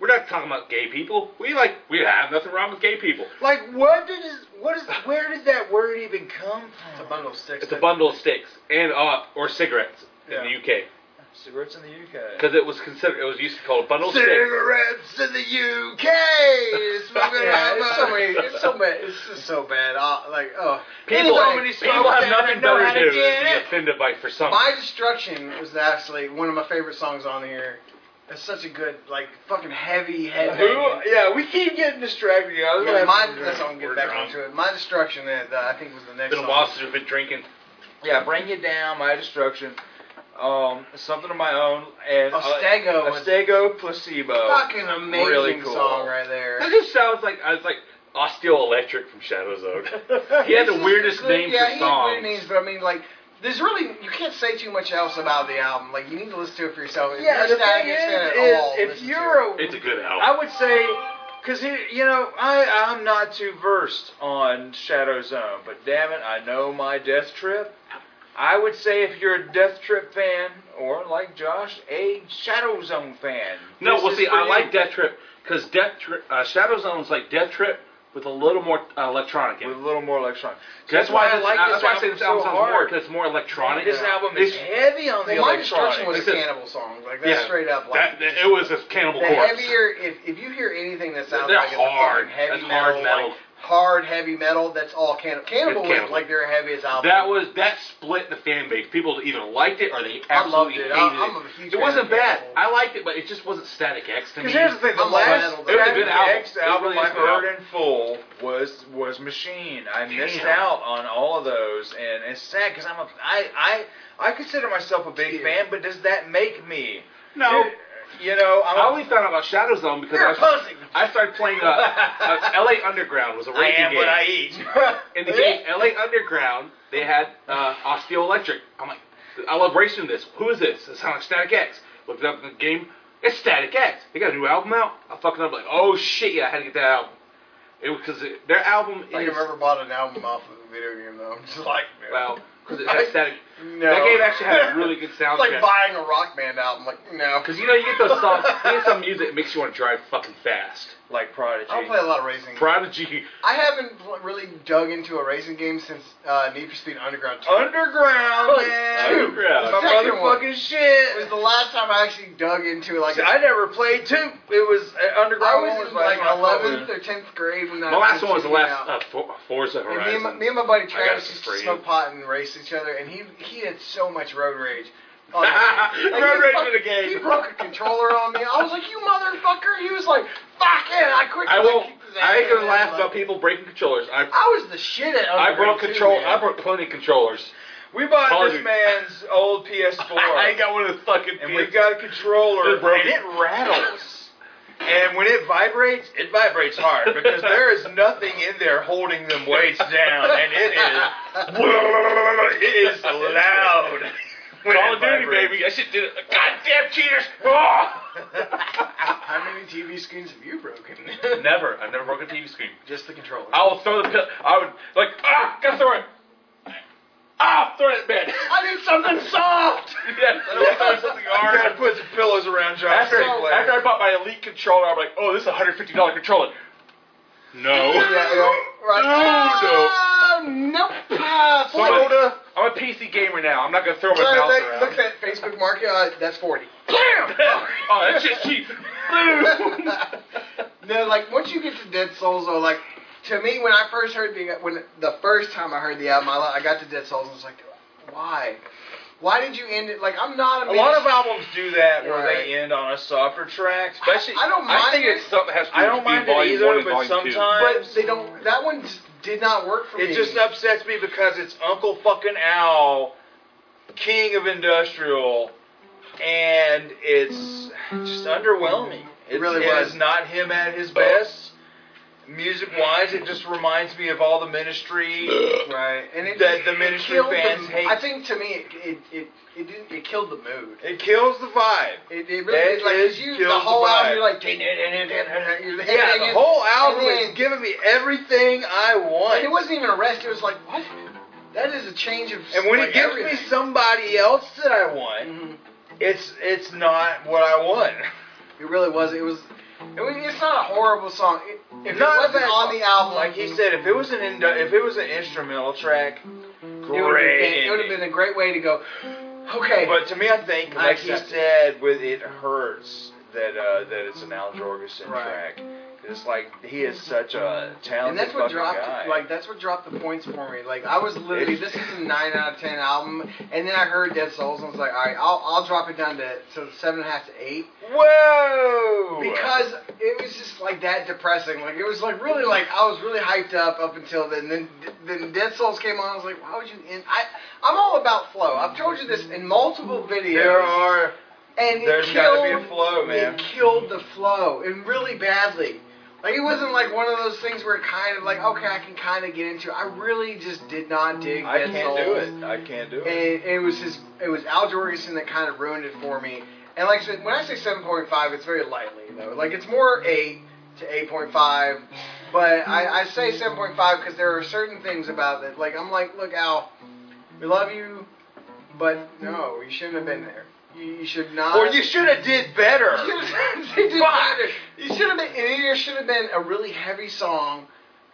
Speaker 2: We're not talking about gay people. We like we have nothing wrong with gay people.
Speaker 4: like what did is what is where did that word even come
Speaker 3: It's a
Speaker 4: from?
Speaker 3: bundle of sticks.
Speaker 2: It's a bundle of sticks and uh, or cigarettes
Speaker 4: Yeah.
Speaker 2: in the UK
Speaker 4: Cigarettes in the UK.
Speaker 2: because it was considered it was used to call a bundle of sticks.
Speaker 4: Cigarettes in the UK. Smoking
Speaker 3: Yeah,
Speaker 4: out
Speaker 3: it's
Speaker 4: of
Speaker 3: so
Speaker 4: a-
Speaker 3: many, it's so bad. It's just so bad. Uh, like, oh,
Speaker 2: People,
Speaker 4: So many
Speaker 2: people
Speaker 4: smokes
Speaker 2: have
Speaker 4: that I
Speaker 2: nothing
Speaker 4: know
Speaker 2: better
Speaker 4: how
Speaker 2: to
Speaker 4: to
Speaker 2: do than
Speaker 4: get
Speaker 2: be
Speaker 4: it.
Speaker 2: offended by for something.
Speaker 3: My Destruction was actually one of my favorite songs on here. It's such a good, like, fucking heavy, heavy.
Speaker 4: Who? Yeah, we keep getting distracted. I was
Speaker 3: Yeah,
Speaker 4: gonna
Speaker 3: my,
Speaker 4: have to-
Speaker 3: that's how I'm
Speaker 2: We're
Speaker 3: getting back
Speaker 2: drunk.
Speaker 3: into it. My Destruction, that uh, I think was the next
Speaker 2: been a
Speaker 3: song.
Speaker 2: while since we've been drinking.
Speaker 4: Yeah, bring it down, my destruction. Um, something of my own and uh,
Speaker 3: Ostego was
Speaker 4: Ostego placebo.
Speaker 3: fucking amazing
Speaker 4: really cool.
Speaker 3: song right there.
Speaker 2: That just sounds like I was like osteoelectric from Shadow Zone. He had the
Speaker 3: It's just
Speaker 2: weirdest
Speaker 3: good-
Speaker 2: name
Speaker 3: yeah,
Speaker 2: for
Speaker 3: he had
Speaker 2: songs.
Speaker 3: weird names, but I mean, like, there's really you can't say too much else about the album. Like, you need to listen to it for yourself. If
Speaker 4: yeah,
Speaker 3: you're
Speaker 4: the
Speaker 3: a Static
Speaker 4: thing
Speaker 3: X fan at all,
Speaker 4: is, is if
Speaker 3: listen to it.
Speaker 4: you're a,
Speaker 2: It's a good album.
Speaker 4: I would say, because you know, I I'm not too versed on Shadow Zone, but damn it, I know my Death Trip. I would say if you're a Death Trip fan, or like Josh, a Shadow Zone fan.
Speaker 2: No,
Speaker 4: this
Speaker 2: well,
Speaker 4: is
Speaker 2: see,
Speaker 4: for
Speaker 2: I
Speaker 4: you.
Speaker 2: like Death Trip because Death Trip, uh, Shadow Zone's like Death Trip with a little more uh, electronic in
Speaker 4: with
Speaker 2: it.
Speaker 4: a little more electronic.
Speaker 2: That's why I like.
Speaker 4: this
Speaker 2: That's why I say this album
Speaker 4: so
Speaker 2: sounds more
Speaker 4: hard.
Speaker 2: because it's more electronic.
Speaker 4: This album is
Speaker 2: It's-
Speaker 4: heavy on the
Speaker 3: Well, my
Speaker 4: electronic.
Speaker 3: destruction was
Speaker 2: It's
Speaker 3: a
Speaker 2: a-
Speaker 3: cannibal song. Like that's
Speaker 2: yeah.
Speaker 3: straight up. Like
Speaker 2: That, that- it was a Cannibal
Speaker 3: the
Speaker 2: Corpse.
Speaker 3: heavier. If, if you hear anything that sounds
Speaker 2: They're
Speaker 3: like it's a
Speaker 2: hard.
Speaker 3: fucking heavy
Speaker 2: That's
Speaker 3: metal,
Speaker 2: hard metal.
Speaker 3: Like, hard heavy metal, that's all cannibal. Cannibal was
Speaker 2: Cannibal.
Speaker 3: like their heaviest album.
Speaker 2: That was that split the fan base. People either liked it or they
Speaker 3: I loved
Speaker 2: absolutely
Speaker 3: it.
Speaker 2: hated
Speaker 3: I, I'm a huge.
Speaker 2: it. It
Speaker 3: fan
Speaker 2: wasn't
Speaker 3: of
Speaker 2: bad.
Speaker 3: Cannibal.
Speaker 2: I liked it, but it just wasn't Static X to me.
Speaker 4: Because here's the thing, the
Speaker 3: I'm a
Speaker 4: last
Speaker 3: metal
Speaker 2: It was a good
Speaker 4: Static
Speaker 2: album.
Speaker 4: X
Speaker 2: It
Speaker 4: album
Speaker 2: really is
Speaker 4: I
Speaker 2: a good
Speaker 4: heard
Speaker 2: album.
Speaker 4: in full was was Machine. I missed
Speaker 2: Damn.
Speaker 4: out on all of those, and it's sad because I'm a I I I consider myself a big
Speaker 3: Yeah.
Speaker 4: fan, but does that make me?
Speaker 2: no.
Speaker 4: It- you know, I'm
Speaker 2: I only found out about Shadow Zone because
Speaker 4: you're a
Speaker 2: I,
Speaker 4: pussy.
Speaker 2: I started playing. Uh, uh, L.A. Underground was a
Speaker 4: I
Speaker 2: racing
Speaker 4: am
Speaker 2: game.
Speaker 4: what I eat.
Speaker 2: in the game LA Underground, they had uh, Osteo Electric. I'm like, I love racing this. Who is this? It sounds like Static X. Looked it up in the game. It's Static X. They got a new album out. I fucking up like, oh shit, yeah, I had to get that album. It because their album
Speaker 3: I
Speaker 2: is
Speaker 3: never bought an album off of a video game though. I'm just like,
Speaker 2: well because it has Static.
Speaker 3: no.
Speaker 2: That game actually had a really good
Speaker 3: It's like
Speaker 2: soundtrack.
Speaker 3: buying a rock band album. Like no,
Speaker 2: Because you know you get those songs, you get some music that makes you want to drive fucking fast.
Speaker 4: like Prodigy.
Speaker 3: I don't play a lot of racing.
Speaker 2: Prodigy.
Speaker 3: I haven't pl- really dug into a racing game since uh, Need for Speed Underground 2.
Speaker 4: Underground, man.
Speaker 2: Underground.
Speaker 4: My
Speaker 3: Second
Speaker 4: motherfucking
Speaker 3: one. It was
Speaker 4: shit.
Speaker 3: the last time I actually dug into like.
Speaker 4: See,
Speaker 3: a-
Speaker 4: I never played two. It was uh,
Speaker 3: I
Speaker 4: Underground. one
Speaker 3: was
Speaker 4: was
Speaker 3: in
Speaker 4: my-
Speaker 3: like
Speaker 4: my
Speaker 3: 11th
Speaker 4: favorite.
Speaker 3: or 10th grade when that.
Speaker 2: My last one was the
Speaker 3: came
Speaker 2: last
Speaker 3: out.
Speaker 2: uh, For- Forza
Speaker 3: And me, and my,
Speaker 2: Horizon.
Speaker 3: me and my buddy
Speaker 2: got
Speaker 3: Travis used to
Speaker 2: afraid.
Speaker 3: smoke pot and race each other, and he he had so much road rage. On the game. Like,
Speaker 2: Road
Speaker 3: he
Speaker 2: rage
Speaker 3: fuck-
Speaker 2: in the game.
Speaker 3: He broke a controller on me. I was like, "You motherfucker!" He was like, "Fuck it!" I quickly.
Speaker 2: I won't.
Speaker 3: kicked his
Speaker 2: I ain't
Speaker 3: ass.
Speaker 2: gonna laugh
Speaker 3: Like,
Speaker 2: about people breaking controllers. I
Speaker 3: I was the shit at.
Speaker 2: I
Speaker 3: Underground
Speaker 2: broke
Speaker 3: too,
Speaker 2: control.
Speaker 3: man.
Speaker 2: I broke plenty of controllers.
Speaker 4: We bought
Speaker 2: Call of
Speaker 4: this
Speaker 2: Duty.
Speaker 4: man's old PS4.
Speaker 2: I got one of the fucking.
Speaker 4: and we got a controller,
Speaker 2: It broke
Speaker 4: and
Speaker 2: it.
Speaker 4: it rattles. And when it vibrates, it vibrates hard because there is nothing in there holding them weights down, and it is it is loud. when
Speaker 2: Call
Speaker 4: it
Speaker 2: of Duty,
Speaker 4: vibrates.
Speaker 2: baby. I should do it. Goddamn cheaters! Ah!
Speaker 3: How many TV screens have you broken?
Speaker 2: never. I've never broken a TV screen.
Speaker 3: Just the controller.
Speaker 2: I will throw the pill. I would like ah, gotta throw it. Ah, throw it, man.
Speaker 3: I need something soft.
Speaker 2: yes, I don't throw something
Speaker 4: You gotta
Speaker 2: hard.
Speaker 4: put some pillows around Josh.
Speaker 2: After,
Speaker 4: and play.
Speaker 2: after I bought my elite controller, I'm like, oh, this is a hundred fifty dollar controller. No.
Speaker 3: Yeah, right. right.
Speaker 2: No,
Speaker 3: no. Uh, nope. Uh,
Speaker 2: So I'm,
Speaker 3: Florida.
Speaker 2: a, I'm a PC gamer now. I'm not gonna throw my
Speaker 3: Sorry,
Speaker 2: mouse
Speaker 3: that-
Speaker 2: around.
Speaker 3: Look at Facebook Market. Uh, that's forty.
Speaker 2: oh, that shit's cheap.
Speaker 3: no, like once you get to Dead Souls, though, like to me, when I first heard the when the first time I heard the album, I, I got to Dead Souls and was like, why? Why did you end it? Like I'm not a,
Speaker 4: a
Speaker 3: man-
Speaker 4: lot of albums do that where
Speaker 3: Right.
Speaker 4: they end on a softer track.
Speaker 2: Especially,
Speaker 3: I don't
Speaker 2: I
Speaker 3: mind
Speaker 2: think
Speaker 3: it.
Speaker 2: it's something that has to do
Speaker 4: I don't
Speaker 2: with
Speaker 4: mind
Speaker 2: volume
Speaker 4: it
Speaker 2: one
Speaker 4: either,
Speaker 2: and
Speaker 4: but
Speaker 2: volume two.
Speaker 4: sometimes
Speaker 3: but they don't. That one just did not work for me.
Speaker 4: It just upsets me because it's Uncle fucking Al, king of industrial, and it's just underwhelming. It
Speaker 3: Really
Speaker 4: it
Speaker 3: was.
Speaker 4: is not him at his best. music wise, it just reminds me of all the ministry.
Speaker 3: Right, and it,
Speaker 4: That the
Speaker 3: it
Speaker 4: Ministry
Speaker 3: killed the-
Speaker 4: fans hate.
Speaker 3: I think to me, it it it it, didn't, it killed the mood.
Speaker 4: It kills the vibe.
Speaker 3: It, it
Speaker 4: That
Speaker 3: really is like
Speaker 4: is
Speaker 3: you the
Speaker 4: killed
Speaker 3: whole
Speaker 4: the
Speaker 3: album.
Speaker 4: vibe.
Speaker 3: You're like, ding, ding, ding, ding, ding, ding, you're hitting
Speaker 4: Yeah,
Speaker 3: it,
Speaker 4: the
Speaker 3: you-
Speaker 4: whole album
Speaker 3: and then-
Speaker 4: is giving me everything I want.
Speaker 3: and it wasn't even a rest. It was like, what? That is a change of.
Speaker 4: And when
Speaker 3: like,
Speaker 4: it gives
Speaker 3: everything.
Speaker 4: me somebody else that I want,
Speaker 3: Mhm.
Speaker 4: it's it's not what I want.
Speaker 3: it really was. It was. It was it's not a horrible song. It, if
Speaker 4: Not
Speaker 3: it wasn't
Speaker 4: bad
Speaker 3: on
Speaker 4: song.
Speaker 3: the album,
Speaker 4: Like he said, if it was an ind- if it was an instrumental track,
Speaker 3: it would have been,
Speaker 4: great.
Speaker 3: it would have been a great way to go. Okay,
Speaker 4: But to me, I think,
Speaker 3: I
Speaker 4: like he
Speaker 3: accept it.
Speaker 4: said, with it hurts that uh, that it's an Al Jorgensen
Speaker 3: Right.
Speaker 4: track. 'Cause It's like he is such a talented
Speaker 3: and that's what
Speaker 4: fucking
Speaker 3: dropped
Speaker 4: guy.
Speaker 3: like that's what dropped the points for me. Like I was literally
Speaker 4: It's-
Speaker 3: this is a nine out of ten album, and then I heard Dead Souls and I was like, all right, I'll I'll drop it down to to seven and a half to eight
Speaker 4: whoa,
Speaker 3: because it was just like that depressing. Like it was like really like I was really hyped up up until then. Then then Dead Souls came on. I was like, why would you? end I I'm all about flow. I've told you this in multiple videos.
Speaker 4: there are
Speaker 3: and it
Speaker 4: there's
Speaker 3: killed,
Speaker 4: got to be a flow, man.
Speaker 3: It killed the flow, and really badly. Like it wasn't like one of those things where it kind of like okay, I can kind of get into. it. I really just did not dig.
Speaker 4: I
Speaker 3: Dead
Speaker 4: can't do
Speaker 3: Souls.
Speaker 4: it. I can't do it.
Speaker 3: And it was just it was Al Jorgensen that kind of ruined it for me. And like I said, when I say seven point five, it's very lightly though. Like it's more eight to eight point five, but I, I say seven point five because there are certain things about that. Like I'm like, look, Al, we love you, but no, you shouldn't have been there. You, you should not.
Speaker 4: Or you should have did better.
Speaker 3: You should have You should have been. It either should have been a really heavy song,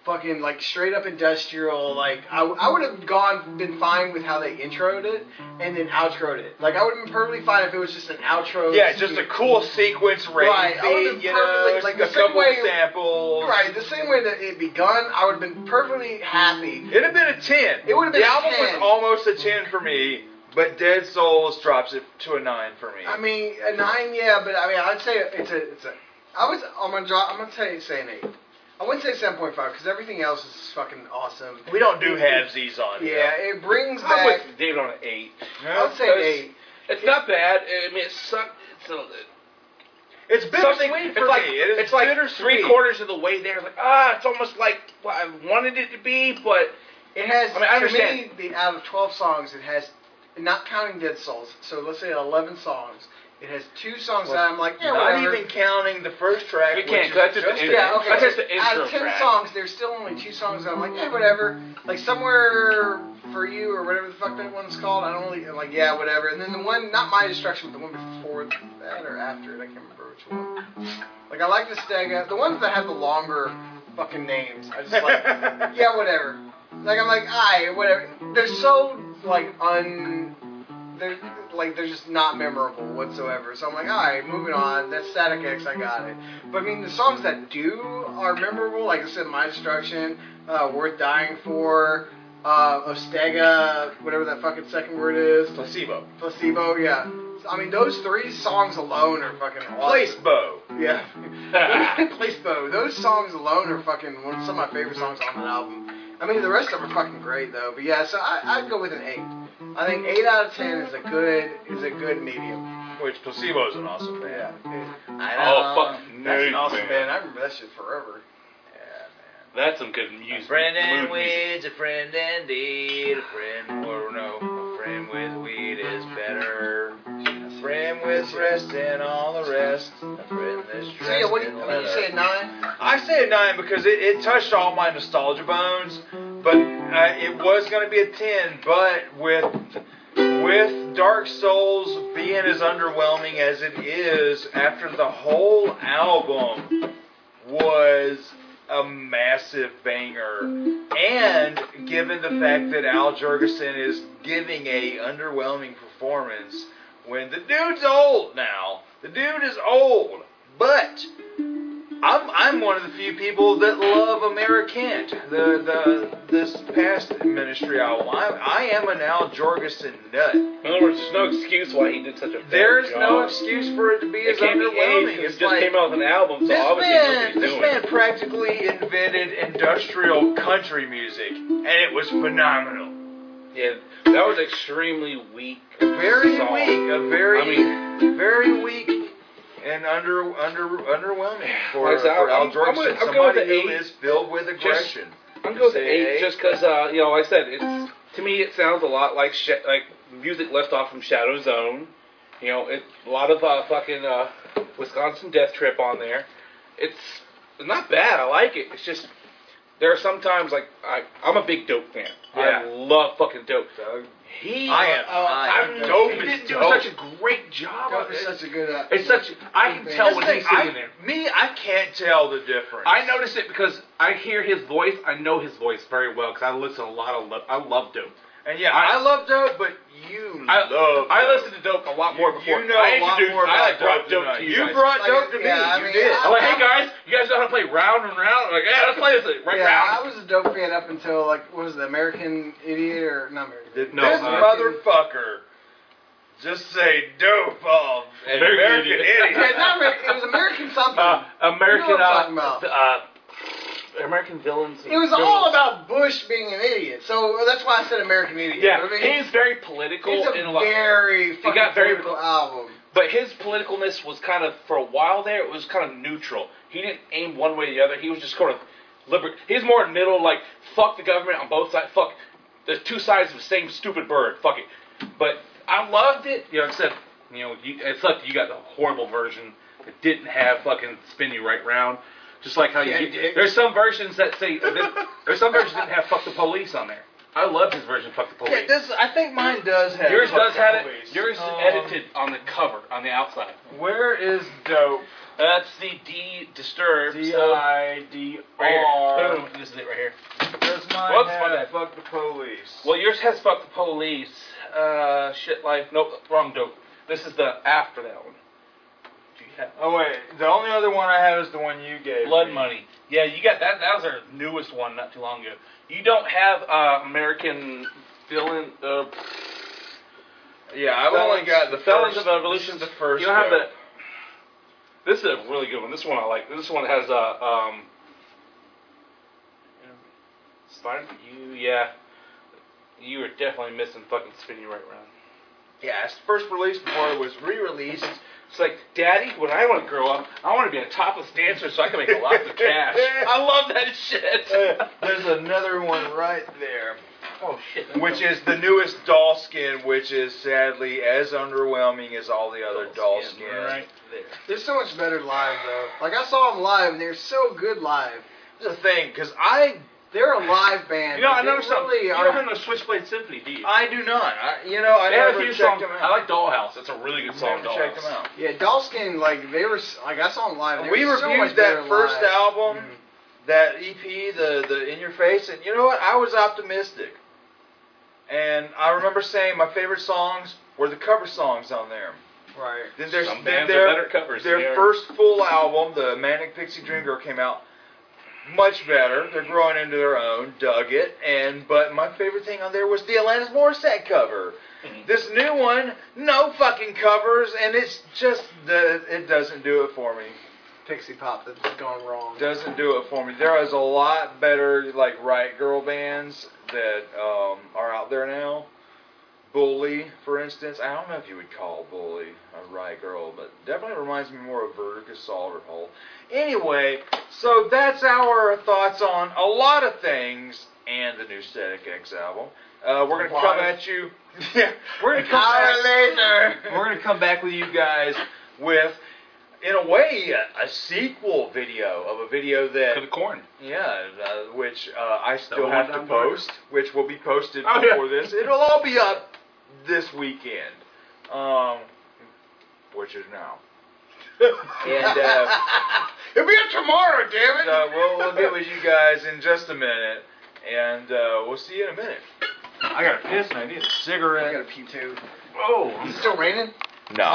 Speaker 3: fucking like straight up industrial. Like I, I would have gone been fine with how they introed it and then outroed it. Like I would have been perfectly fine if it was just an outro.
Speaker 4: Yeah, just a cool sequence rate.
Speaker 3: Right, I would've
Speaker 4: you know,
Speaker 3: perfectly- like,
Speaker 4: a
Speaker 3: the same
Speaker 4: couple
Speaker 3: way-
Speaker 4: samples.
Speaker 3: Right, the same way that it begun, I would have been perfectly happy.
Speaker 4: It'd have been a ten.
Speaker 3: It would've been
Speaker 4: the
Speaker 3: a
Speaker 4: album
Speaker 3: 10.
Speaker 4: was almost a ten for me, but Dead Souls drops it to a nine for me.
Speaker 3: I mean, a nine, yeah, but I mean, I'd say it's a, it's a. I was, I'm gonna draw, I'm gonna tell you, say an eight. I wouldn't say seven point five because everything else is fucking awesome.
Speaker 4: we don't do halvesies on
Speaker 3: Yeah,
Speaker 4: here.
Speaker 3: it brings
Speaker 5: I'm
Speaker 3: back.
Speaker 5: with David on an eight.
Speaker 3: I would say
Speaker 5: That's-
Speaker 3: an eight.
Speaker 5: It's not bad. I mean, it sucked. It's a,
Speaker 4: It's bittersweet
Speaker 5: It's
Speaker 4: for
Speaker 5: like
Speaker 4: me. It is
Speaker 5: it's like
Speaker 4: bittersweet.
Speaker 5: three quarters of the way there. It's like ah, it's almost like what I wanted it to be, but
Speaker 3: It has.
Speaker 5: I mean, I
Speaker 3: to me,
Speaker 5: understand.
Speaker 3: the out of twelve songs, it has not counting Dead Souls. So let's say eleven songs. It has two songs that I'm like, yeah,
Speaker 4: Not
Speaker 3: whatever.
Speaker 4: even counting the first track.
Speaker 5: We
Speaker 4: which
Speaker 5: can't,
Speaker 4: is
Speaker 5: 'cause that's just the
Speaker 4: it.
Speaker 3: yeah, okay.
Speaker 5: That's just the
Speaker 3: Out
Speaker 5: intro
Speaker 3: of ten
Speaker 5: track.
Speaker 3: songs, there's still only two songs that I'm like, yeah, whatever. Like somewhere for you or whatever the fuck that one's called. I don't really I'm like, yeah, whatever. And then the one, not my destruction, but the one before that or after it, I can't remember which one. Like I like the Stega, the ones that have the longer fucking names. I just like. yeah, whatever. Like I'm like, I whatever. They're so like un, they're like they're just not memorable whatsoever. So I'm like, all right, moving on. That's Static X, I got it. But I mean, the songs that do are memorable, like I said, My Destruction, uh, Worth Dying For, uh, Ostega, whatever that fucking second word is,
Speaker 4: placebo.
Speaker 3: Placebo, yeah. So, I mean, those three songs alone are fucking awesome.
Speaker 4: Placebo.
Speaker 3: Yeah. Placebo. Those songs alone are fucking one, some of my favorite songs on that album. I mean, the rest of them are fucking great though. But yeah, so I, I'd go with an eight. I think eight out of ten is a good is a good medium.
Speaker 4: Which placebo is an awesome band.
Speaker 3: I
Speaker 5: Oh, fuck.
Speaker 3: That's an
Speaker 5: Nate,
Speaker 3: awesome
Speaker 5: man.
Speaker 3: band. I remember that shit forever.
Speaker 5: that's some good music.
Speaker 4: Friend
Speaker 5: mood
Speaker 4: and
Speaker 5: music.
Speaker 4: weed's a friend indeed. A friend, or no, a friend with weed is better. A friend with rest and all the rest. A friend that's
Speaker 3: So yeah, what do you,
Speaker 4: in
Speaker 3: I mean, you
Speaker 4: leather.
Speaker 3: say a nine?
Speaker 4: I say a nine because it, it touched all my nostalgia bones, but uh, it was going to be a ten. But with with Dark Souls being as underwhelming as it is, after the whole album was a massive banger, and given the fact that Al Jurgensen is giving a underwhelming performance, when the dude's old now, the dude is old, but. I'm I'm one of the few people that love Americant, the the this past ministry album. I I am an Al Jorgensen nut.
Speaker 5: In other words, there's no excuse why he did such a. bad
Speaker 4: There's
Speaker 5: job.
Speaker 4: no excuse for it to be as
Speaker 5: It can't be
Speaker 4: underwhelming.
Speaker 5: eight, 'cause
Speaker 4: It's
Speaker 5: It just
Speaker 4: like
Speaker 5: came out with an album, so
Speaker 4: this
Speaker 5: obviously he knows what
Speaker 4: man
Speaker 5: he's
Speaker 4: this
Speaker 5: doing.
Speaker 4: man practically invented industrial country music, and it was phenomenal.
Speaker 5: Yeah, that was extremely weak.
Speaker 4: Very
Speaker 5: song.
Speaker 4: weak, a very
Speaker 5: I mean,
Speaker 4: very weak and under under underwhelming for,
Speaker 8: Like I said, I'm-
Speaker 4: for Al
Speaker 8: I'm
Speaker 4: Jordan,
Speaker 8: with- I'm going
Speaker 4: somebody
Speaker 8: with
Speaker 4: who
Speaker 8: the eight.
Speaker 4: is filled with aggression.
Speaker 8: I'm going with
Speaker 4: Say
Speaker 8: the eight
Speaker 4: eight.
Speaker 8: just because, uh, you know, like I said, it's, to me it sounds a lot like sh- like music left off from Shadow Zone. You know, it, a lot of uh, fucking uh, Wisconsin Death Trip on there. It's not bad. I like it. It's just there are sometimes like I, I'm a big Dope fan. I
Speaker 9: Yeah.
Speaker 8: love fucking Dope.
Speaker 4: So,
Speaker 8: He,
Speaker 4: I am.
Speaker 3: Oh,
Speaker 4: I
Speaker 9: I'm
Speaker 4: am.
Speaker 9: dope.
Speaker 3: Dope
Speaker 9: He didn't do
Speaker 4: dope.
Speaker 9: such a great job.
Speaker 3: Dope
Speaker 9: of
Speaker 3: is
Speaker 9: it.
Speaker 3: such a good. Uh,
Speaker 9: It's such. I can tell
Speaker 3: Here's
Speaker 9: when
Speaker 3: the
Speaker 9: he's
Speaker 3: thing,
Speaker 9: singing there.
Speaker 4: me, I can't tell the difference.
Speaker 2: I notice it because I hear his voice. I know his voice very well because I listen to a lot of. Lo- I love Dope.
Speaker 4: And yeah,
Speaker 2: I-
Speaker 4: I, love Dope, but you
Speaker 2: I-
Speaker 4: love.
Speaker 2: I
Speaker 4: Dope.
Speaker 2: listened to Dope a lot more
Speaker 4: You-
Speaker 2: before.
Speaker 4: You know
Speaker 2: I
Speaker 4: a lot
Speaker 2: introduced-
Speaker 4: more about
Speaker 2: I like brought
Speaker 4: Dope,
Speaker 2: Dope
Speaker 4: than I-
Speaker 2: to
Speaker 4: You
Speaker 2: you. guys.
Speaker 4: brought
Speaker 3: Like,
Speaker 4: Dope to me.
Speaker 3: yeah, I
Speaker 4: you
Speaker 3: mean,
Speaker 4: did.
Speaker 3: I-
Speaker 2: I'm like, hey guys, you guys know how to play round and round? I'm like, yeah, let's play this. Right
Speaker 3: yeah,
Speaker 2: round.
Speaker 3: I was a dope fan up until like what was it, American Idiot or not American?
Speaker 4: Did
Speaker 2: No,
Speaker 4: this
Speaker 2: uh,
Speaker 4: motherfucker just say dope of an
Speaker 2: American
Speaker 4: American
Speaker 2: Idiot.
Speaker 4: idiot?
Speaker 3: Yeah, not American. It was American something.
Speaker 2: Uh, American,
Speaker 3: You know what I'm talking
Speaker 2: uh,
Speaker 3: about.
Speaker 2: uh, American villains. and
Speaker 3: it was
Speaker 2: villains.
Speaker 3: all about Bush being an idiot, so uh, that's why I said American Idiot.
Speaker 8: yeah,
Speaker 3: I mean,
Speaker 8: he's very political
Speaker 3: it's a
Speaker 8: in a lot.
Speaker 3: very fucking
Speaker 8: got very-
Speaker 3: political album.
Speaker 8: But his politicalness was kind of for a while there. It was kind of neutral. He didn't aim one way or the other. He was just kind of liber. He's more middle, like fuck the government on both sides. Fuck the two sides of the same stupid bird. Fuck it. But I loved it.
Speaker 2: You know, except you know, you, it sucked. You got the horrible version that didn't have fucking spin you right round. Just like how
Speaker 3: Yeah,
Speaker 2: you,
Speaker 3: dick.
Speaker 2: get, there's some versions that say that- there's some versions that didn't have fuck the police on there. I loved his version of fuck the police.
Speaker 3: Yeah, this I think mine does have.
Speaker 2: yours does have it.
Speaker 4: Police.
Speaker 2: Yours is
Speaker 4: Um,
Speaker 2: edited on the cover on the outside.
Speaker 4: Where is dope?
Speaker 2: That's the D disturbed.
Speaker 4: D I D R.
Speaker 2: This is it right here.
Speaker 4: Does mine
Speaker 2: Whoops, my
Speaker 4: have
Speaker 2: bad.
Speaker 4: fuck the police?
Speaker 2: Well, yours has fuck the police. Uh, shit life. Nope, wrong dope. This is the after that one. Do you have?
Speaker 4: Oh wait, the only other one I have is the one you gave.
Speaker 2: Blood
Speaker 4: me.
Speaker 2: Money. Yeah, you got that. That was our newest one not too long ago. You don't have uh, American villain. Uh,
Speaker 4: Yeah, I've
Speaker 2: Felons-
Speaker 4: only got the
Speaker 2: Felons
Speaker 4: first.
Speaker 2: of Evolution.
Speaker 4: This is the first.
Speaker 2: you don't have
Speaker 4: dope.
Speaker 2: the. This is a really good one. This one I like. This one has a uh, um. Spider, you yeah. You are definitely missing fucking spinning right round.
Speaker 4: Yeah, it's the first release before it was re-released.
Speaker 2: It's like, Daddy, when I want to grow up, I want to be a topless dancer so I can make a lot of cash. I love that shit.
Speaker 4: Uh, There's another one right there.
Speaker 2: oh shit.
Speaker 4: which is the newest Dollskin, which is sadly as underwhelming as all the other Dollskin.
Speaker 2: Right there.
Speaker 3: They're so much better live though. Like I saw them live, and they're so good live.
Speaker 4: That's the thing, because I
Speaker 3: They're a live band.
Speaker 2: You know,
Speaker 3: but
Speaker 2: I
Speaker 3: they
Speaker 2: noticed something.
Speaker 3: really
Speaker 2: You
Speaker 3: are-
Speaker 2: don't have no Switchblade Symphony, do you?
Speaker 4: I do not. I, you know, I
Speaker 2: they have
Speaker 4: never
Speaker 2: a few
Speaker 4: checked
Speaker 2: songs.
Speaker 4: them out.
Speaker 2: I like Dollhouse. That's a really good
Speaker 4: I
Speaker 2: song.
Speaker 4: never checked
Speaker 2: Dollhouse.
Speaker 4: them out.
Speaker 3: Yeah, Dollskin, like they were, s- like I saw them live. and they
Speaker 4: we
Speaker 3: were so
Speaker 4: reviewed
Speaker 3: much better
Speaker 4: that first
Speaker 3: live.
Speaker 4: album,
Speaker 3: Mhm.
Speaker 2: Mm-hmm.
Speaker 4: that EP, the the In Your Face, and you know what? I was optimistic, and I remember saying my favorite songs were the cover songs on there.
Speaker 3: Right.
Speaker 4: Then there's
Speaker 2: Some
Speaker 4: then
Speaker 2: bands are
Speaker 4: there,
Speaker 2: better at covers.
Speaker 4: Their
Speaker 2: They are.
Speaker 4: first full album, the Manic Pixie Dream Girl, came out much better. They're growing into their own. Dug it. And but my favorite thing on there was the Alanis Morissette cover.
Speaker 2: Mm-hmm.
Speaker 4: This new one, no fucking covers, and it's just the it doesn't do it for me.
Speaker 3: Pixie Pop that's gone wrong.
Speaker 4: Doesn't do it for me. There is a lot better like right girl bands that um, are out there now. Bully, for instance, I don't know if you would call Bully a right girl, but definitely reminds me more of Vertical Solder Hole. Anyway, so that's our thoughts on a lot of things and the new Static X album. Uh, we're gonna
Speaker 3: Lot
Speaker 4: come
Speaker 3: of-
Speaker 4: at you. Yeah, we're gonna
Speaker 3: An
Speaker 4: come
Speaker 3: hour
Speaker 4: at-
Speaker 3: later.
Speaker 4: we're gonna come back with you guys with, in a way, a, a sequel video of a video that
Speaker 2: To the corn.
Speaker 4: yeah, uh, which uh, I still
Speaker 2: one
Speaker 4: have
Speaker 2: down
Speaker 4: to
Speaker 2: burger.
Speaker 4: post, which will be posted
Speaker 2: Oh, yeah.
Speaker 4: before this. It'll all be up this weekend, um, which is now. and uh,
Speaker 3: It'll be up tomorrow, damn it.
Speaker 4: so uh, we'll, we'll get with you guys in just a minute, and uh, we'll see you in a minute.
Speaker 2: I got a piss and I need a
Speaker 3: I
Speaker 2: cigarette.
Speaker 3: got a pee too.
Speaker 2: Oh.
Speaker 3: Is it still raining?
Speaker 4: No.